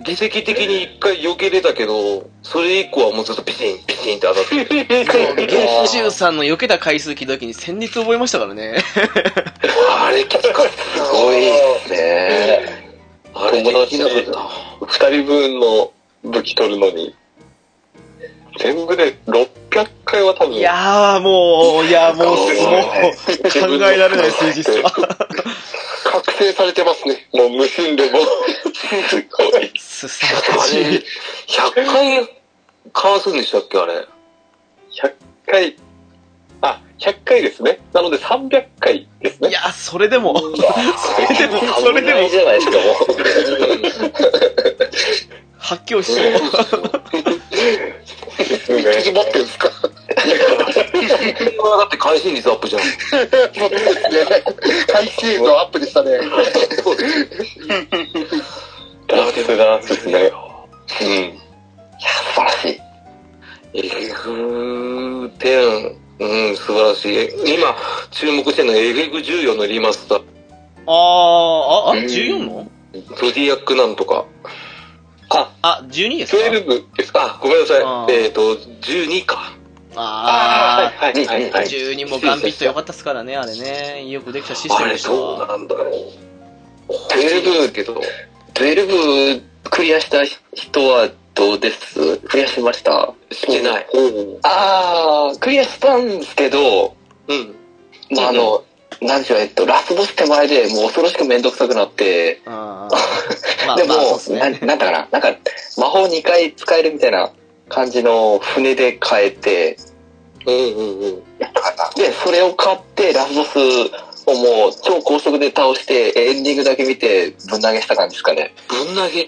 C: 議席的に一回避けれたけど、それ以降はもうずっとピチン、ピチンって当たってる。
A: 月中さんの避けた回数聞いた時に戦慄覚えましたからね。
C: あれきつかった。すごいですね。あれ
E: 友
C: でき
E: 達
C: なかった。
E: 二人分の武器取るのに、全部で600回は多分。
A: いやー、もう、いや、もう、もう、考えられない数字っすわ。
E: 覚醒されてますね。もう無心でも。
A: すさまじい。
C: 100回かわすんでしたっけ、あれ。
E: 100回、あ、100回ですね。なので300回です
A: い
E: ね。
A: や、それでも、それでも、それでも、
H: じゃないですか、も
A: 発狂しそう。
E: うん
G: 縮まってるんですか
C: 100はだって会心率アップじゃん。
G: そうですね。回数のアップでしたね。
E: ダンスダンスですね。うん。
C: FF10、うん、素晴らしい。今、注目してるのは FF14 のリマスター。
A: あー、あ、あ、
E: うん
A: 14の
C: ゾディアックなんとか。
A: あ、12ですか
E: 12ですか
C: あ、ごめんなさい
A: あー。
C: えっ、と、12か。
A: あー、
E: はいはいはい。
A: 12もガンビット良かったっすからね、あれね。よくできたシステ
C: あ
A: ム
C: れ
A: でした
C: どう
A: わ。
C: なんだろう。12けど。
H: 12クリアした人はどうですクリアしました
C: してない。
H: あー、クリアしたんですけど、
C: うん。
H: まあ、あの、なんでしょう、えっと、ラスボス手前でもう恐ろしくめんどくさくなって、
A: うんまあ、まあ
H: でも、
A: そうっす
H: な
A: ね
H: ん。なんだかな、なんか、魔法2回使えるみたいな感じの船で変えて、
C: うんうんうん。
H: やったかな。で、それを買って、ラスボスをもう超高速で倒して、エンディングだけ見て、ぶん投げした感じですかね。
C: ぶん投げ。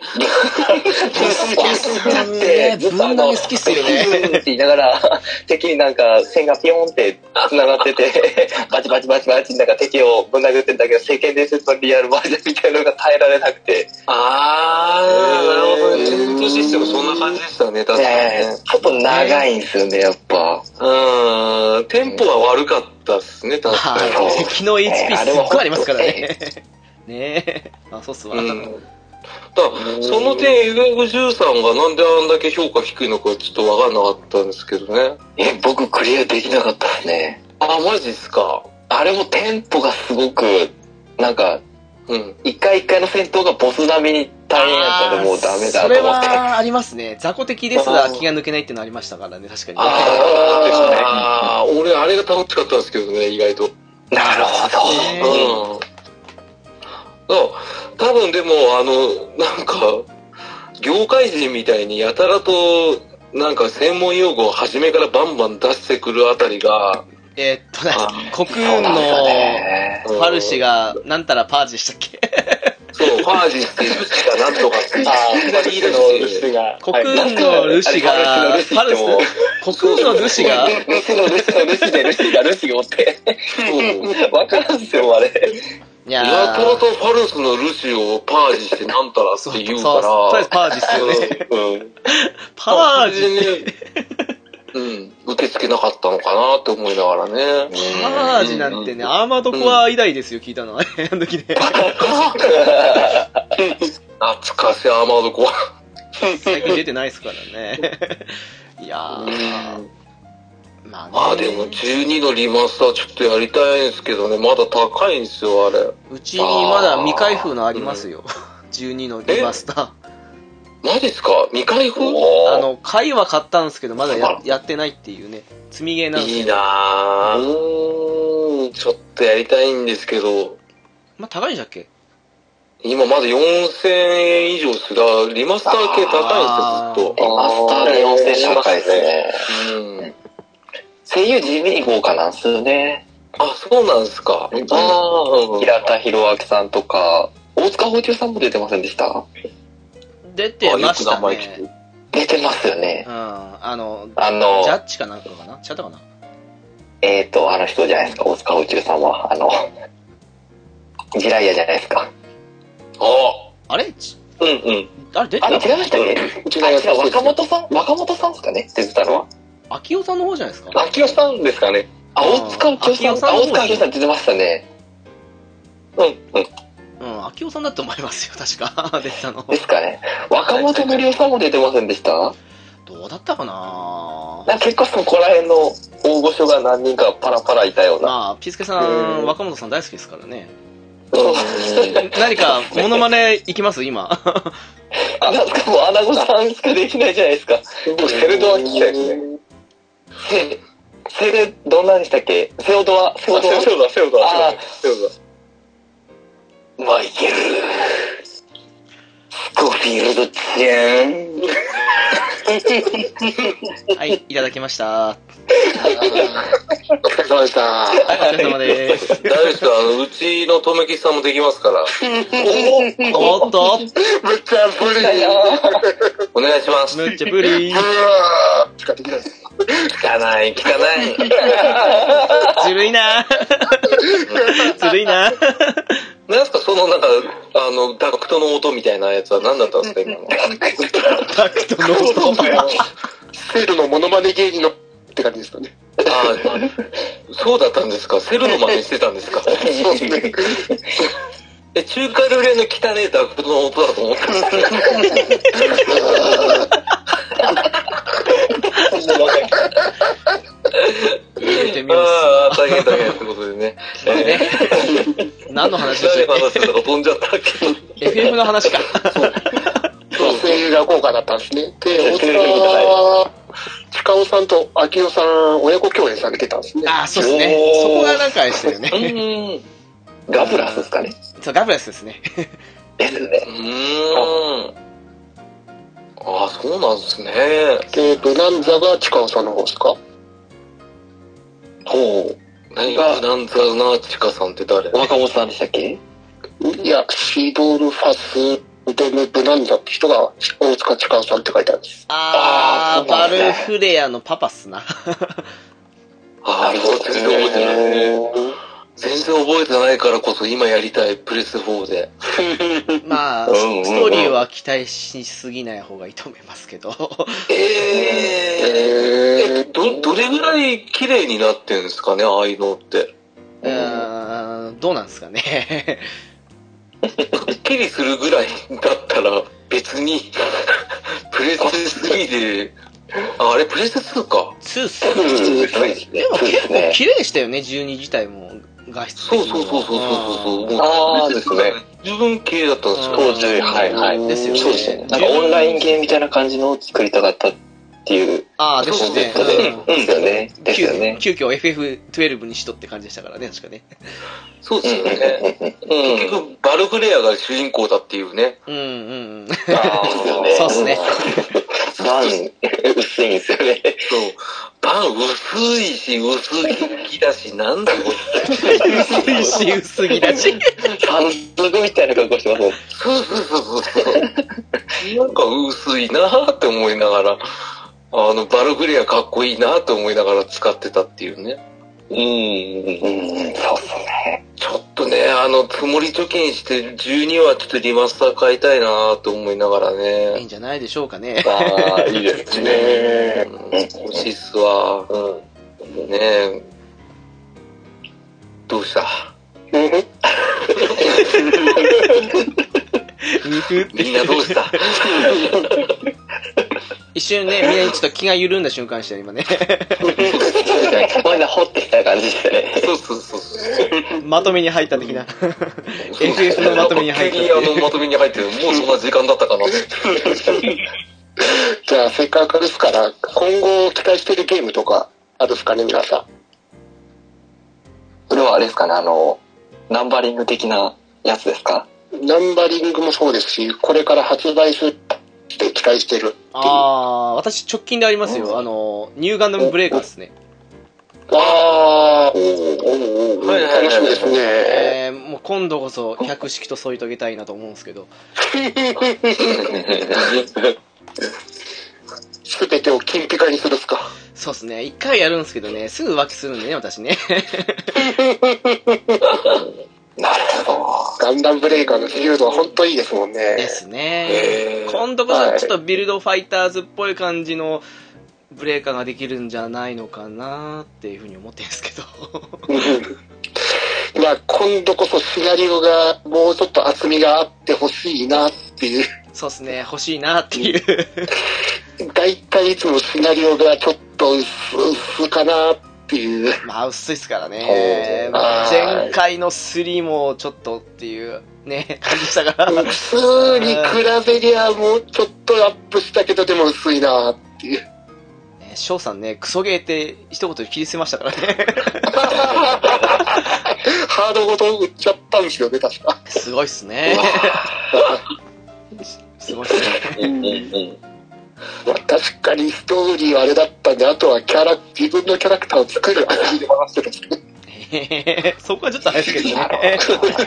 H: だって、ずっとあ
A: ぶん投
H: の、
A: げ好きっすよね
H: ブーンって言いながら、 敵になんか線がピョンって繋がってて、バチバチバチバチ、なんか敵をぶん殴ってんだけど、世間伝説のリアルバージョンみたいなのが耐えられなくて、
C: あー、なるほどね。
H: えー
C: 戦闘システムそんな感じでしたね、確かに
H: ね
C: ね。
H: ちょっと長いんですよね、やっぱ。
C: うん。テンポは悪かったっすね、確かに。
A: はい敵の HP
H: あ
A: す
H: れ
A: っ
H: は本当
A: ごいありますからね。 ねえ。あ、そうっすわ。
C: うん。だからその点、FF13 がなんであんだけ評価低いのかちょっとわかんなかったんですけどね。
H: え、僕クリアできなかったですね。
C: あ、マジっすか。
H: あれもテンポがすごく、なんか、
C: うん。
H: 一回一回の戦闘がボス並みに大変やったんで、もうダメだ
A: それ
H: と思って。
A: はありますね。雑魚的ですが気が抜けないっていうのありましたからね、確かにね。
C: ああ、俺あれが楽しかったんですけどね、意外と。
H: なるほ ど。
A: ね
C: うん。あ多分でも、あの、なんか、業界人みたいにやたらと、なんか専門用語を初めからバンバン出してくるあたりが、
A: えーっと、な
C: あ
A: 国運のファルシが、なんたらパージでしたっけ
C: そう、ファージっていうしかなんとかって、いきなり言い出して
E: 私が。
A: 国運のルシが、ファルシ、国運のルシが、
H: ルシのルシのルシでルシがルシがおって。わからんすよ、あれ。
A: いや
C: やたらとファルスのルシをパージしてなんたら
A: そう、
C: って
A: そう、
C: 言う
A: とりあえず
C: か
A: パージっすよね。
E: うん。
A: パー
C: ら、
A: ジ。
C: ね、うん、受け付けなかったのかなって思いながらね。
A: ハージなんてね、アーマードコア以来ですよ、聞いたのはね、あの時ね。
C: 懐かしいアーマードコア。
A: 最近出てないですからね。いやー、まあね、
C: あ、でも12のリマスターちょっとやりたいんですけどね、まだ高いんですよ、あれ。
A: うちにまだ未開封のありますよ。12の リマスター。
C: マジっすか未開封
A: あの、回は買ったんですけど、まだややってないっていうね、積みゲーなんです
C: いい
A: よ。
C: なぁ。うーん、ちょっとやりたいんですけど、
A: まあ、高いじゃっけ
C: 今まだ4000円以上ですが、リマスター系高いんですよ、ずっと。
H: マスターで要請します
B: 高いですね。
C: うん。
H: 声優地味に豪華なんすよね。
C: あ、そうなんですか。
H: うん
C: あー
H: 平田博明さんとか、大塚芳忠さんも出てませんでした
A: 出てました
C: あよく名前聞
A: ね。うん。
H: 出てますよね。
A: あの、
H: あの
A: ジ、ャッジかなんかかな違ったかな
H: えっ、ー、と、あの人じゃないですか、大塚芳忠さんは。あの、ジライアじゃないですか。
C: あ
A: あれち
H: うんうん。
A: あれ出て
H: あれ
A: な
H: 違いましたっけ
C: うち
H: あ、
C: の
H: 違
C: やつ
H: う、若本さん若本さんですかね出てたのは。
A: 秋代さんの方じゃないですか
C: 秋代さんですかね。
H: あ、
A: うん
H: 大塚芳
A: あ
H: 忠さん、
A: 秋代さん
H: あ
A: の方
H: 大塚芳忠さん出てましたね。うんうん。
A: うん、秋代さんだと思いますよ、確か。出 てたの
H: で。すかね。若本のりおさんも出てませんでした
A: どうだったかな
H: なんか結構そこら辺の大御所が何人かパラパラいたような。
A: まあ、ピスケさ、
H: うんん
A: 若本さん大好きですからね。
H: そう
A: 何か、モノマネいきます今。
H: あ、なんかもう穴子さんしかできないじゃないですか。
E: 僕、セルドは聞きたいですね。
H: せ、せで、どんなでしたっけセオドア、セオ
E: あ
H: ド
E: セルドだ、セルドだ、
H: あ
E: セルドだ。
H: ア。マイケル。スコフィールドちゃん。
A: はい、いただきました。 はい、
G: お疲れ様でした。
A: お疲れ様です。
C: 大丈夫ですかあの、うちのとめきさんもできますから。
A: おっと、
G: むっちゃブリー。
C: お願いします。
A: むっちゃブリー。
G: しかできないです。
C: 汚い、汚い。
A: ずるいなずるいな
C: なんすかそのなんか、あの、ダクトの音みたいなやつは何だったんですか今の。
A: ダクトの音。
G: セルのモノマネ芸人のって感じですかね。
C: ああ、そうだったんですかセルの真似してたんですか
G: そうですね。
C: え、中華料理屋の汚いダクトの音だと思ったんですけど
A: 入れてみます。
C: ああ、大変大変ってことでね。
A: ね、何の話でし
C: 誰
A: た
C: の
A: っ
C: 話だったか飛んじゃったけど。
A: け ?FM の話か。
G: 声優が豪華だったんですね。で、大塚、近尾さんと秋代さん、親子共演されてたんですね。
A: ああ、そうですね。そこがなんかあれでしたよね。
C: うん。
H: ガブラスですかね。
A: そう、ガブラスですね。
H: ですね。
C: うん。ああ、そうなんですね。
G: で、ブナンザが近尾さんの方ですか
H: ほ
C: 何が、なんざな、ちかさんって誰
H: う。若本さんでしたっけ
G: いや、シドルファス、ウドムブナンザって人が大塚近尾さんって書いてあるんです。
H: あ
A: あー、
H: ーそうな
A: バ
H: んだ
A: ルフレアのパパっすな。
C: ああ、そう全然覚えてない。全然覚えてないからこそ今やりたい、プレス4で。
A: まあ、ス
H: うんうんうん
A: ストーリーは期待しすぎない方がいいと思いますけど。
C: えええ、ど、どれぐらい綺麗になってんですかね、ああいうのって。
A: うーん、どうなんですかね。
C: くっきりするぐらいだったら、別に、 プレス3で、ああれ、プレス2か。
A: ツーっす
H: う
A: ね
H: ん、ですね。
A: でも結
H: そうで
A: 構
H: すね
A: 綺麗でしたよね、12自体も。画質的
C: そう
A: に
C: そう
A: も
C: そうそうそうそう。もう
H: あーですね。
C: 十分綺麗だったんです
A: うん
H: 当
C: よ。
H: 時、はいはい。
A: ですよね
H: そうですね。なんかオンラインゲーみたいな感じのを作りたかったっていう
A: ああ、ですよね。
H: ことで、うん、ですよね。
A: うん
H: ですよね。
A: 急急遽 FF12 にしとって感じでしたからね、確かね。
C: そうですよね。
H: うん、
C: 結局、バルフレアが主人公だっていうね。
A: うんうんうん。
H: ああ、
A: そうっす ね。
H: バン、薄いんですよね。
C: そう。パン薄いし、薄い木だし、なんだこれ。
A: 薄いし、薄着だし。
H: パンツグみたいな格好してますもん。
C: そうそうそうそう。 なんか薄いなーって思いながら、あの、バルフレアかっこいいなーって思いながら使ってたっていうね。
H: うん、うん、そうっすね。
C: ちょょっとね、あの、積もり貯金して12はちょっとリマスター買いたいなと思いながら
A: いい
C: ね
A: ん。じゃないでしょうかね。
C: ああ、いいですね。うん欲しいっすわ。うん。ねえ。どうした
A: 肉って
C: みんなどうした
A: 一瞬ね、みんなちょっと気が緩んだ瞬間でしたよ、今ね。
H: みんな掘ってきた感じしてね。
C: そうそうそうそう。
A: まとめに入った的な。FF のまとめに入ったって
C: 急にあ
A: い
C: の
A: う。
C: まとめに入ってる、もうそんな時間だったかなって。
G: じゃあ、せっかくですから、今後期待してるゲームとか、あるっすかね、皆さ
H: これはあれですかね、あの、ナンバリング的なやつですか
G: ん。ナンバリングもそうですし、これから発売するって期待してる。
A: あー、私直近でありますよ。あの、ニューガンダムブレーカーですね。
G: あー、
C: はいはいはい
G: 楽しみですね。
A: えー、もう今度こそ百式と添い遂げたいなと思うんですけど。
G: すべてを金ピカにするっすか。
A: そうですね。一回やるんですけどね、すぐ浮気するんでね、私ね。
G: ガンダムブレイカーの自由度は本当いいですもん
A: で
G: ね。
A: すね。今度こそちょっとビルドファイターズっぽい感じのブレーカーができるんじゃないのかなっていうふうに思ってるんですけど。
G: うんまあ、今度こそシナリオがもうちょっと厚みがあってほしいなっていう。
A: そうですね。欲しいなっていう。
G: 大体いつもシナリオがちょっと薄薄かなっていう。
A: まあ、薄いですからね。
G: はい
A: 前回の3もちょっとっていうね、感じでしたから。
G: 薄に比べりゃもうちょっとアップしたけどでも薄いなっていう。
A: ね翔さんね、クソゲーって一言で切り捨てましたからね。
G: ハードごと売っちゃったんですよね、確か。
A: すごいっすね。すごいっすね。
G: まあ、確かにストーリーはあれだったんで、あとはキャラ、自分のキャラクターを作る感じで回してるんですね。
A: へへへそこはちょっとあれですけどね。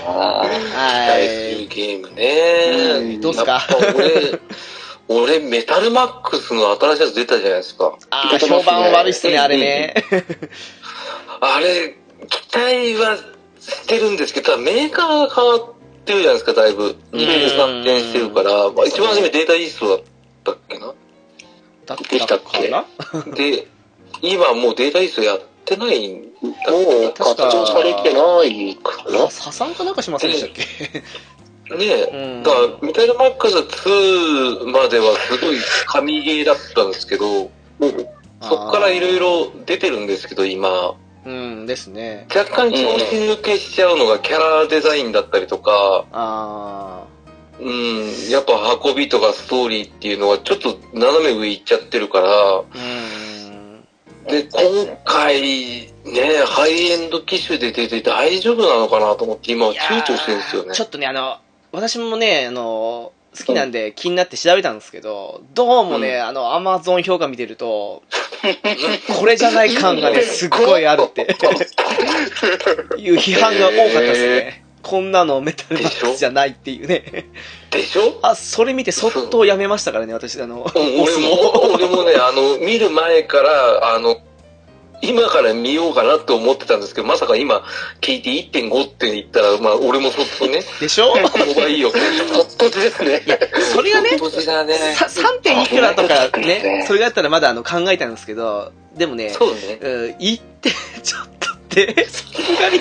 A: は
C: 大好きゲームね。
A: い。どうっ すか
C: やっぱ俺、俺、メタルマックスの新しいやつ出たじゃないですか。
A: あー、評判悪いっすね、あれね。
C: あれ、期待はしてるんですけど、ただメーカーが変わってるじゃないですか、だいぶ。
A: うん
C: 発展してるから、まあ、一番初めデータイーストだったっけな。
A: だった
C: できたっ
A: か
C: け
A: な
C: で、今もうデータイーストやってないんだっけ
G: もう活動されてないかな。
A: 破産かなんかしませんでしたっけ
C: ねえ、
A: うん
C: だから、メタルマックス2まではすごい神ゲーだったんですけど、そっからいろい。ろ出てるんですけど、今。
A: うんですね。
C: 若干調子抜けしちゃうのがキャラデザインだったりとか、
A: あ
C: うん、やっぱ運びとかストーリーっていうのはちょっと斜め上行っちゃってるか
A: ー、うーん。
C: ら、で、今回ね、ハイエンド機種で出て大丈夫なのかなと思って今は躊躇してるんですよね
A: ちょ。っとね、あの、私もね、あの、好きなんで気になって調べたんですけど、どうもね、あの、アマゾン評価見てる と、これじゃない感がね、すっごいあるって、いう批判が多かったですね。こんなのメタルマックスじゃないっていうね。
C: でしょ
A: あ、それ見てそっとやめましたからね、私、あの、
C: うん俺も、俺もね、あの、見る前から、あの、今から見ようかなって思ってたんですけど、まさか今、聞いて1.5って言ったら、まあ、俺もそっと ね、
A: でしょ
C: 購買意欲。
G: 突然ですね。
A: それがね、
C: 年だね。
A: さ3点いくらとかね、それだったらまだあの考えたんですけど、でもね、
C: そうね。
A: うん、行って、ちょっとって、さすがに。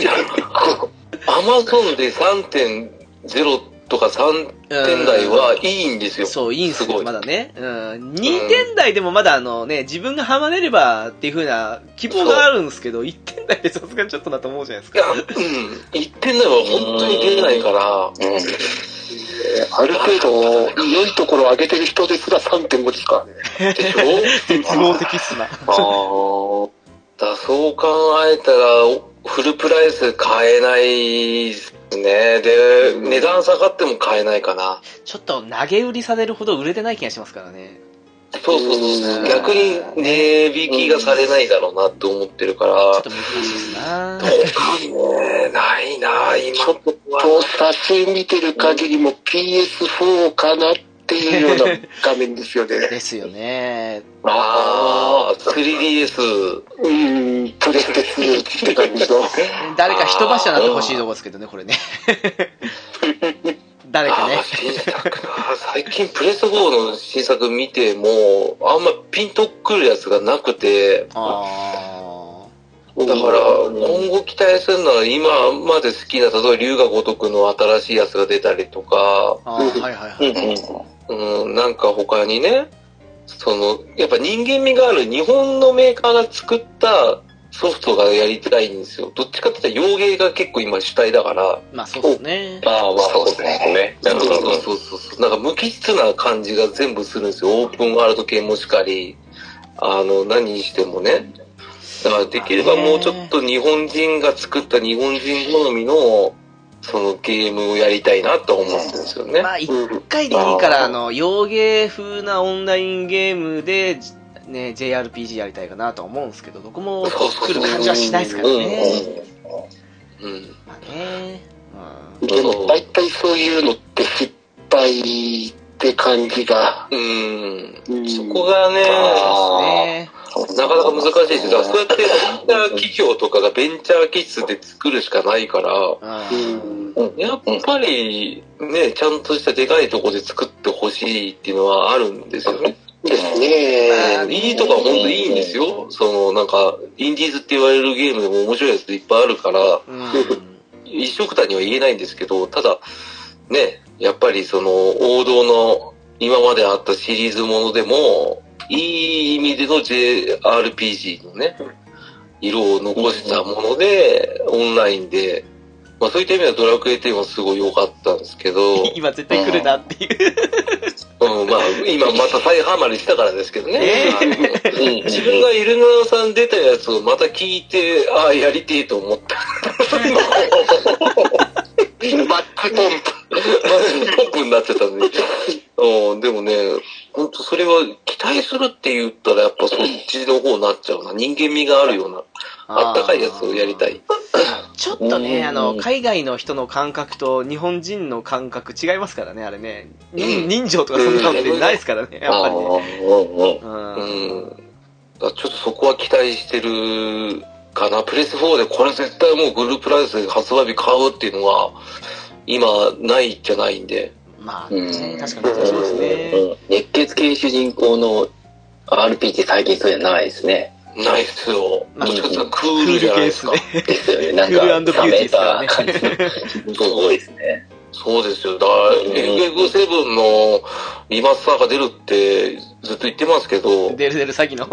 C: アマゾンで3.0とか3点台はいいんですよ。
A: そう、いいんす
C: すご
A: よ、
C: い
A: まだね。うん。2点台でもまだあのね、自分がハマれればっていう風な希望があるんですけど、1点台でさすがにちょっとなと思うじゃないです
C: いや、
A: か。
C: うん。1点台は本当に出ないから、
G: ある程度、良いところを上げてる人ですら3.5ですからね。
C: でしょ
A: 絶望的っすな。
C: あーだそう考えたら、おフルプライス買えないですね。で、値段下がっても買えないかな。
A: ちょっと投げ売りされるほど売れてない気がしますからね。
C: そうそうそう。逆に値引きがされないだろうなって思ってるから、
A: ちょっと難しいっすな。
C: ねないな今のとこは
G: と、写真見てる限りも PS4 かなっっていうような 画面ですよね。
A: ですよね。
C: ああ、3DS。
G: うーん、プレステ2って感 じの。
A: 誰か一柱になってほしいとこですけどね、こ れね。誰かね
C: あ。ー新作な最近プレステ4の新作見ても、あんまピンとくるやつがなくて、
A: あ
C: だから今後期待するのは今まで好きな、例えば龍が如くの新しいやつが出たりとか、
A: あ。あーはいはいはい。
C: うん、なんか他にね、その、やっぱ人間味がある日本のメーカーが作ったソフトがやりたいんですよ。どっちかって言ったら洋芸が結構今主体だから。
A: まあそうですね。
E: ああ、まあ、そうですね。な
C: そう
E: るほど。
C: そうそうそう。なんか無機質な感じが全部するんですよ。オープンワールド系もしかり、あの、何にしてもね。だからできればもうちょっと日本人が作った日本人好みの、そのゲームをやりたいなと思うんですよね。
A: まあ一回でいいから、あの、洋芸風なオンラインゲームで、ね、JRPG やりたいかなとは思うんですけど、どこも来る感じはしないですからね。
C: うん。うん
A: まあね。うん
G: でも、大体そういうのって失敗って感じが。
C: うん。
G: うん
C: そこがね、
A: ね
C: なかなか難しいですよ。だからそうやってベンチャー企業とかがベンチャー気質で作るしかないから、
A: う
G: うんん
C: やっぱりね、ちゃんとしたでかいとこで作ってほしいっていうのはあるんですよね。
G: ですね。
C: いいとか本当いいんですよ。そのなんか、インディーズって言われるゲームでも面白いやついっぱいあるから、
A: うん。
C: 一色たには言えないんですけど、ただ、ね、やっぱりその王道の今まであったシリーズものでも、いい意味での JRPG のね、色を残したもので、オンラインで、まあそういった意味ではドラクエ10はすごい良かったんですけど、
A: 今絶対来るなっていう。
C: うん、まあ、今また再ハマりしたからですけどね。
A: え
C: うん自分がイルナさん出たやつをまた聞いて、ああ、やりてえと思った。
G: マッチポンプ。
C: ポップになっちゃったんで。うん、でもね、ほんとそれは期待するって言ったらやっぱそっちの方になっちゃうな。人間味があるような、あったかいやつをやりたい。
A: ちょっと
H: う
A: ね、
H: ん
A: あの、海外の人の感覚と日本人の感覚違いますからね、あれね。
C: う ん
A: 人情とかそんなのってないですからね、やっぱりね。うん
C: うん。だからちょっとそこは期待してるかな。プレス4でこれ絶対もうグループライス発売日買うっていうのは、今ないじゃないんで。
A: まあ、
H: うん
A: 確かにそうですね。
H: 熱血系主人公の RPG 最近そうじゃないですね。
C: ないっすよ。
A: まあ
C: もしかしたらク
A: ク
C: ー
A: ー
C: ル
A: ル
C: じゃない
A: 系
C: で
A: ですす
C: か
A: ね。。
H: ですよね。
A: ク
H: なん
A: ール
H: か、
A: ビューティーです からね。
H: 多いですね。
C: そうですよ。だから、FF7 のリマスターが出るってずっと言ってますけど、ね
A: デルデル詐欺の。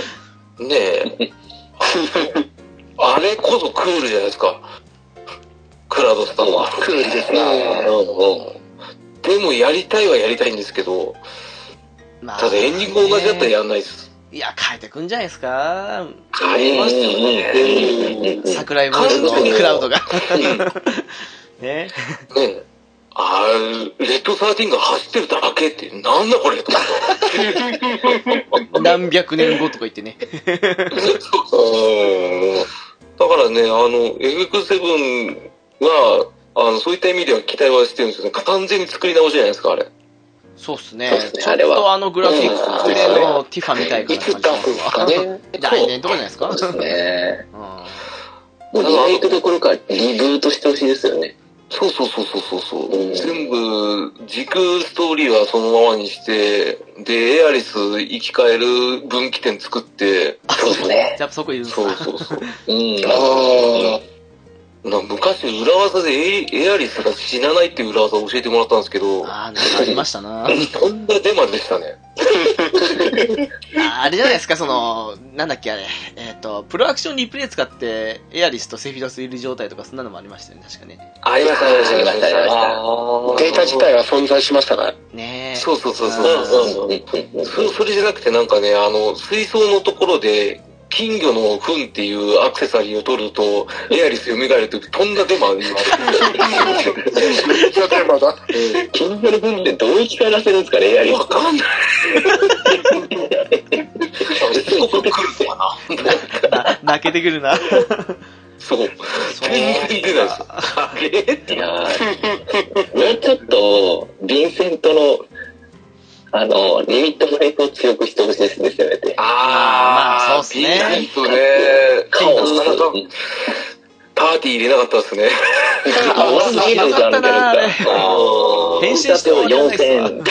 C: え。あれこそクールじゃないですか。クラウドスターは。
G: クールです
C: う
G: ね。
C: んうんでもやりたいはやりたいんですけど、
A: まあ
C: ただエンディング同じだったらやんないです。
A: いや、変えてくんじゃないですか。
C: ありますよね。
A: 桜井ブー
C: 完全
A: の
C: に
A: クラウドが。
C: うん
A: ね。
C: ねあれ、レッド13が走ってるだけって、なんだこれとか。
A: 何百年後とか言ってね。
C: だからね、あの、FX7 は、あの、そういった意味では期待はしてるんですよね。完全に作り直しじゃないですか、あれ。
A: そうっすね
H: そうっす。ね
A: ちょ
H: あ
A: っ
H: れは
A: とあのグラフィックでのティファみたいか
G: い
A: な
G: つ
A: 感じ
G: 出すんですかね。
A: 来年とか じゃないですか。
H: そうですね。
A: うん
H: もうリメイクどころかリブートしてほしいですよね。
C: そうそうそうそうそうそう、
H: うん
C: 全部、時空ストーリーはそのままにして、で、エアリス生き返る分岐点作って、
H: そうですね。
A: じゃあそこいるんです
C: そう
A: か
C: そうそう。
H: うん。
G: あ
C: な昔、裏技でエエアリスが死なないっていう裏技を教えてもらったんですけど、
A: ああ、なんかありましたな。
C: とんだデマでしたね。
A: ああれじゃないですか、その、なんだっけ、あれ、えっ、と、プロアクションリプレイ使って、エアリスとセフィロスいる状態とか、そんなのもありましたよね、確かね。
C: ありました、ありました、ありました。
H: ありました
G: あ。データ自体は存在しましたから。
A: ねえ。
C: そうそうそうそうう。
A: ん
C: そうそうそそれじゃなくてなんかね、あの、水槽のところで、金魚の糞っていうアクセサリーを取ると、エアリス蘇るという、とんだデマに言われてる。
H: 金魚の分でどう生き返らせるんですかね、やり。
C: わかんない。ここ来るとはな。
A: な泣けてくるな。
C: そ
A: そ
C: う。
A: う
C: 全然出ないです。あれ
H: いやーもうちょっと、ヴィンセントの
B: あの、リミットブレイクを強くしてほしいですね、せめて。
C: あー、
A: まあそうっすね
C: ピンとね、
B: カオス
C: なかなかパーティー入れなかったですね。
B: あ、ワンジードじゃん、みたいな。
A: 変身してもわかんないっすわ
B: 4点で、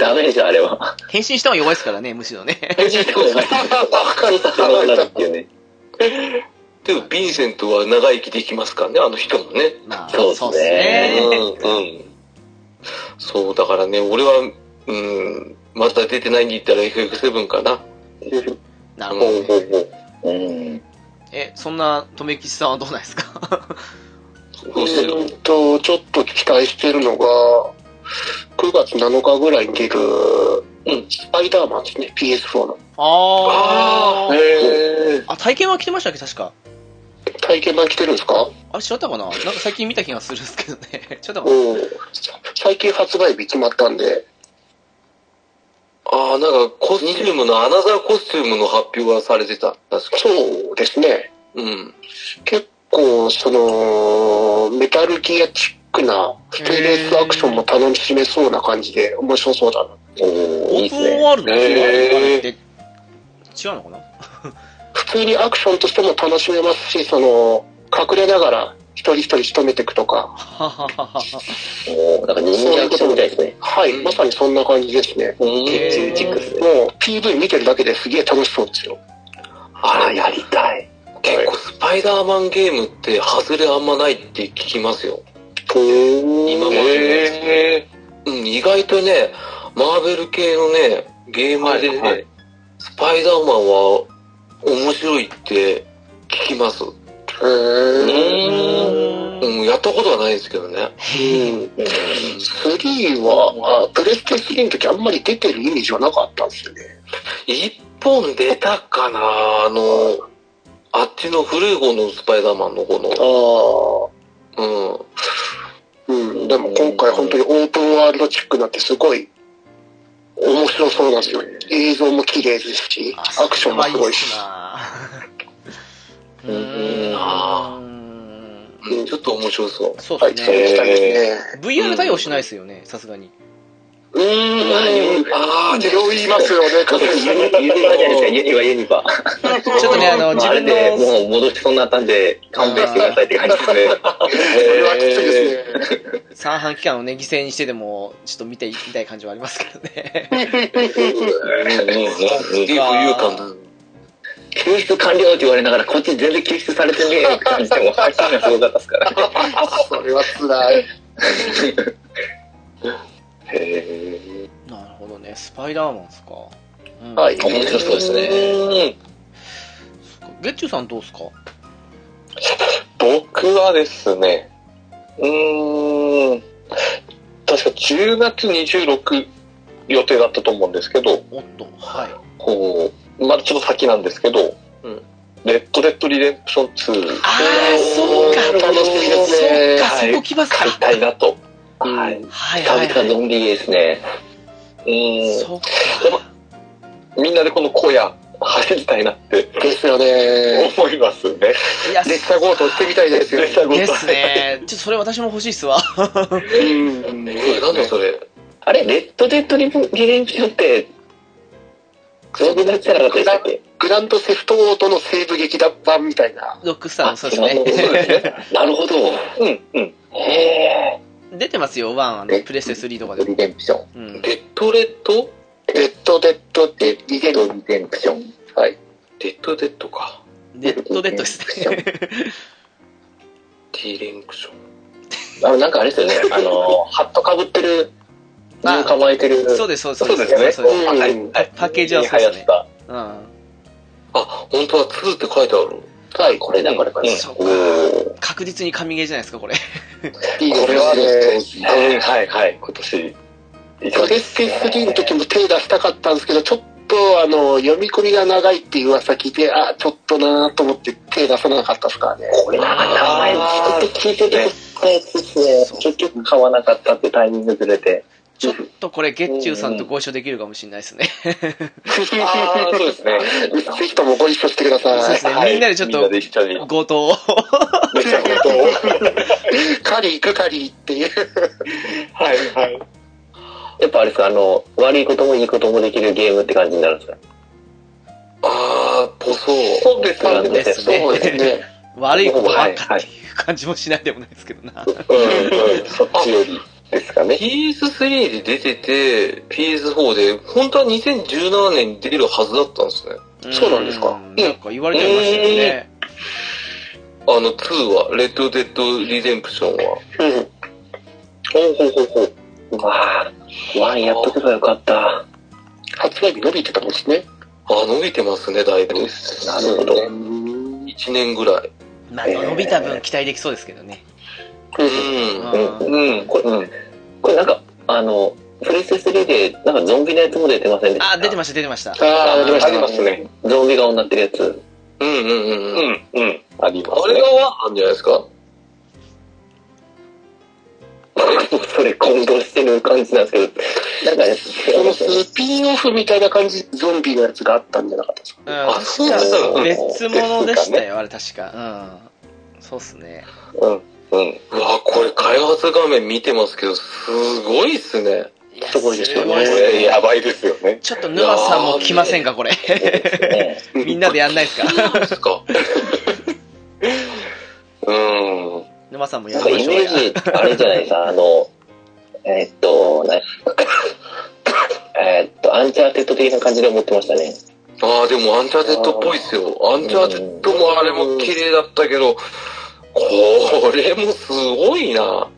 B: ダメでしょ、あれは。
A: 変身した方が弱いですからね、むしろね。
B: そうなるっていうね。
C: でも、ヴィンセントは長生きできますからね、あの人もね。
A: まあ、
B: そうっ
A: そ
B: すね
A: うっすね。
C: うん、うん。そう、だからね、俺は、うん、まだ出てないに言ったら FF7 かな。
A: なるほ
C: ほ
A: ど
C: うほうほう。
B: うん。
A: え、そんな、とめきちさんはどうなんですか
C: そうする
G: うーんと、ちょっと期待してるのが、9月7日ぐらいに出る、うん、スパイダーマンですね、PS4 の。
A: あー。
C: へー
A: あ、体験は来てましたっけ確か。
G: 体験版来てるんですか
A: あれ、違ったかななんか最近見た気がするんですけどね。 違ったかな
G: うん。最近発売日決まったんで、
C: ああ、なんか、コスチュームの、アナザーコスチュームの発表がされてた。確か
G: そうですね。
C: うん。
G: 結構、その、メタルギアチックな、ステレスアクションも楽しめそうな感じで、面白そうだな。
B: お
A: オ
B: ー、いい
A: ープ
B: っす
A: ン
B: ね。
A: ワールドですよ、
C: へー
A: あれって。違うのかな
G: 普通にアクションとしても楽しめますし、その、隠れながら、一人一人仕留めていくとか、
A: はははは。
B: おー、なんか人間アクションみたいですね。
G: はい、
C: うん
G: まさにそんな感じですね。
B: 人間チックっすね。
G: もう PV 見てるだけですげえ楽しそうですよ。
C: あれ、
B: りたい。
C: 結構スパイダーマンゲームって、外れあんまないって聞きますよ。今までのやつうん、意外とね、マーベル系のね、ゲームでね、
E: はいは
C: スパイダーマンは面白いって聞きます。
B: うん。
C: うん、やったことはないですけどね。
G: 3は、あプレステ3の時あんまり出てるイメージはなかったんですよね。
C: 一本出たかなあの、あっちの古い方のスパイダーマンの方の。
G: あ
C: うん。
G: あ、うん。でも今回本当にオープンワールドチックになってすごい面白そうなんですよ。映像も綺麗ですし、アクションもすごいし。
A: うーん
C: あうんちょっと面白そう。
A: そう
G: はい、
A: で
G: 期
A: す
G: 待
A: ね。
G: したいですね。
A: VR 対応しないですよね、さすがに。
G: うーん、ああ、よう言いますよね、かな り。
B: ユニバーじゃないですか、ユニバー、ユニバー。
A: ちょっとね、あの、自
B: あれ
A: 分
B: で
A: の、
B: もう戻しそうになったんで、勘弁してくださいって感じですね。
G: それはきついですね。
A: 三半期間をね、犠牲にしてでも、ちょっと見ていきたい感じはありますけどね。
C: すげえ浮遊感だ。
B: 救出完了って言われながら、こっち全然救出されてねえって感じでも、配信がすごかったですから。
G: それは辛い。
A: なるほどね、スパイダーマンですか。うん
G: はい。。
B: 面白そうですね。
A: ゲッチュさんどうですか
E: 僕はですね、うーん、確か10月26予定だったと思うんですけど、
A: おっと、はい。
E: こう、まだちょっと先なんですけど、
C: うん
E: レッド・レッド・リデンプション2
A: ああ、そうか、
G: 楽しみですね。
A: そっか、そこ来ますか。
E: 買いたいな と。
B: はい。
A: はいは
B: 久
A: い
B: 々
A: は
B: ゾンビゲーですね。
E: う
A: い。
E: ん、
A: そっか。
E: みんなでこの荒野走りたいなって
G: ですよね。
E: 思います ね。
A: いや、
G: レッサーゴートしてみたいですよ
E: レッサーゴー
A: で
E: ト
A: すね。ちょっとそれ私も欲しいっすわ。
G: うん。
C: えなんだそれ。
B: あれ、レッドデッドリデンプションって、ゾンビだったらなかったでしたっけ
G: グランドセフトオートの西部劇脱版みたいな。
A: ロックスターの、そうです
B: あそ
A: ね。
B: うですね。なるほど。
E: うん、うん。
B: へ
A: 出てますよ、ワン、あの、プレステ3とか
B: ぇ
A: で
B: ー。。リデンプション。
A: うん。
C: レッドレッド
G: デッドデッドって
B: デッドリデンプション。はい。
C: レッドデッドか。
A: デッドデッドですね。
C: T レンクション。
B: あの、なんかあれですよね。あの、ハットかぶってる、
A: あ
B: 構えてる。
A: そうです、そうです、そうです。
B: そうです
A: そ
B: よ
A: うです
G: うん
B: はい。はい
A: パッケージはそうですねうん。
C: あ、本当は2って書いてある。
B: はい、これだ、これ、これ。
A: そうか
B: おー
A: 確実に神ゲーじゃないですか、これ。
G: いいですね。
E: これはですね、はい、はい、今年。
G: プレステ3の時も手出したかったんですけど、ちょっとあの、読み込みが長いっていう噂聞いて、あ、ちょっとなーと思って手出さなかったですからね。
B: これなんか名前ずっと聞いててたやつですね。結局買わなかったってタイミングずれて。
A: ちょっとこれ、ゲッチューさんとご一緒できるかもしれないですね。
E: ああ、そうですね。
G: ぜひともご一緒してくだ
A: そう
G: さ
A: で
G: い
A: す。ね。みんなでちょっ
E: みんな
A: と
E: で、一 緒に。
A: 強盗を。
E: めちゃくちゃ。
G: 狩り行く狩りっていう。
E: はい、はい。
B: やっぱあれですか、あの、悪いこともいいこともできるゲームって感じになるんですか
C: あー、ぽそう。
B: そうですね。
A: ですね
B: そうですね。
A: 悪いことばっか
B: は
A: っていう感じもしないでもないですけど な。
C: うん、うん。
B: そっちよりですかね。
C: PS3 で出てて、PS4 で、本当は2017年に出るはずだったんですね。
G: そうなんですか
A: なんか言われてましたよね。
C: あの2は、レッドデッドリデンプションは。
G: うん。ほうほうほうほう。
B: まあ、ワンやっとけばよかった。
G: 発売日伸びてたんですね。
C: あ、伸びてますね、だいぶ。
B: なるほど。
C: 1年ぐらい。
A: まあ、伸びた分期待できそうですけどね。
C: うん。
A: うん
B: うん、これ、うん。これなんか、あの、プレステ3で、なんかゾンビのやつも出てませんでした
A: あ、出てました、出てました。
G: あ
B: あ
G: あ、
B: 出
G: 出
B: まし
G: ま
B: た
G: した。ね。
B: ゾンビ顔になってるやつ。
C: うんうんうんうん。
B: ん、うん。ありま
C: あ
B: す
C: れ
B: ね
C: が。1なんじゃないですか
B: それ混同してる感じなんですけど、なんかね、
G: このスピンオフみたいな感じ、ゾンビのやつがあったんじゃなかったですか
A: うん、
C: あそうなんだ
A: 確か別物でしたよ、あれ確か。うん。そうっすね。
B: うん、うん。
C: うわ、これ開発画面見てますけど、すごいっすね。
A: いや
G: すごいですよね
A: ごいっす
B: これやばいですよね。
A: ちょっと沼さんも来ませんか、これ。 みんなでやんないですか。
C: そうです か。うん。
A: 沼さんもや
B: なん
A: り
B: か
A: ましょう
B: イメ
A: や。
B: ージ、あれじゃないですか、あの、えーっと、なえーっと、アンチャーテッド的な感じで思ってましたね。
C: ああ、でもアンチャーテッドっぽいっすよ。アンチャーテッドもあれも綺麗だったけど、これもすごいな。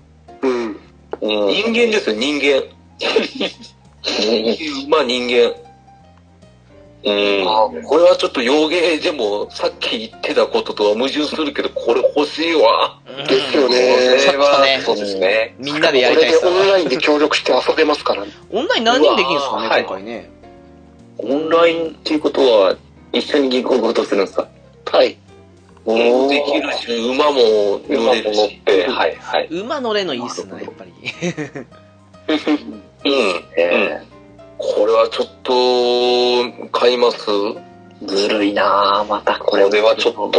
G: うん。
B: うん。
C: 人間ですよ、人間。 まあ人間。
B: うん。
C: あーこれはちょっと洋芸でもさっき言ってたこととは矛盾するけど、これ欲しいわ。
G: ですよ
C: これ
G: ね。
C: は、
A: ちょっとね
C: そうですね。
A: みんなでやりたいっす
G: これでオン
A: わ
G: ラインで協力して遊べますからね。
A: オンライン何人できるんですか
C: うわー
A: ね、今回ね。
B: オンラインっていうことは、一緒に銀行ごとするんですか
G: はい。
B: おー
C: できるし、馬も乗れる
B: 乗っ
C: し。
B: て、はい、はい。
A: 馬乗れのいいっすな、やっぱり。
C: うん。
B: え
C: これはちょっと、買います
B: ーずるいなぁ、またこ
C: こ
B: れ。
C: れはちょっと、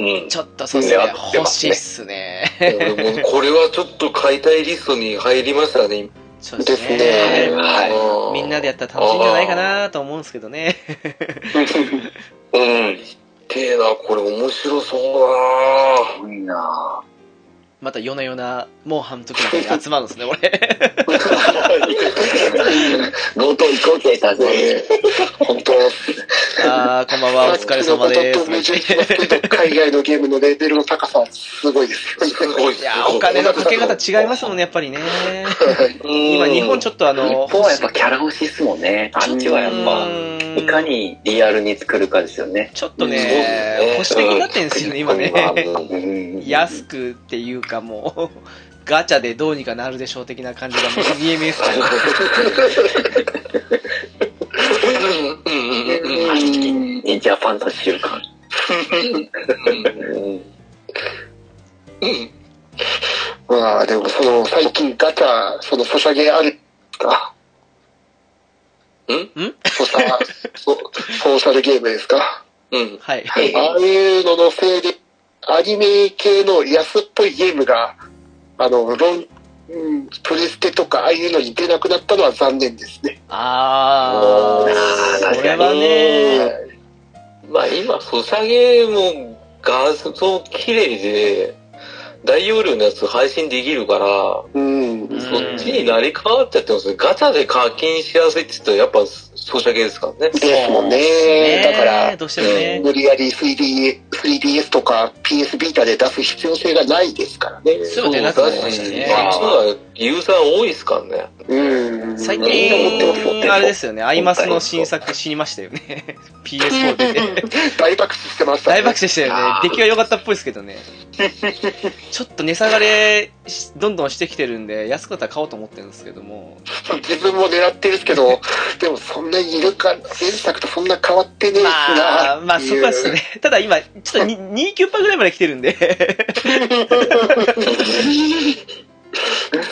C: うん。
A: ちょっとそうっすね
B: うんやって
A: 欲
B: ます。ね
A: しいっすね。
C: 俺もこれはちょっと解体リストに入りましたね。
A: そうです
G: ですね
A: ね。
B: は
C: 今
A: みんなでやったら楽しいんじゃないかなと思うんですけどね。
C: うん。てえな、これ面白そう
B: い。いいな
A: また夜な夜な、もう半時までに集まるんですね、俺。
B: ぁ。強盗行こうぜ、たぜ。
G: 本当
A: あー、こんばんは、お疲れ様で
G: さっきのことと矛盾します
A: す。
G: けど、海外のゲームのレベルの高さはすごいですよね。
C: すごい
A: いやー、お金のかけ方違いますもんね、やっぱりね。今、日本ちょっとあの、
B: 日本はやっぱキャラ欲しいっすもんね。あっちはやっぱ。
A: ぱ
B: いかにリアルに作るかですよね。
A: ちょっと
C: そうです
A: ね
C: ね、
A: 保守的になってんですよね、今ね。
B: うん
A: 安くっていうかもう、ガチャでどうにかなるでしょう的な感じ がもう見え見えっすからね。
C: うんうんうんうん。
B: ジャパンの習慣。
C: うん。
G: まあでもその最近ガチャ、そのソシャゲあるか。
C: ん
A: ん
G: ソシャ、ソソーシャルゲームですか。
C: うん。
A: はい。
G: ああいうののせいで、アニメ系の安っぽいゲームが、あの、ロン、うんプレステとかああいうのに出なくなったのは残念ですね。
A: あー、それはね、
C: まあ今、ソシャゲも画像綺麗で、大容量のやつ配信できるから、
G: うん。
A: うん
C: そっちになり変わっちゃってますね。ガチャで課金しやすいって言ったら、やっぱソシャゲですからね。
G: ですもん
A: ね
G: ね。だから、
A: どうしてもね。
G: 無理やり 3D、3DS とか PS ビータで出す必要性がないですからね。
A: すぐ出なくなりましたね
C: そうだしそっちはユーザー多いですからね。
G: うん。
A: 最
B: みんな持ってます持っ
A: 近、
B: てます
A: あれですよね、アイマスの新作死にましたよ ね。PS4 でね。
G: 大爆死してました、
A: 大爆死でしたよね。出来は良かったっぽいですけどね。ちょっと値下がりしどんどんしてきてるんで、安かったら買おうと思ってるんですけども。
G: 自分も狙ってるんですけど、でもそんなにいるか、前作とそんな変わってねえしな。
A: まあ、まあそこはです
G: ね。
A: ね。 ただ今、ちょっとに29%ぐらいまで来てるんで。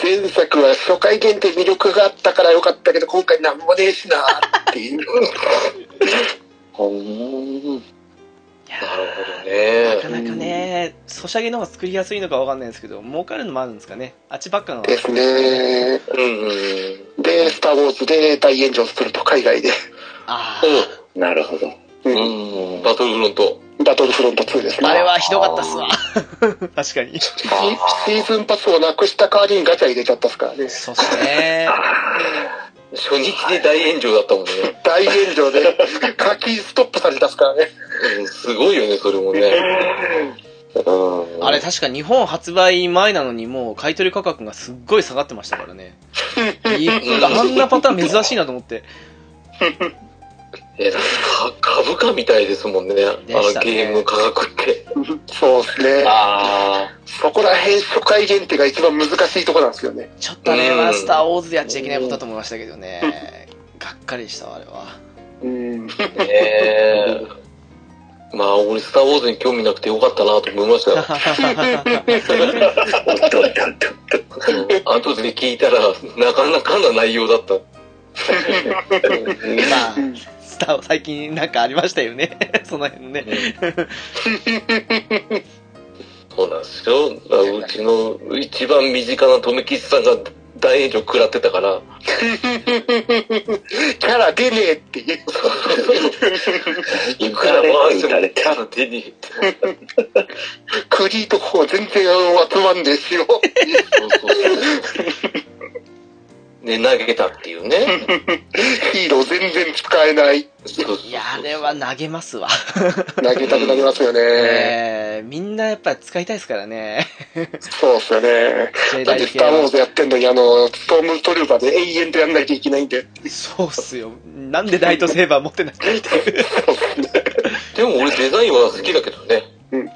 G: 前作は初回限定魅力があったからよかったけど、今回なんもねえしなっていう。
C: なるほ
A: な
C: ど
A: か
C: ね。
A: なかね、ソシャゲの方が作りやすいのかわかんないんですけど、儲かるのもあるんですかね。あっちばっかの。
G: ですね。
C: うんうん。
G: で、スター・ウォーズで大炎上すると、海外で。
A: あ
E: あ。なるほど。
C: うん。バトルフロント。
G: バトルフロント2です
A: あれはひどかったっすわ。 確かに。
G: シシーズンパスをなくした代わりにガチャ入れちゃったっすからね。
A: そうっすね。
C: 初日で大炎上だったもんね。
G: 大炎上で、 課金ストップされたっすからね。
C: うんすごいよね、それもね。うん
A: あれ確か日本発売前なのにもう買い取り価格がすっごい下がってましたから ね。びっくりあんなパターン珍しいなと思って。
C: えか株価みたいですもんね、あ
A: でし
C: の
A: たね
C: ゲームの価格って。
G: そうですね。
C: あ
G: そこら辺初回限定が一番難しいとこなんですよね。
A: ちょっとあれ
C: うん
A: はスター・ウォーズでやっちゃいけないことだと思いましたけどね。がっかりしたわ、あれは。
G: うん。
C: あ。ねえ。まあ、俺、スター・ウォーズに興味なくてよかったなと思いましたよ。
E: おっとおっとおっと。
C: うん後で聞いたら、なかなかな内容だ った。
A: まあ、スター、最近なんかありましたよね。 その辺ね。
C: そうなんですよ。だからうちの一番身近な留吉さんが大炎上食らってたから、
G: キャラ出ねえって言う。
C: いくら回してもキャラ手に入れて。
G: クリート方全然集まんです よ。
C: そうそう そう。ね、投げたっていうね。
G: ヒーロー全然使えない。
C: そうそうそう
A: いや、あれは投げますわ。
G: 投げたくなりますよね。
A: えーみんなやっぱ使いたいですからね。
G: そうっすよね。
A: ジェ
G: だ
A: ダ
G: って
A: イ
G: ス
A: 系
G: ター・ウォー
A: は。
G: ズやってんのに、あの、ストームトルーパーで永遠とやんなきゃいけないんで。
A: そうっすよ。なんでライトセーバー持ってなく て。
C: でも俺デザインは好きだけどね。
G: うん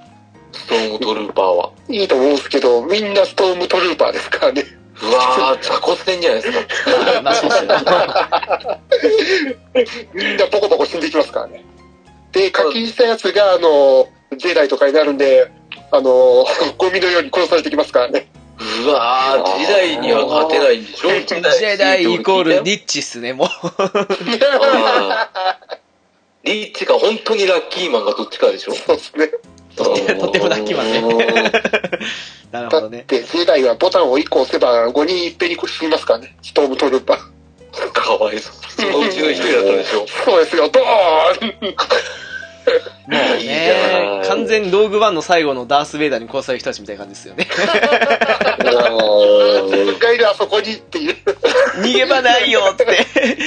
C: ストームトルーパーは。
G: いいと思うんですけど、みんなストームトルーパーですからね。
C: うわー、雑魚ってんじゃないですか。
A: まあそうっすよ。
G: みんなボコボコ死んでいきますからね。で、課金したやつが、あの、ジェダイとかになるんで、あの、 ゴミのように殺されてきますからね。
C: うわー、時代には勝てないんでしょ
A: ジェダイイコールニッチっすね、 もう。
C: リッチか本当にラッキーマンがどっちかでしょ。
G: そうですね。
A: とってもとってもラッキーマン ね。なるほ
G: だ
A: ど
G: っ
A: ね。
G: て、ジェダイはボタンを1個押せば5人いっぺんに死にますからね。ストームトルーパー。
C: かわいそう。そのうちの一人だったでしょ。
G: そうですよ、ドーン
A: もうね、完全にローグワンの最後のダース・ベイダーに殺される人たちみたいな感じですよね。
G: 一回であそこにっていう。
A: 逃げ場ないよって。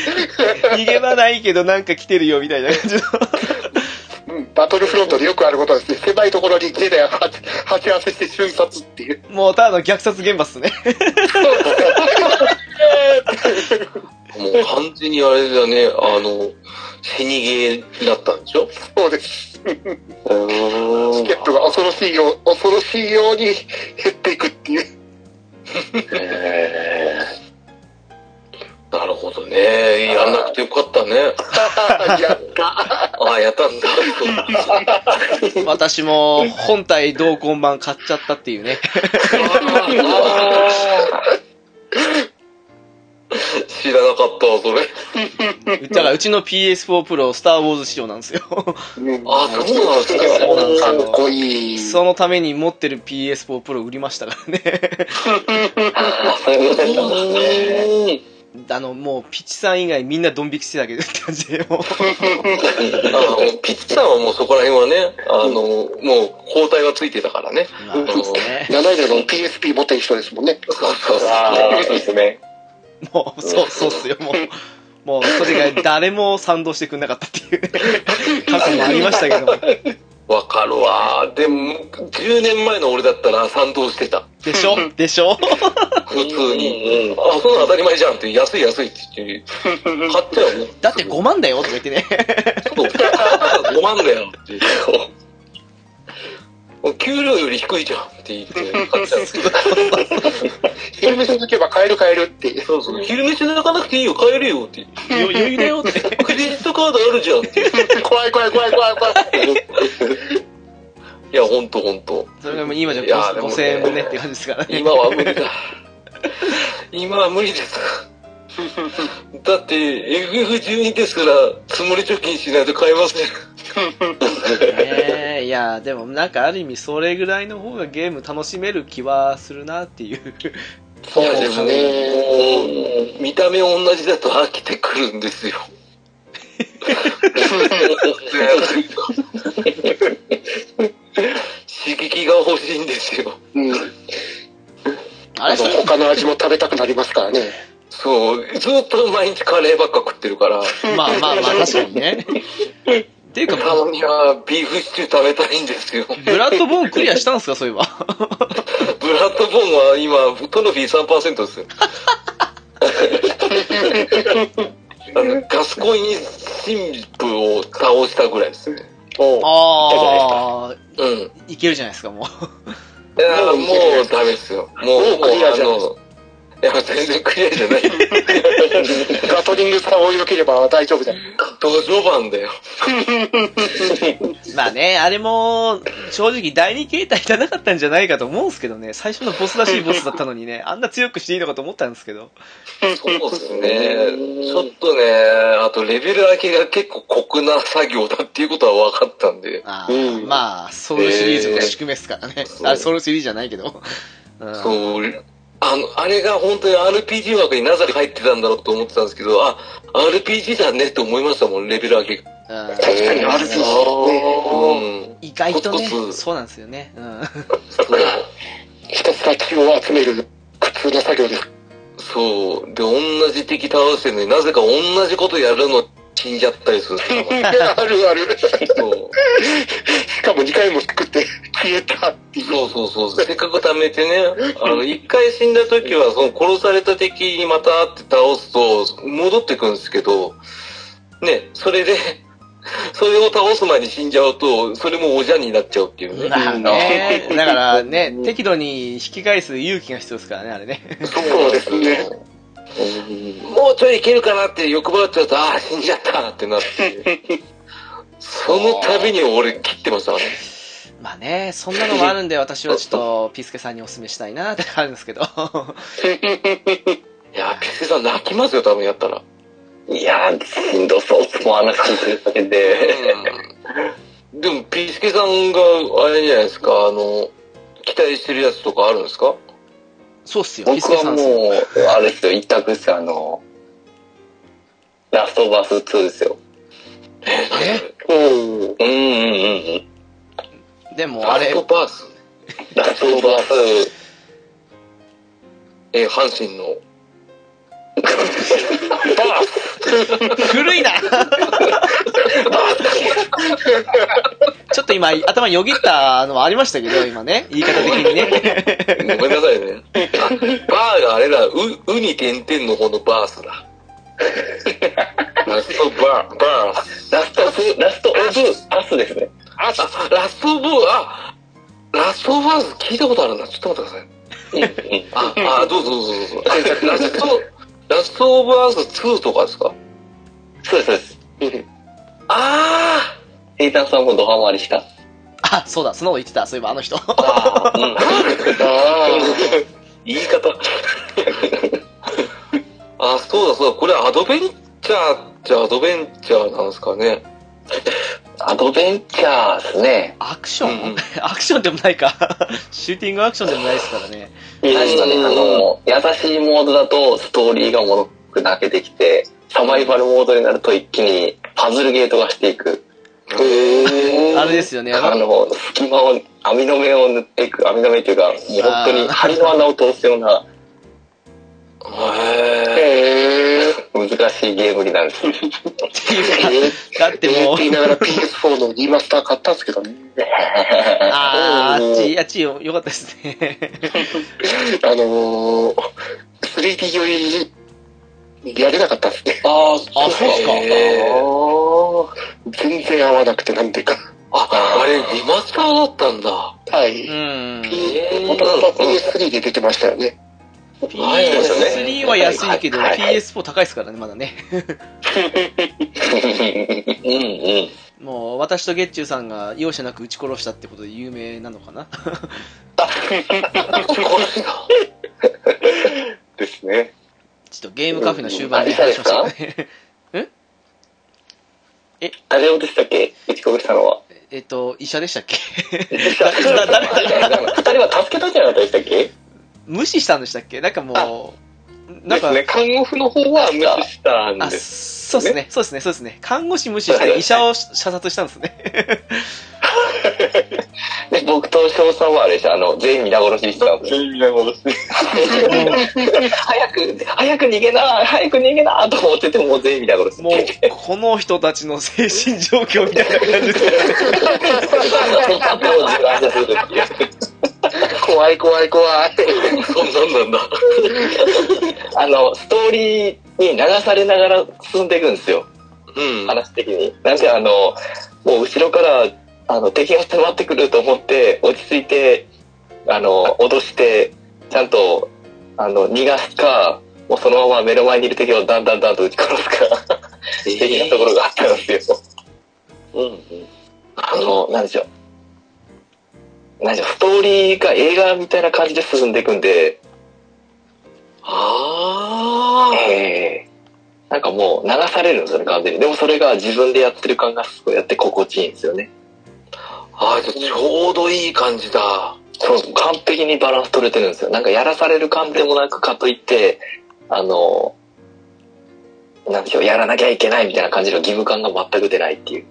A: 逃げ場ないけどなんか来てるよみたいな感じの。
G: うんバトルフロントでよくあることですね。狭いところにジェダイを鉢鉢合わせして瞬殺っていう。
A: もうただの虐殺現場っすね。
C: もう完全にあれだね、あの、死にゲーだったんでしょ
G: そうです。チケットが恐ろしいよう、恐ろしいように減っていくっていう。
C: なるほどね。やらなくてよかったね。
G: や
C: ああ、やっ たんだ。
A: 私も本体同梱版買っちゃったっていうね。
C: 知らなかったわ、それ。
A: だからうちの PS4 Pro スターウォーズ仕様なんですよ。
C: ああ、そうなんですか。
A: そうなんですよ
G: かっこいい。
A: そのために持ってる PS4 Pro 売りましたからね。 あの、もうピチさん以外みんなドン引きしてたけどって感じで、もう。
C: あのピッチさんはもうそこら辺はね、あの、もう交代がついてたからね。
A: まあそうですね。
G: 7年の PSP 持ってる人ですもんね。
C: そうそうそう。
E: ああ、そうですね。
A: もう、そう、そうっすよ、もう。もう、それが誰も賛同してくれなかったっていう ね、過去もありましたけども。
C: わかるわ。でも、10年前の俺だったら賛同してた。
A: でしょでしょ
C: 普通に。あ、そんなの当たり前じゃんって、安い安いって言って、買ったよね。
A: だって5万だよとか言ってね。
C: そう。5万だよって言って。給料より低いじゃんって言って買っちゃうんですけど。
G: 昼飯抜けば買える買えるっていう。
C: そうそう。昼飯抜かなくていいよ、買えるよって言って。
A: 余裕だよって。
C: クレジットカードあるじゃんって。
G: 怖い怖い怖い怖い怖い。
C: いや、ほんとほんと。
A: それがもう今じゃ
C: いやでもね
A: 5000円もねっていう感じですからね。
C: 今は無理だ。今は無理です。だって、FF12 ですから、積もり貯金しないと買えません。
A: ねえいや、でもなんかある意味それぐらいの方がゲーム楽しめる気はするなっていう。
G: そうですね。
C: もう見た目同じだと飽きてくるんですよ。 刺激が欲しいんですよ。
G: うん。あの、他の味も食べたくなりますからね。
C: そう、ずっと毎日カレーばっか食ってるから。
A: まあまあまあ、確かにね。っていうか、
C: たまにはビーフシチュー食べたいんですよ。
A: ブラッドボーンクリアしたんですか、そういえば。
C: ブラッドボーンは今、トロフィー3%ですよ。あのガスコイン神父を倒したぐらいですね。
A: ああ、
C: うん。
A: いけるじゃないですか、もう。
C: いやもうダメですよ。もう、
G: もうクリアじゃん
C: もうあのいや、全然クリアじゃない。
G: ガトリングさんをよければ大丈夫だよ。
C: ドジョバンだよ。
A: まあね、あれも、正直第二形態じゃなかったんじゃないかと思うんですけどね、最初のボスらしいボスだったのにね、 あんな強くしていいのかと思ったんですけど。
C: そうですね。ちょっとね、あとレベル上げが結構酷な作業だっていうことは分かったんで。
A: あーまあ、ソウルシリーズの宿命ですからね。
C: ー
A: あれソウルシリーズじゃないけど。うん
C: そう、あの、あれが本当に RPG 枠になぜ入ってたんだろうと思ってたんですけど、あ、RPG だねって思いましたもん、レベル上げ。あ
A: うん
G: 確かに RPG ね。
C: うん。
A: 意外とね
C: コツコ、ツ
A: そうなんですよね。うん
G: ひたすら血を集める苦痛な作業 です。
C: そう。で、同じ敵倒してるのになぜか同じことやるの死んじゃったりするんですよ。
G: あるある。
C: そう
G: しかも2回も作って消えたっていう。
C: そうそうそうそう。せっかく貯めてね、あの、一回死んだ時は、その殺された敵にまた会って倒すと、戻ってくるんですけど、ね、それで、 それを倒す前に死んじゃうと、それもおじゃになっちゃうっていうね。
A: まあね、だからね、適度に引き返す勇気が必要ですからね、あれね。
G: そうですね。
C: もうちょいいけるかなって欲張っちゃうと、ああ、死んじゃったってなって。 その度に俺切ってましたからね。
A: まあね、そんなのもあるんで、私はちょっと、ピスケさんにお勧めしたいなってあるんですけど。
C: いや、ピスケさん泣きますよ、多分やったら。
B: いやー、しんどそうっすもん、あの感じだけで。
C: うんでも、ピスケさんが、あれじゃないですか、あの、期待してるやつとかあるんですか
A: そうっすよ、ピス
B: 僕
A: ケ
B: は
A: さんっすよ。
B: もう、あれですよ、一択っすよ、あの、ラストバース2ですよ。
G: うん。
B: うんうんうんうん。
A: でも、あれ
C: ラス、トバース
B: ラストバース、
C: えー、阪神の。
A: 古いなちょっと今、頭よぎったのはありましたけど、今ね、言い方的にね。
C: ごめんなさいね。あバーがあれだ、う、うに点々の方のバースだ。ラストバー、バース。
B: ラストブ、ラストオブ、アスですね。
C: あ、ラストブー、あ、ラストバース聞いたことあるな。ちょっと待ってください。あ、あ、どうぞどうぞどうぞ。えラスト、ラストオブアース2とかですか
B: そうです、そうです。
C: あ
B: ヘイタンさんもドハマりした。
A: あ、そうだ、そのこと言ってた、そういえばあの人。
B: ああ、うん。
C: 言い方。あ、そうだそうだ。これアドベンチャーっちゃアドベンチャーなんですかね。
B: アドベンチャーですね。
A: アクション、
C: うんうん
A: アクションでもないか。シューティングアクションでもないですからね。
B: 確かね、あの、優しいモードだとストーリーがもろく泣けてきて、サバイバルモードになると一気にパズルゲートがしていく。
A: あれですよね。
B: あの、隙間を、網の目を塗っていく、網の目というか、もう本当に針の穴を通すような
C: へ
G: へえ。
B: 難しいゲームになるんです。
A: だっても
G: っ
A: う
G: て言い、ながら PS4 のリマスター買ったんですけどね。
A: あー、あっち、あっちよ、よかったですね。
G: あのー、3D よりやれなかったですね。
C: あ、
A: あ、そうっすか。
G: 全然合わなくてなんでか。
C: あ、あれ、リマスターだったんだ。
G: は
A: う
G: い。
A: ん。
G: 本当は PS3 で出てましたよね。
B: はいそうですよね
A: PS3 は安いけど、
B: はいはいはい
A: PS4 高いですからね、まだね。
B: うん
A: もう、私とゲッチューさんが容赦なく撃ち殺したってことで有名なのかな。
B: うん。ですね。
A: ちょっとゲームカフェの終盤で話しましょうかね。
B: あれをでしたっけ打ち込みしたのは。
A: えっと、医者でしたっけだ 誰だ
B: 二人は助けたんじゃなかったでしたっけ
A: 無視したんでしたっけなんかもう、なんか、
B: ですね、看護婦の方は無視したん
A: あ
B: です。
A: そうですね、そうですね、そうですね。看護師無視して医者を射殺したんですね。
B: で僕と翔さんはあれでしょ、あの、全員皆殺しにしたんです。全員皆殺し。 早く、早く逃げな、早く逃げなと思ってても、もう全員皆殺し。
A: もう、この人たちの精神状況みたいな 感じで。
J: 怖い怖い怖い。
C: そんなんなんだ。
B: あの、ストーリーに流されながら進んでいくんですよ。
C: うん。
B: 話的に。なんであの、もう後ろから、あの、敵が迫ってくると思って、落ち着いて、あの、脅して、ちゃんと、あの、逃がすか、もうそのまま目の前にいる敵をだんだんだんと撃ち殺すか、的なところがあったんですよ。うんうん。あの、なんでしょう。なんでしょう、ストーリーが映画みたいな感じで進んでいくんで、
C: ああ。
B: ええなんかもう流されるんですよね、完全に。でもそれが自分でやってる感がすごいやって心地いいんですよね。
C: ああ、じゃあちょうどいい感じだ。
B: そう、完璧にバランス取れてるんですよ。なんかやらされる感でもなくかといって、あの、なんでしょう、やらなきゃいけないみたいな感じの義務感が全く出ないっていう。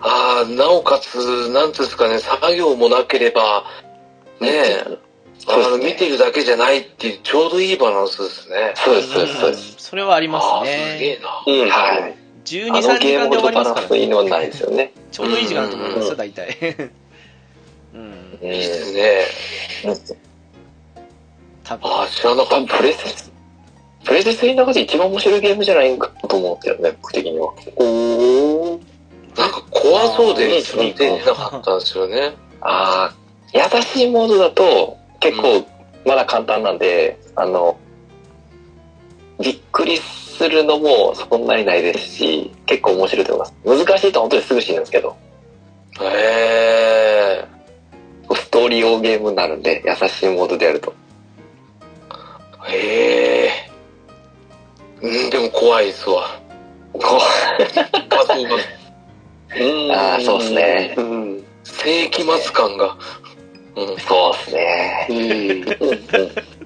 C: ああ、なおかつ、なんていうんですかね、作業もなければ、ねえ、
B: そうで
C: あ
B: す
C: の、
B: ね
C: 見てるだけじゃないっていう、ちょうどいいバランスですね。
B: そうです、そうです、そうです。
A: それはあります
C: ああ、すげ
A: ね。
C: え
B: う
C: な。
B: ん、はい。
A: 12、3
B: あの
A: 時
B: ゲー
A: 間
B: ム
A: で終わ
B: ほど
A: り
B: バ
A: ます
B: ラ
A: か
B: ン
A: ら
B: スいい
A: ね。
B: のはないですよね。
A: ちょうどいい時間だと思いますよ、大体。うん、
B: うん
C: いいですね。
A: 多分。
C: ああ、知らな
B: 多
C: かっ
B: 分プレス、プレス3の中で一番面白いゲームじゃないかと思うんですよね、僕的には。
J: おお。
C: た。なんか怖そうで、一番出てなかったんですよね。
B: ああ、優しいモードだと結構まだ簡単なんで、あの、びっくりするのもそんなにないですし、結構面白いと思います。難しいと本当にすぐ死ぬんですけど、
C: へえ。
B: ストーリー用ゲームになるんで、優しいモードでやると。
C: へえ。うん、でも怖いですわ。
B: こ
C: 画像が。
B: うああ、そうですね。
J: うん。
C: 世紀末感が。うん。
B: そうですね。
J: うん。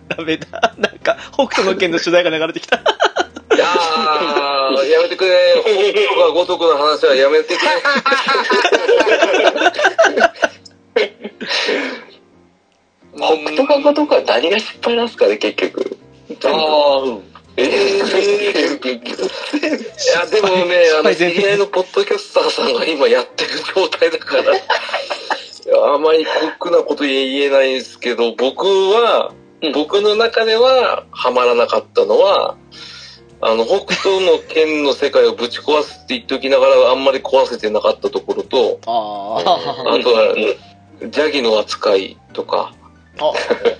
A: ダメだ。なんか、北斗の拳の主題が流れてき た。
C: いやー、やめてくれ。北斗が五徳の話はやめてくれ。
B: 北斗かとか何が失敗なんですかね、結局。
C: あー、
B: えー
C: いや、でもね、あの、知り合いのポッドキャスターさんが今やってる状態だから、いやあまり酷なこと言えないんですけど、僕は、僕の中ではハマらなかったのは、あの、北斗の剣の世界をぶち壊すって言っときながら、あんまり壊せてなかったところと、あ
A: あ
C: とは、邪気の扱いとか、
A: あ。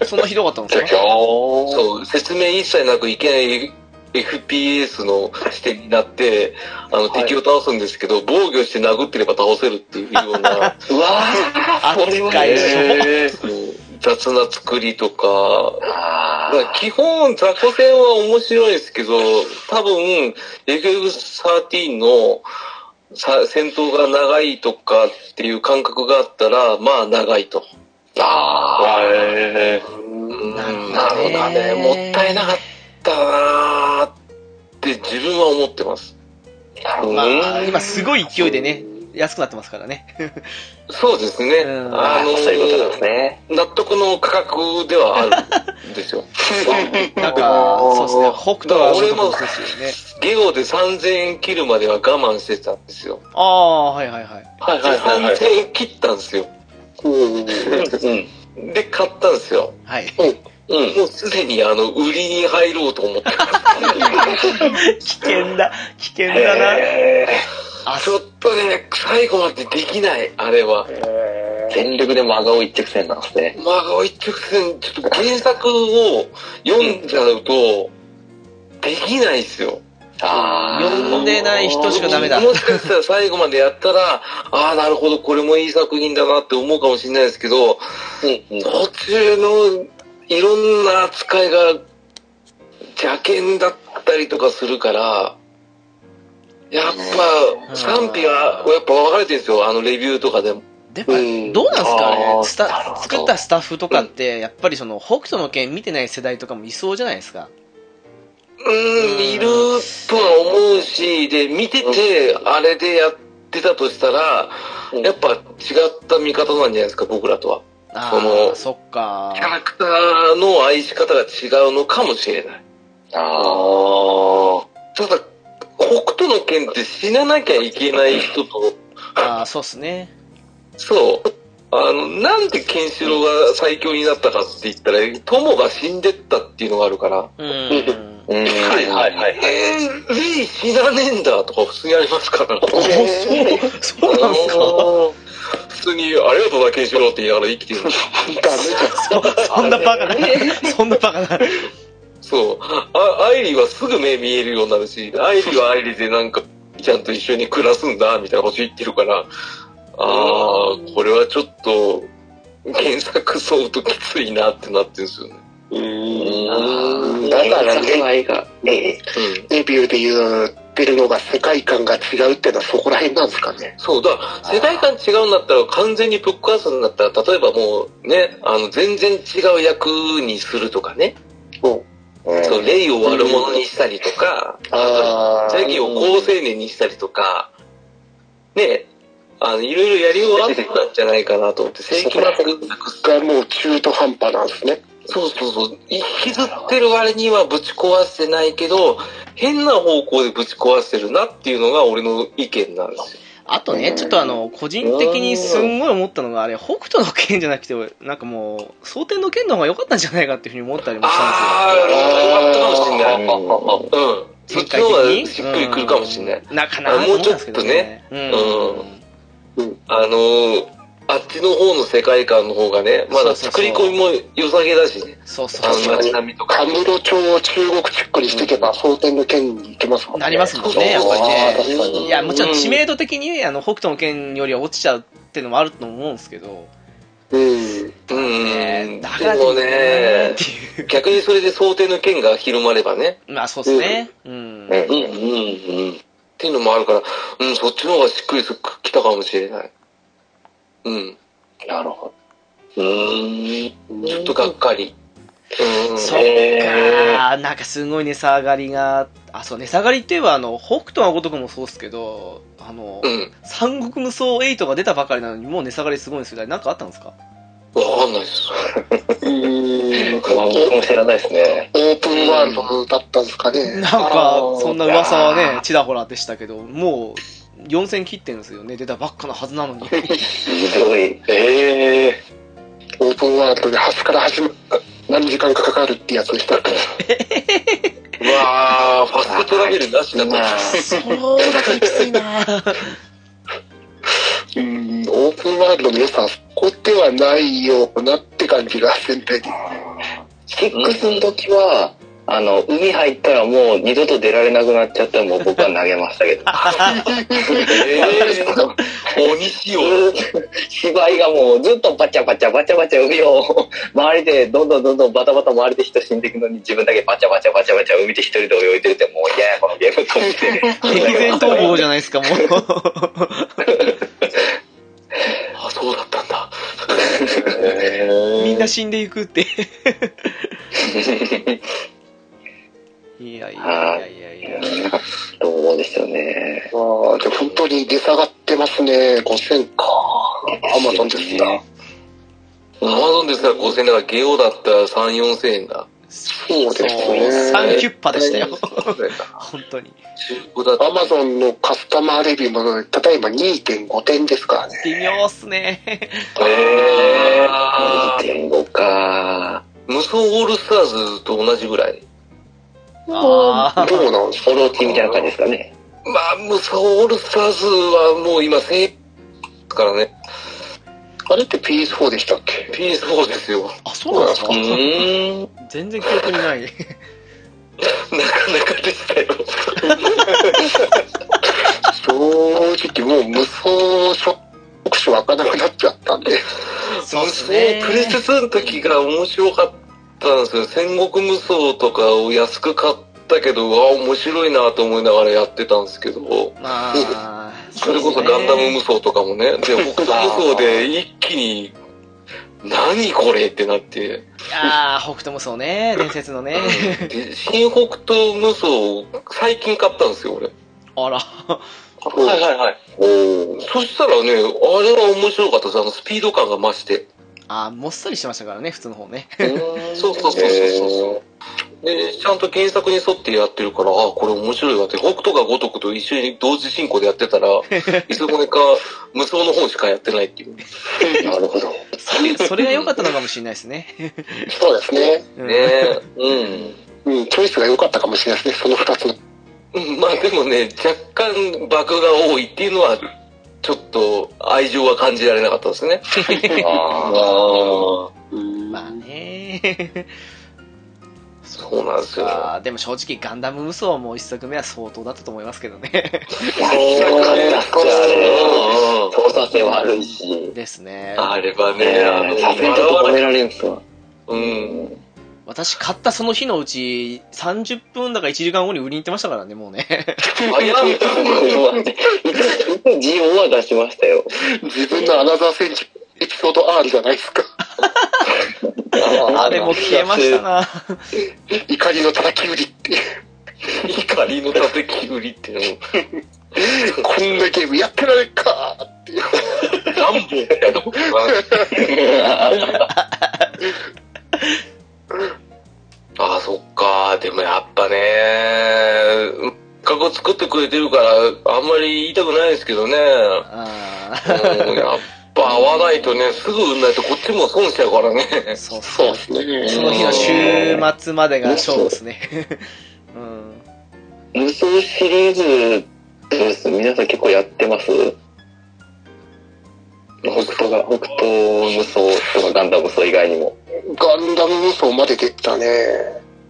A: そんなひどかったんですか
C: そう、説明一切なくいきなり FPS の視点になって、あの、敵を倒すんですけど、防御して殴ってれば倒せるっていうよう な、
B: うわ
A: 扱いしょ。
C: えー雑な作りとか、
B: あ
C: だから基本雑魚戦は面白いですけど、多分、FF13 のさ戦闘が長いとかっていう感覚があったら、まあ長いと。
B: ーあー。
C: うん
A: なるほどね
C: なるほどね。もったいなかったなーって自分は思ってます。
A: まあ、今すごい勢いでね、安くなってますからね。
C: そうですね。
A: うん
C: あのー
B: そういうことなんですね。
C: 納得の価格ではあるんですよ。
A: なんか、そうですね、北斗は
C: 俺も
A: そうですよね。
C: ゲオで3000円切るまでは我慢してたんですよ。
A: ああ、はいはいはい。
C: はいはいはい、3000円切ったんですよ。で、買ったんですよ。
A: はい。
C: もうすでにあの、売りに入ろうと思ってます。
A: 危険だ、危険だな。あ
C: ちょっとね、最後までできない、あれは。
B: 全力で真顔一直線なんですね。
C: まあ、一直線、ちょっと原作を読んじゃうと、できないですよ。
B: あー
A: 読んでない人しかダメだ。
C: もしかしたら最後までやったら、ああ、なるほど、これもいい作品だなって思うかもしれないですけど、途中のいろんな扱いが邪険だったりとかするから、やっ
A: うん
C: ぱ賛否はやっぱ分かれてるんですよ、あのレビューとかでも。
A: でも、どうなんですかねス
B: なる
A: タ
B: ほど
A: 作ったスタッフとかって、やっぱりその、北斗の拳見てない世代とかもいそうじゃないですか。
C: うん、いるとは思うし、で、見てて、あれでやってたとしたら、やっぱ違った見方なんじゃないですか、僕らとは。
A: あ
C: その
A: あ、そっか
C: キ。ャラクターの愛し方が違うのかもしれない。ああ。ただ、北斗の剣って死ななきゃいけない人と、
A: ああ、そうっすね。
C: そう。あの、なんでケンシロウが最強になったかって言ったら、友が死んでったっていうのがあるから、
A: うん。
C: はいはいはい。えー、レイ死なねえんだとか普通にありま すから。
A: そうなんすか
C: 普通に、ありがとうな、ケンシロウって言いながら生きてるんだ
A: そそんなバカな。 そんなバカな。
C: そう。あ、アイリーはすぐ目見えるようになるし、アイリーはアイリーでなんか、ちゃんと一緒に暮らすんだ、みたいなこと言ってるから、あー、これはちょっと、原作沿うときついなってなってるんですよね。
G: うんだからね、ねレビューで言ってるのが世界観が違うってのはそこら辺なんですかね。
C: そう、だから世界観違うんだったら完全にぶっ壊すんだったら、例えばもうね、あの、全然違う役にするとかね。
G: お
C: そう、レイを悪者にしたりとか、
G: あ
C: ジャギーを好青年にしたりとか、ね、あの、いろいろやりようあったんじゃないかなと 思って、正規末なくす。
G: がもう中途半端なんですね。
C: そうそうそう。引きずってる割にはぶち壊してないけど、変な方向でぶち壊してるなっていうのが俺の意見なんですよ。
A: あとね、ちょっとあの、個人的にすんごい思ったのが、あれ、北斗の剣じゃなくて、なんかもう、蒼天の剣の方が良かったんじゃないかっていうふうに思ったりもしたんですよ。
C: あー、よかったかもしれない。うん。そっ
A: 展
C: ち
A: 開的
C: の方
A: に
C: がしっくりくるかもしれない。
A: うんなかなと
C: あも
A: 思
C: う
A: っ
C: ち
A: たん
C: ょ
A: で
C: っ
A: すけ
C: と
A: ど
C: ね
A: ね。
C: うんあのー、あっちの方の世界観の方がね、まだ作り込みも良さげだしね。
A: そうそう
C: あ
A: そ
C: の街並みとか。
G: カムロ町を中国チックにしていけば、蒼天の剣に行けますもん
A: う。
G: ね。
A: なりますもんね、やっぱり
G: あー確か
A: ね。
G: に
A: いや、もちろん知名度的に、あの、北斗の剣よりは落ちちゃうっていうのもあると思うんですけど。
G: うん。
C: うん。
A: だから
C: でもね
A: っ、ていう。
C: 逆にそれで想定の剣が広まればね。
A: まあ、そうですね。うん。
C: うんうんうん。っていうのもあるから、うん、そっちの方がしっくりきたかもしれない。うん。
K: なるほ
C: うーん。ちょっとがっかり。うん。
A: そっかー、なんかすごい値下がりが、あ、そう、値下がりって言えば、あの、北斗のごとくもそうっすけど、あの、
C: うん。
A: 三国無双8が出たばかりなのに、もう値下がりすごいんですよ。あれなんかあったんですか
C: わかんないです。
G: うん。
B: 僕も知らないですね。
G: オープンワールドだったんですか
A: な
G: ね。
A: んか、そんな噂はね、ちらほらでしたけど、もう、4000切ってんですよね。出たばっかのはずなのに。
B: すごい。
K: ええ
G: オープンワールドで端から始ま何時間かかかるってやつでしたっけ
C: うわー、ファストトラベルなしだと。
A: そうだからきついな
G: うん、オープンワールドの良さはそこではないようなって感じが全体的に。
B: 6の時は、あの、海入ったらもう二度と出られなくなっちゃったらもう僕は投げましたけど。
C: えー、鬼仕様。
B: 芝居がもうずっとバチャバチャバチャバチャ海を周りでどんどんどんどんバタバタ回りで人死んでいくのに自分だけバチャバチャバチャバチャ海で一人で泳いでるってもう嫌やこのゲームと思って。
A: 激戦逃亡じゃないですか、もう。
C: あ、そうだったんだ。
A: みんな死んでいくって。いやいやいやいやいや。
B: どうでしょうね。
G: ああ、で本当に出下がってますね。5000か。アマゾンでした。
C: アマゾンですから5000円だから、ゲオだったら3、4000円だ。
G: そうですね。
A: サンキュッパでしたよ。
C: 中
A: 本当に。
C: 古だ
G: アマゾンのカスタマーレビューも、ただいま2.5点ですからね。
A: 微妙っすね。
C: えー
B: 2.5か。
C: 無双オールスターズと同じぐらい。
A: ああ。
G: どうなんですか
B: ソロチみたいな感じですかね。
C: まあ、無双オールスターズはもう今1000円ですからね。
G: あれって PS4 でしたっけ
C: PS4 ですよ。
A: あ、そうなんですか
C: うーん。な
A: 全然記憶にない。
C: かなかでしたよ。
G: 正直もう無双ショックショわからなくなっちゃったんで。
A: そうっ
C: 無
A: す
C: 双、
A: ね
C: プレステ2の時が面白かったんですよ。戦国無双とかを安く買ったけど、ああ、面白いなと思いながらやってたんですけど。
A: まあ、
C: それこそガンダム無双とかもね、で、北斗無双で一気に何これってなって。
A: ああ、北斗無双ね、伝説のね。
C: 新北斗無双、最近買ったんですよ、俺。
A: あら。
C: はいはいはい。おそしたらね、あれは面白かったです。あの、スピード感が増して。
A: ああ、もっさりしてましたからね、普通の方ね。
C: そうそうそうそうそう。で、ちゃんと原作に沿ってやってるから、ああ、これ面白いわって、北斗が如くと一緒に同時進行でやってたら、いつの間にか無双の方しかやってないっていう。
A: なるほど。それが良かったのかもしれないですね。
G: そうですね。。
C: ねうん
G: うん、チョイスが良かったかもしれないですね、その二つの。
C: まあでもね、若干爆が多いっていうのは、ちょっと愛情は感じられなかったですね。
A: ああ。まあ ね。
C: そうなんですよ。
A: でも正直、ガンダム無双も一作目は相当だったと思いますけどね。
B: そうだ操作性悪いし。
A: ですね。
C: あればね、あの、
B: さすがに止められんすわ。
C: うん。
A: 私買ったその日のうち30分だか1時間後に売りに行ってましたからね、もうね。
B: 早 いと思うわ。GO は出しましたよ。
G: 自分のアナザーセンチエピソード R じゃないですか。
A: あれも消えましたな。
G: 怒りの叩き売りって。
C: 怒りの叩き売りっての。
G: こんなゲームやってられっかっていう。
C: 何本やろああ、そっか。でもやっぱね、過去作ってくれてるから、あんまり言いたくないですけどね。あうん、やっぱ合わないとね、すぐ売んないとこっちも損しちゃうからね。
A: そうそうですね。その日の週末までが勝負ですね。
B: うん。無双シリーズ、どうです皆さん結構やってます北斗が、北斗無双とかガンダム無双以外にも。
G: ガンダム無双まで出たね。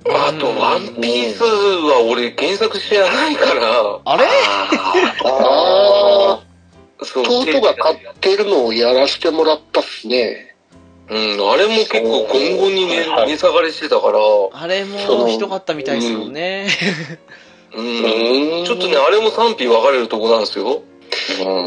C: あと、ワンピースは俺原作知らないから。
A: あれ
G: ああ。弟が買ってるのをやらせてもらったっすね。
C: うん、あれも結構ゴンゴンに値下がりしてたから。
A: あれもひどかったみたいですもんね。
C: うん、ちょっとね、あれも賛否分かれるとこなんですよ。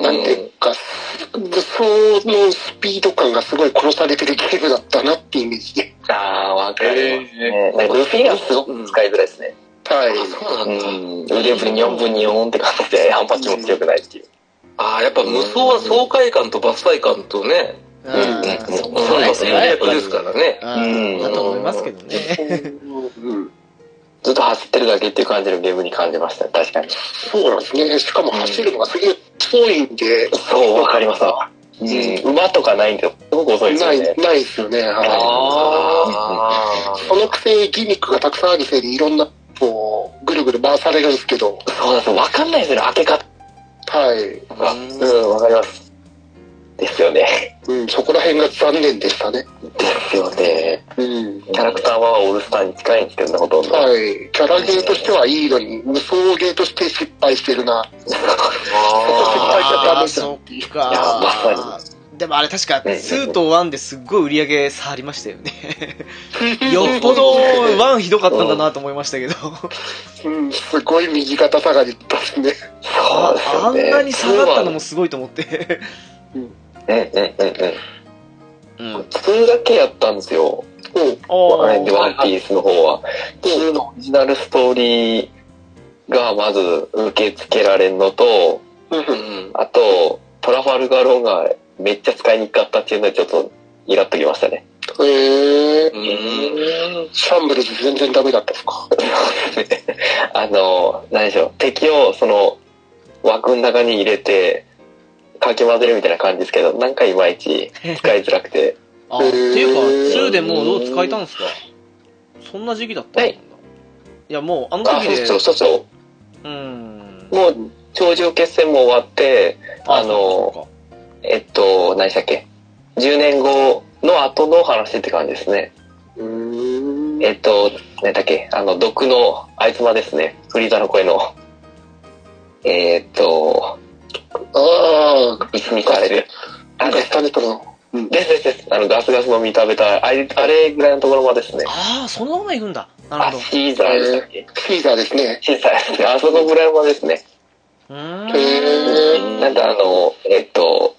G: なんていうか、そのスピード感がすごい殺されてるゲームだったなってイメージで。
B: ああ、わかる。えー、ルフィがすごく使いづらいですね。
G: はい。
B: うん。腕振り4分2本って感じで、反発も強くないっていう。
C: ああ、やっぱ無双は爽快感と伐採感とね、うん、そうですね。ですからね。
A: うん。だと思いますけどね。
B: ずっと走ってるだけっていう感じのゲームに感じました確かに。
G: そうなんですね。しかも走るのがすげえ遅いんで。
B: そう、わかりますわ。うん、馬とかないんですよ。すごく遅いですよね。
G: ない、ないですよね。ああ。そのくせ、ギミックがたくさんあるせいで、いろんな、こう、ぐるぐる回されるんですけど。
B: そうなんですよ。わかんないですよね、開け方。
G: はい。
B: うん、わかります。ですよね。
G: うん、そこら辺が残念でしたね。
B: ですよね。
G: うん。
B: キャラクターはオールスターに近いんですけどね、ほとん ど。
G: はい。キャラゲーとしてはいいのに、無双ゲーとして失敗してるな。あ失敗しちゃダメじゃん。
A: いや、まさに。でもあれ確か2と1ですっごい売り上げ差ありましたよ ね。よっぽど1ひどかったんだなと思いましたけど。
G: うん、すごい右肩下がりだす ね。
A: ああんなに下がったのもすごいと思って。
B: うんうんうんうんうん。2だけやったんですよ。うん。あれでワンピースの方は。2のオリジナルストーリーがまず受け付けられんのと、あと、トラファルガロンがめっちゃ使いにくかったっていうのでちょっとイラっときましたね。
G: へえ。シャンブルズ全然ダメだったですか
B: あの、何でしょう。敵をその枠の中に入れて、かき混ぜるみたいな感じですけど、なんかいまいち使いづらくて。
A: あ、っていうか、2でもうどう使えたんですかそんな時期だったんだ。いや、もうあの時で。。
B: そうそうそう
A: うん。
B: もう、頂上決戦も終わって、あの、えっと、何でしたっけ ?10 年後の後の話って感じですね。えっと、何だっけあの、毒のあいつまですね。フリーザの声の。えっと、
G: ああ、
B: いつ見たれる。
G: あれ、食べたの。
B: ですですです。あの、ガスガスの見たべた、あれ、あれぐらいのところまでですね。
A: ああ、そのまま行くんだ。なるほど。
B: シーザーでしたっけ
G: シーザーですね。
B: シーザーですね。あそこぐらいまでですね。
A: へ
B: え。なんかあの、えっと、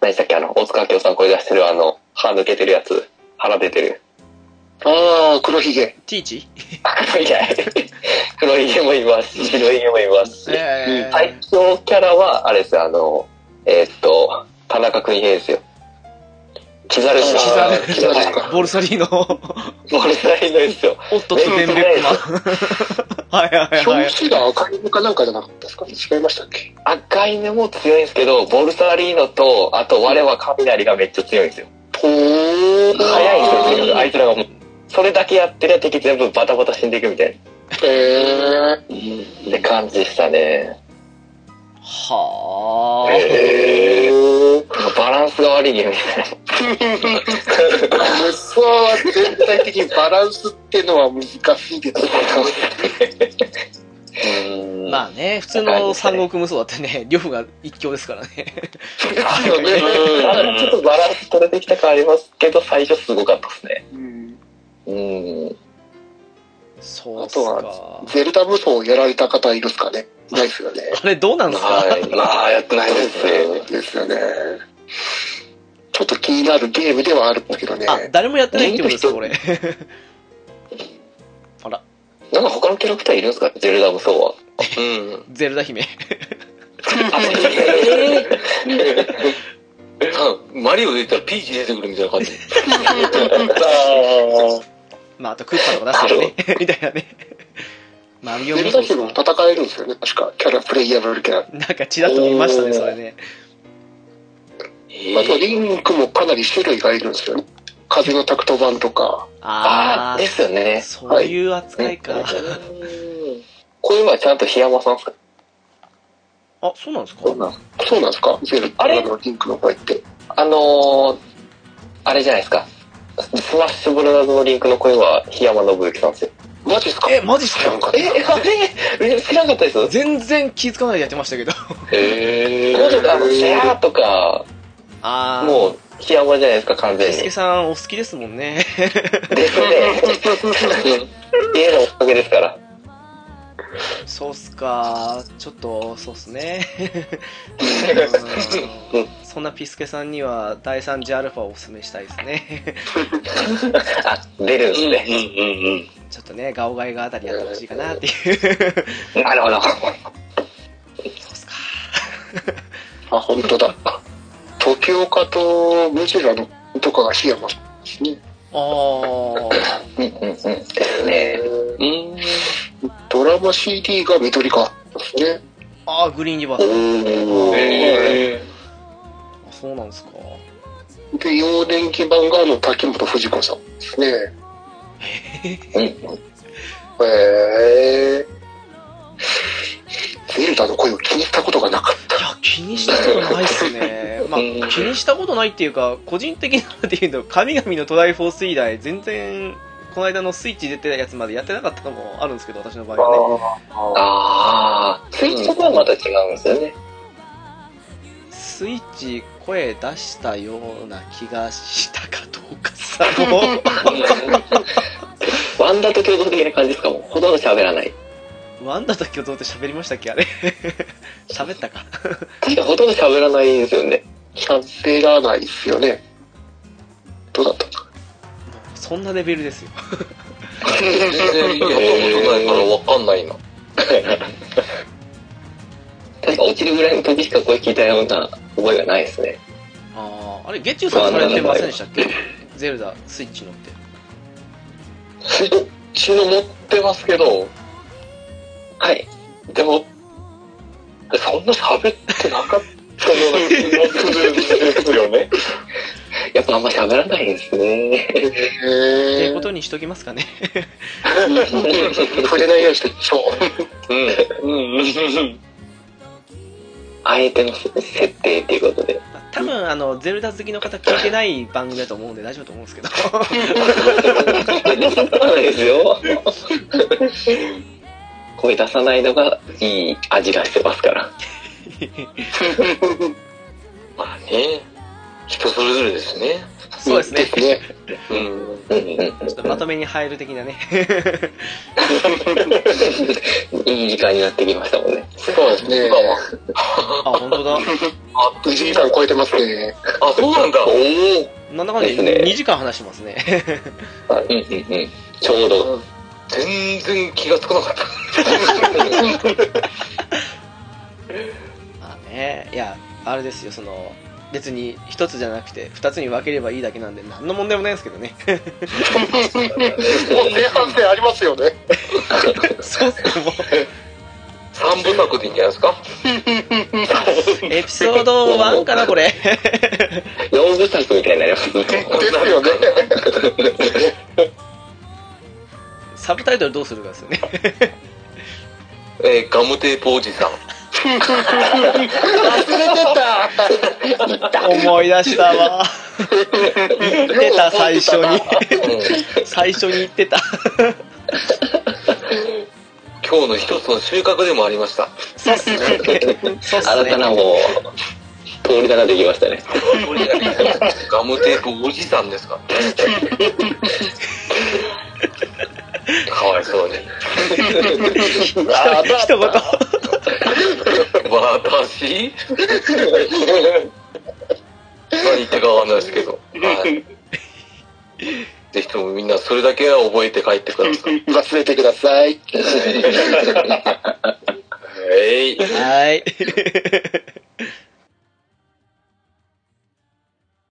B: 何でしたっけ、あの、大塚明夫さん声出してるあの、歯抜けてるやつ。腹出てる。
G: ああ、黒ひげ。
A: ティーチ
B: 黒ひげ。黒ひげもいますし、白ひげもいますし。最強キャラは、あれですよ、あの、えーっと、田中君平ですよ。キザルさん。
A: キザルさん。ボルサリーノ。
B: ボルサリーノですよ。
A: おっと、ツーベンベックマン。はいはいはいはい。
G: 表紙が赤犬かなんかじゃなかったですか違いましたっけ
B: 赤犬も強いんですけど、ボルサリーノと、あと我は雷がめっちゃ強いんですよ。
G: ほー。
B: 早いんですよ強いのが、あいつらがもう、それだけやってりゃ敵全部バタバタ死んでいくみたい
G: へえ。
B: な。って感じでしたね。
A: はあ。
B: へー。バランスが悪いゲームみたいな。
G: 無双は全体的にバランスってのは難しいですね。
A: まあね、普通の三国無双だってね、両夫が一強ですからね。
G: ですよね。
B: うんちょっとバランス取れてきた感ありますけど、最初すごかったですね。
G: うん
B: うん。
A: そうっ
G: あ
A: す
G: と
A: か
G: は。、ゼルダ無双をやられた方いるっすかねないっすよね。
A: あれどうなんですか
B: い。まあ、やってないですね。
G: ですよね。ちょっと気になるゲームではあるんですけどね。
A: あ、誰もやってないってことですか、これ。 あら、
B: なんか他のキャラクターいるんですかゼルダもそうは。うん。
A: ゼルダ姫。
C: マリオ出たらピーチ出てくるみたいな感じ。
A: まあ、あとクッパとか出して るね。みたいなね。マリオ
G: ゼ
A: 無
G: ルダ
A: 双
G: ヒーローも戦えるんですよね。確か、キャラ、プレイヤブルキャラ。
A: なんかちらっと見ましたね、それね。
G: あと、リンクもかなり種類がいるんですよね。風のタクト版とか。
A: あ
B: ああ、
A: ー
B: ですよね。
A: そういう扱いか。
B: こういうのはちゃんと檜山さんですか
A: あ、そうなんですか
G: そうなんですかゼル
B: あ
G: ダ
B: れ
G: のリンクの声って。
B: あのー、あれじゃないですか。スマッシュブラザーズのリンクの声は檜山信之さんですよ。
G: マジっすか
A: え、マジっす
G: 知ら
A: か
G: んかった
B: え、あれ知らなかったですもう
A: 全然気づかないでやってま したけど。
C: へ
B: ちょっとあの、シャーとか、
A: あー。
B: もう、檜山じゃないですか、完全
A: ピ
B: に。
A: スケ
B: です
A: さんお好きですもんね。
B: ね。家のおかげですから。
A: そうっすか。ちょっと、そうっすね。うんそんなピスケさんには第3次アルファをおすすめしたいですね。
B: あ、出るんですね。
A: ちょっとね、ガオガイガあたりやってほしいかなっていう。
B: なるほど。
A: そうっすか。
G: あ、本 当だ。時岡とムジュラのとかが檜山ですね。
A: あー。
B: うんうんうん。ですね。
G: ドラマ CD が緑か。ですね。
A: あー、グリーンリバース。あそうなんですか。
G: で、幼年期版があの、滝本藤子さんですね。へえ。ゼルダの声を気にしたことがなかっ
A: いや、気にしたことないっすね。 まあ、気にしたことないっていうか、個人的なので言うと、神々のトライフォース以来、全然、この間のスイッチ出てたやつまでやってなかったのもあるんですけど、私の場合はね。
B: あー、スイッチとかはまた違うんですよね。
A: スイッチ声出したような気がしたかどうかさ、も う
B: ワンダと共同的な感じですかもうほとんど喋らない。
A: ワンダと共同って喋りましたっけあれ。 喋ったか。
B: 確かほとんど喋らないですよね。
G: た。喋らないですよね。どうだったか。
A: そんなレベルですよ。
C: 全然やったことないからわかんないな。
B: 確か落ちるぐらいの時しか声聞いたような覚えがないですね。
A: あーあれ、ゲッチューさんされてませんでしたっけゼルダ、スイッチのって。
C: スイッチの持ってますけど、
B: はい。
C: でも、そんな喋ってなかったような気がするんですよね。
B: やっぱあんま喋らないですね。
G: へ
A: っ
G: え
A: てことにしときますかね。
G: 触れないようにして、そう。
C: うん。
B: あえての設定っていうことで。
A: 多分あのゼルダ好きの方聞いてない番組だと思うんで大丈夫と思うんですけど
B: 出さないですよ。声出さないのがいい味がしてますから。
C: まあね、人それぞれですね。
A: そうですね
G: ね。
C: うん。
B: うんうん
A: ちょっとまとめに入る的 なね
B: うん。いい時間になってきましたもんね。
G: そうですね。
A: あ本当だ
G: 藤井さん超えてますね。
C: あ、そうなんだ。おお。
A: なんだかんだ2時間話してますね。
B: うんうんうん。ちょうど。
C: 全然気がつかなかった。
A: まあね、いや、あれですよ、その、別に一つじゃなくて二つに分ければいいだけなんで、何の問題もないんですけどね。
G: もう前半戦ありますよ ね。
A: そうっすね、もう。
C: 三部作でいいんじゃないですか
A: エピソード1かな、これ。
B: 四部作みたいになりますね。
G: ですよね。
A: サブタイトルどうするかですよね。
C: えーガムテープおじさん。
G: 忘れてた。
A: 思い出したわ。言ってた、最初に。最初に言ってた。
C: 今日の一つの収穫でもありました。
A: そうっ すね。そうっす
B: 新たな
A: ね。
B: もう、通りができましたね。
C: ガムテープおじさんですか かわいそうに。
A: 一言。
C: 私 何言ったかわかんないですけど。はい。ぜひともみんなそれだけは覚えて帰ってください。
G: 忘れてください。
C: はい。
A: はい。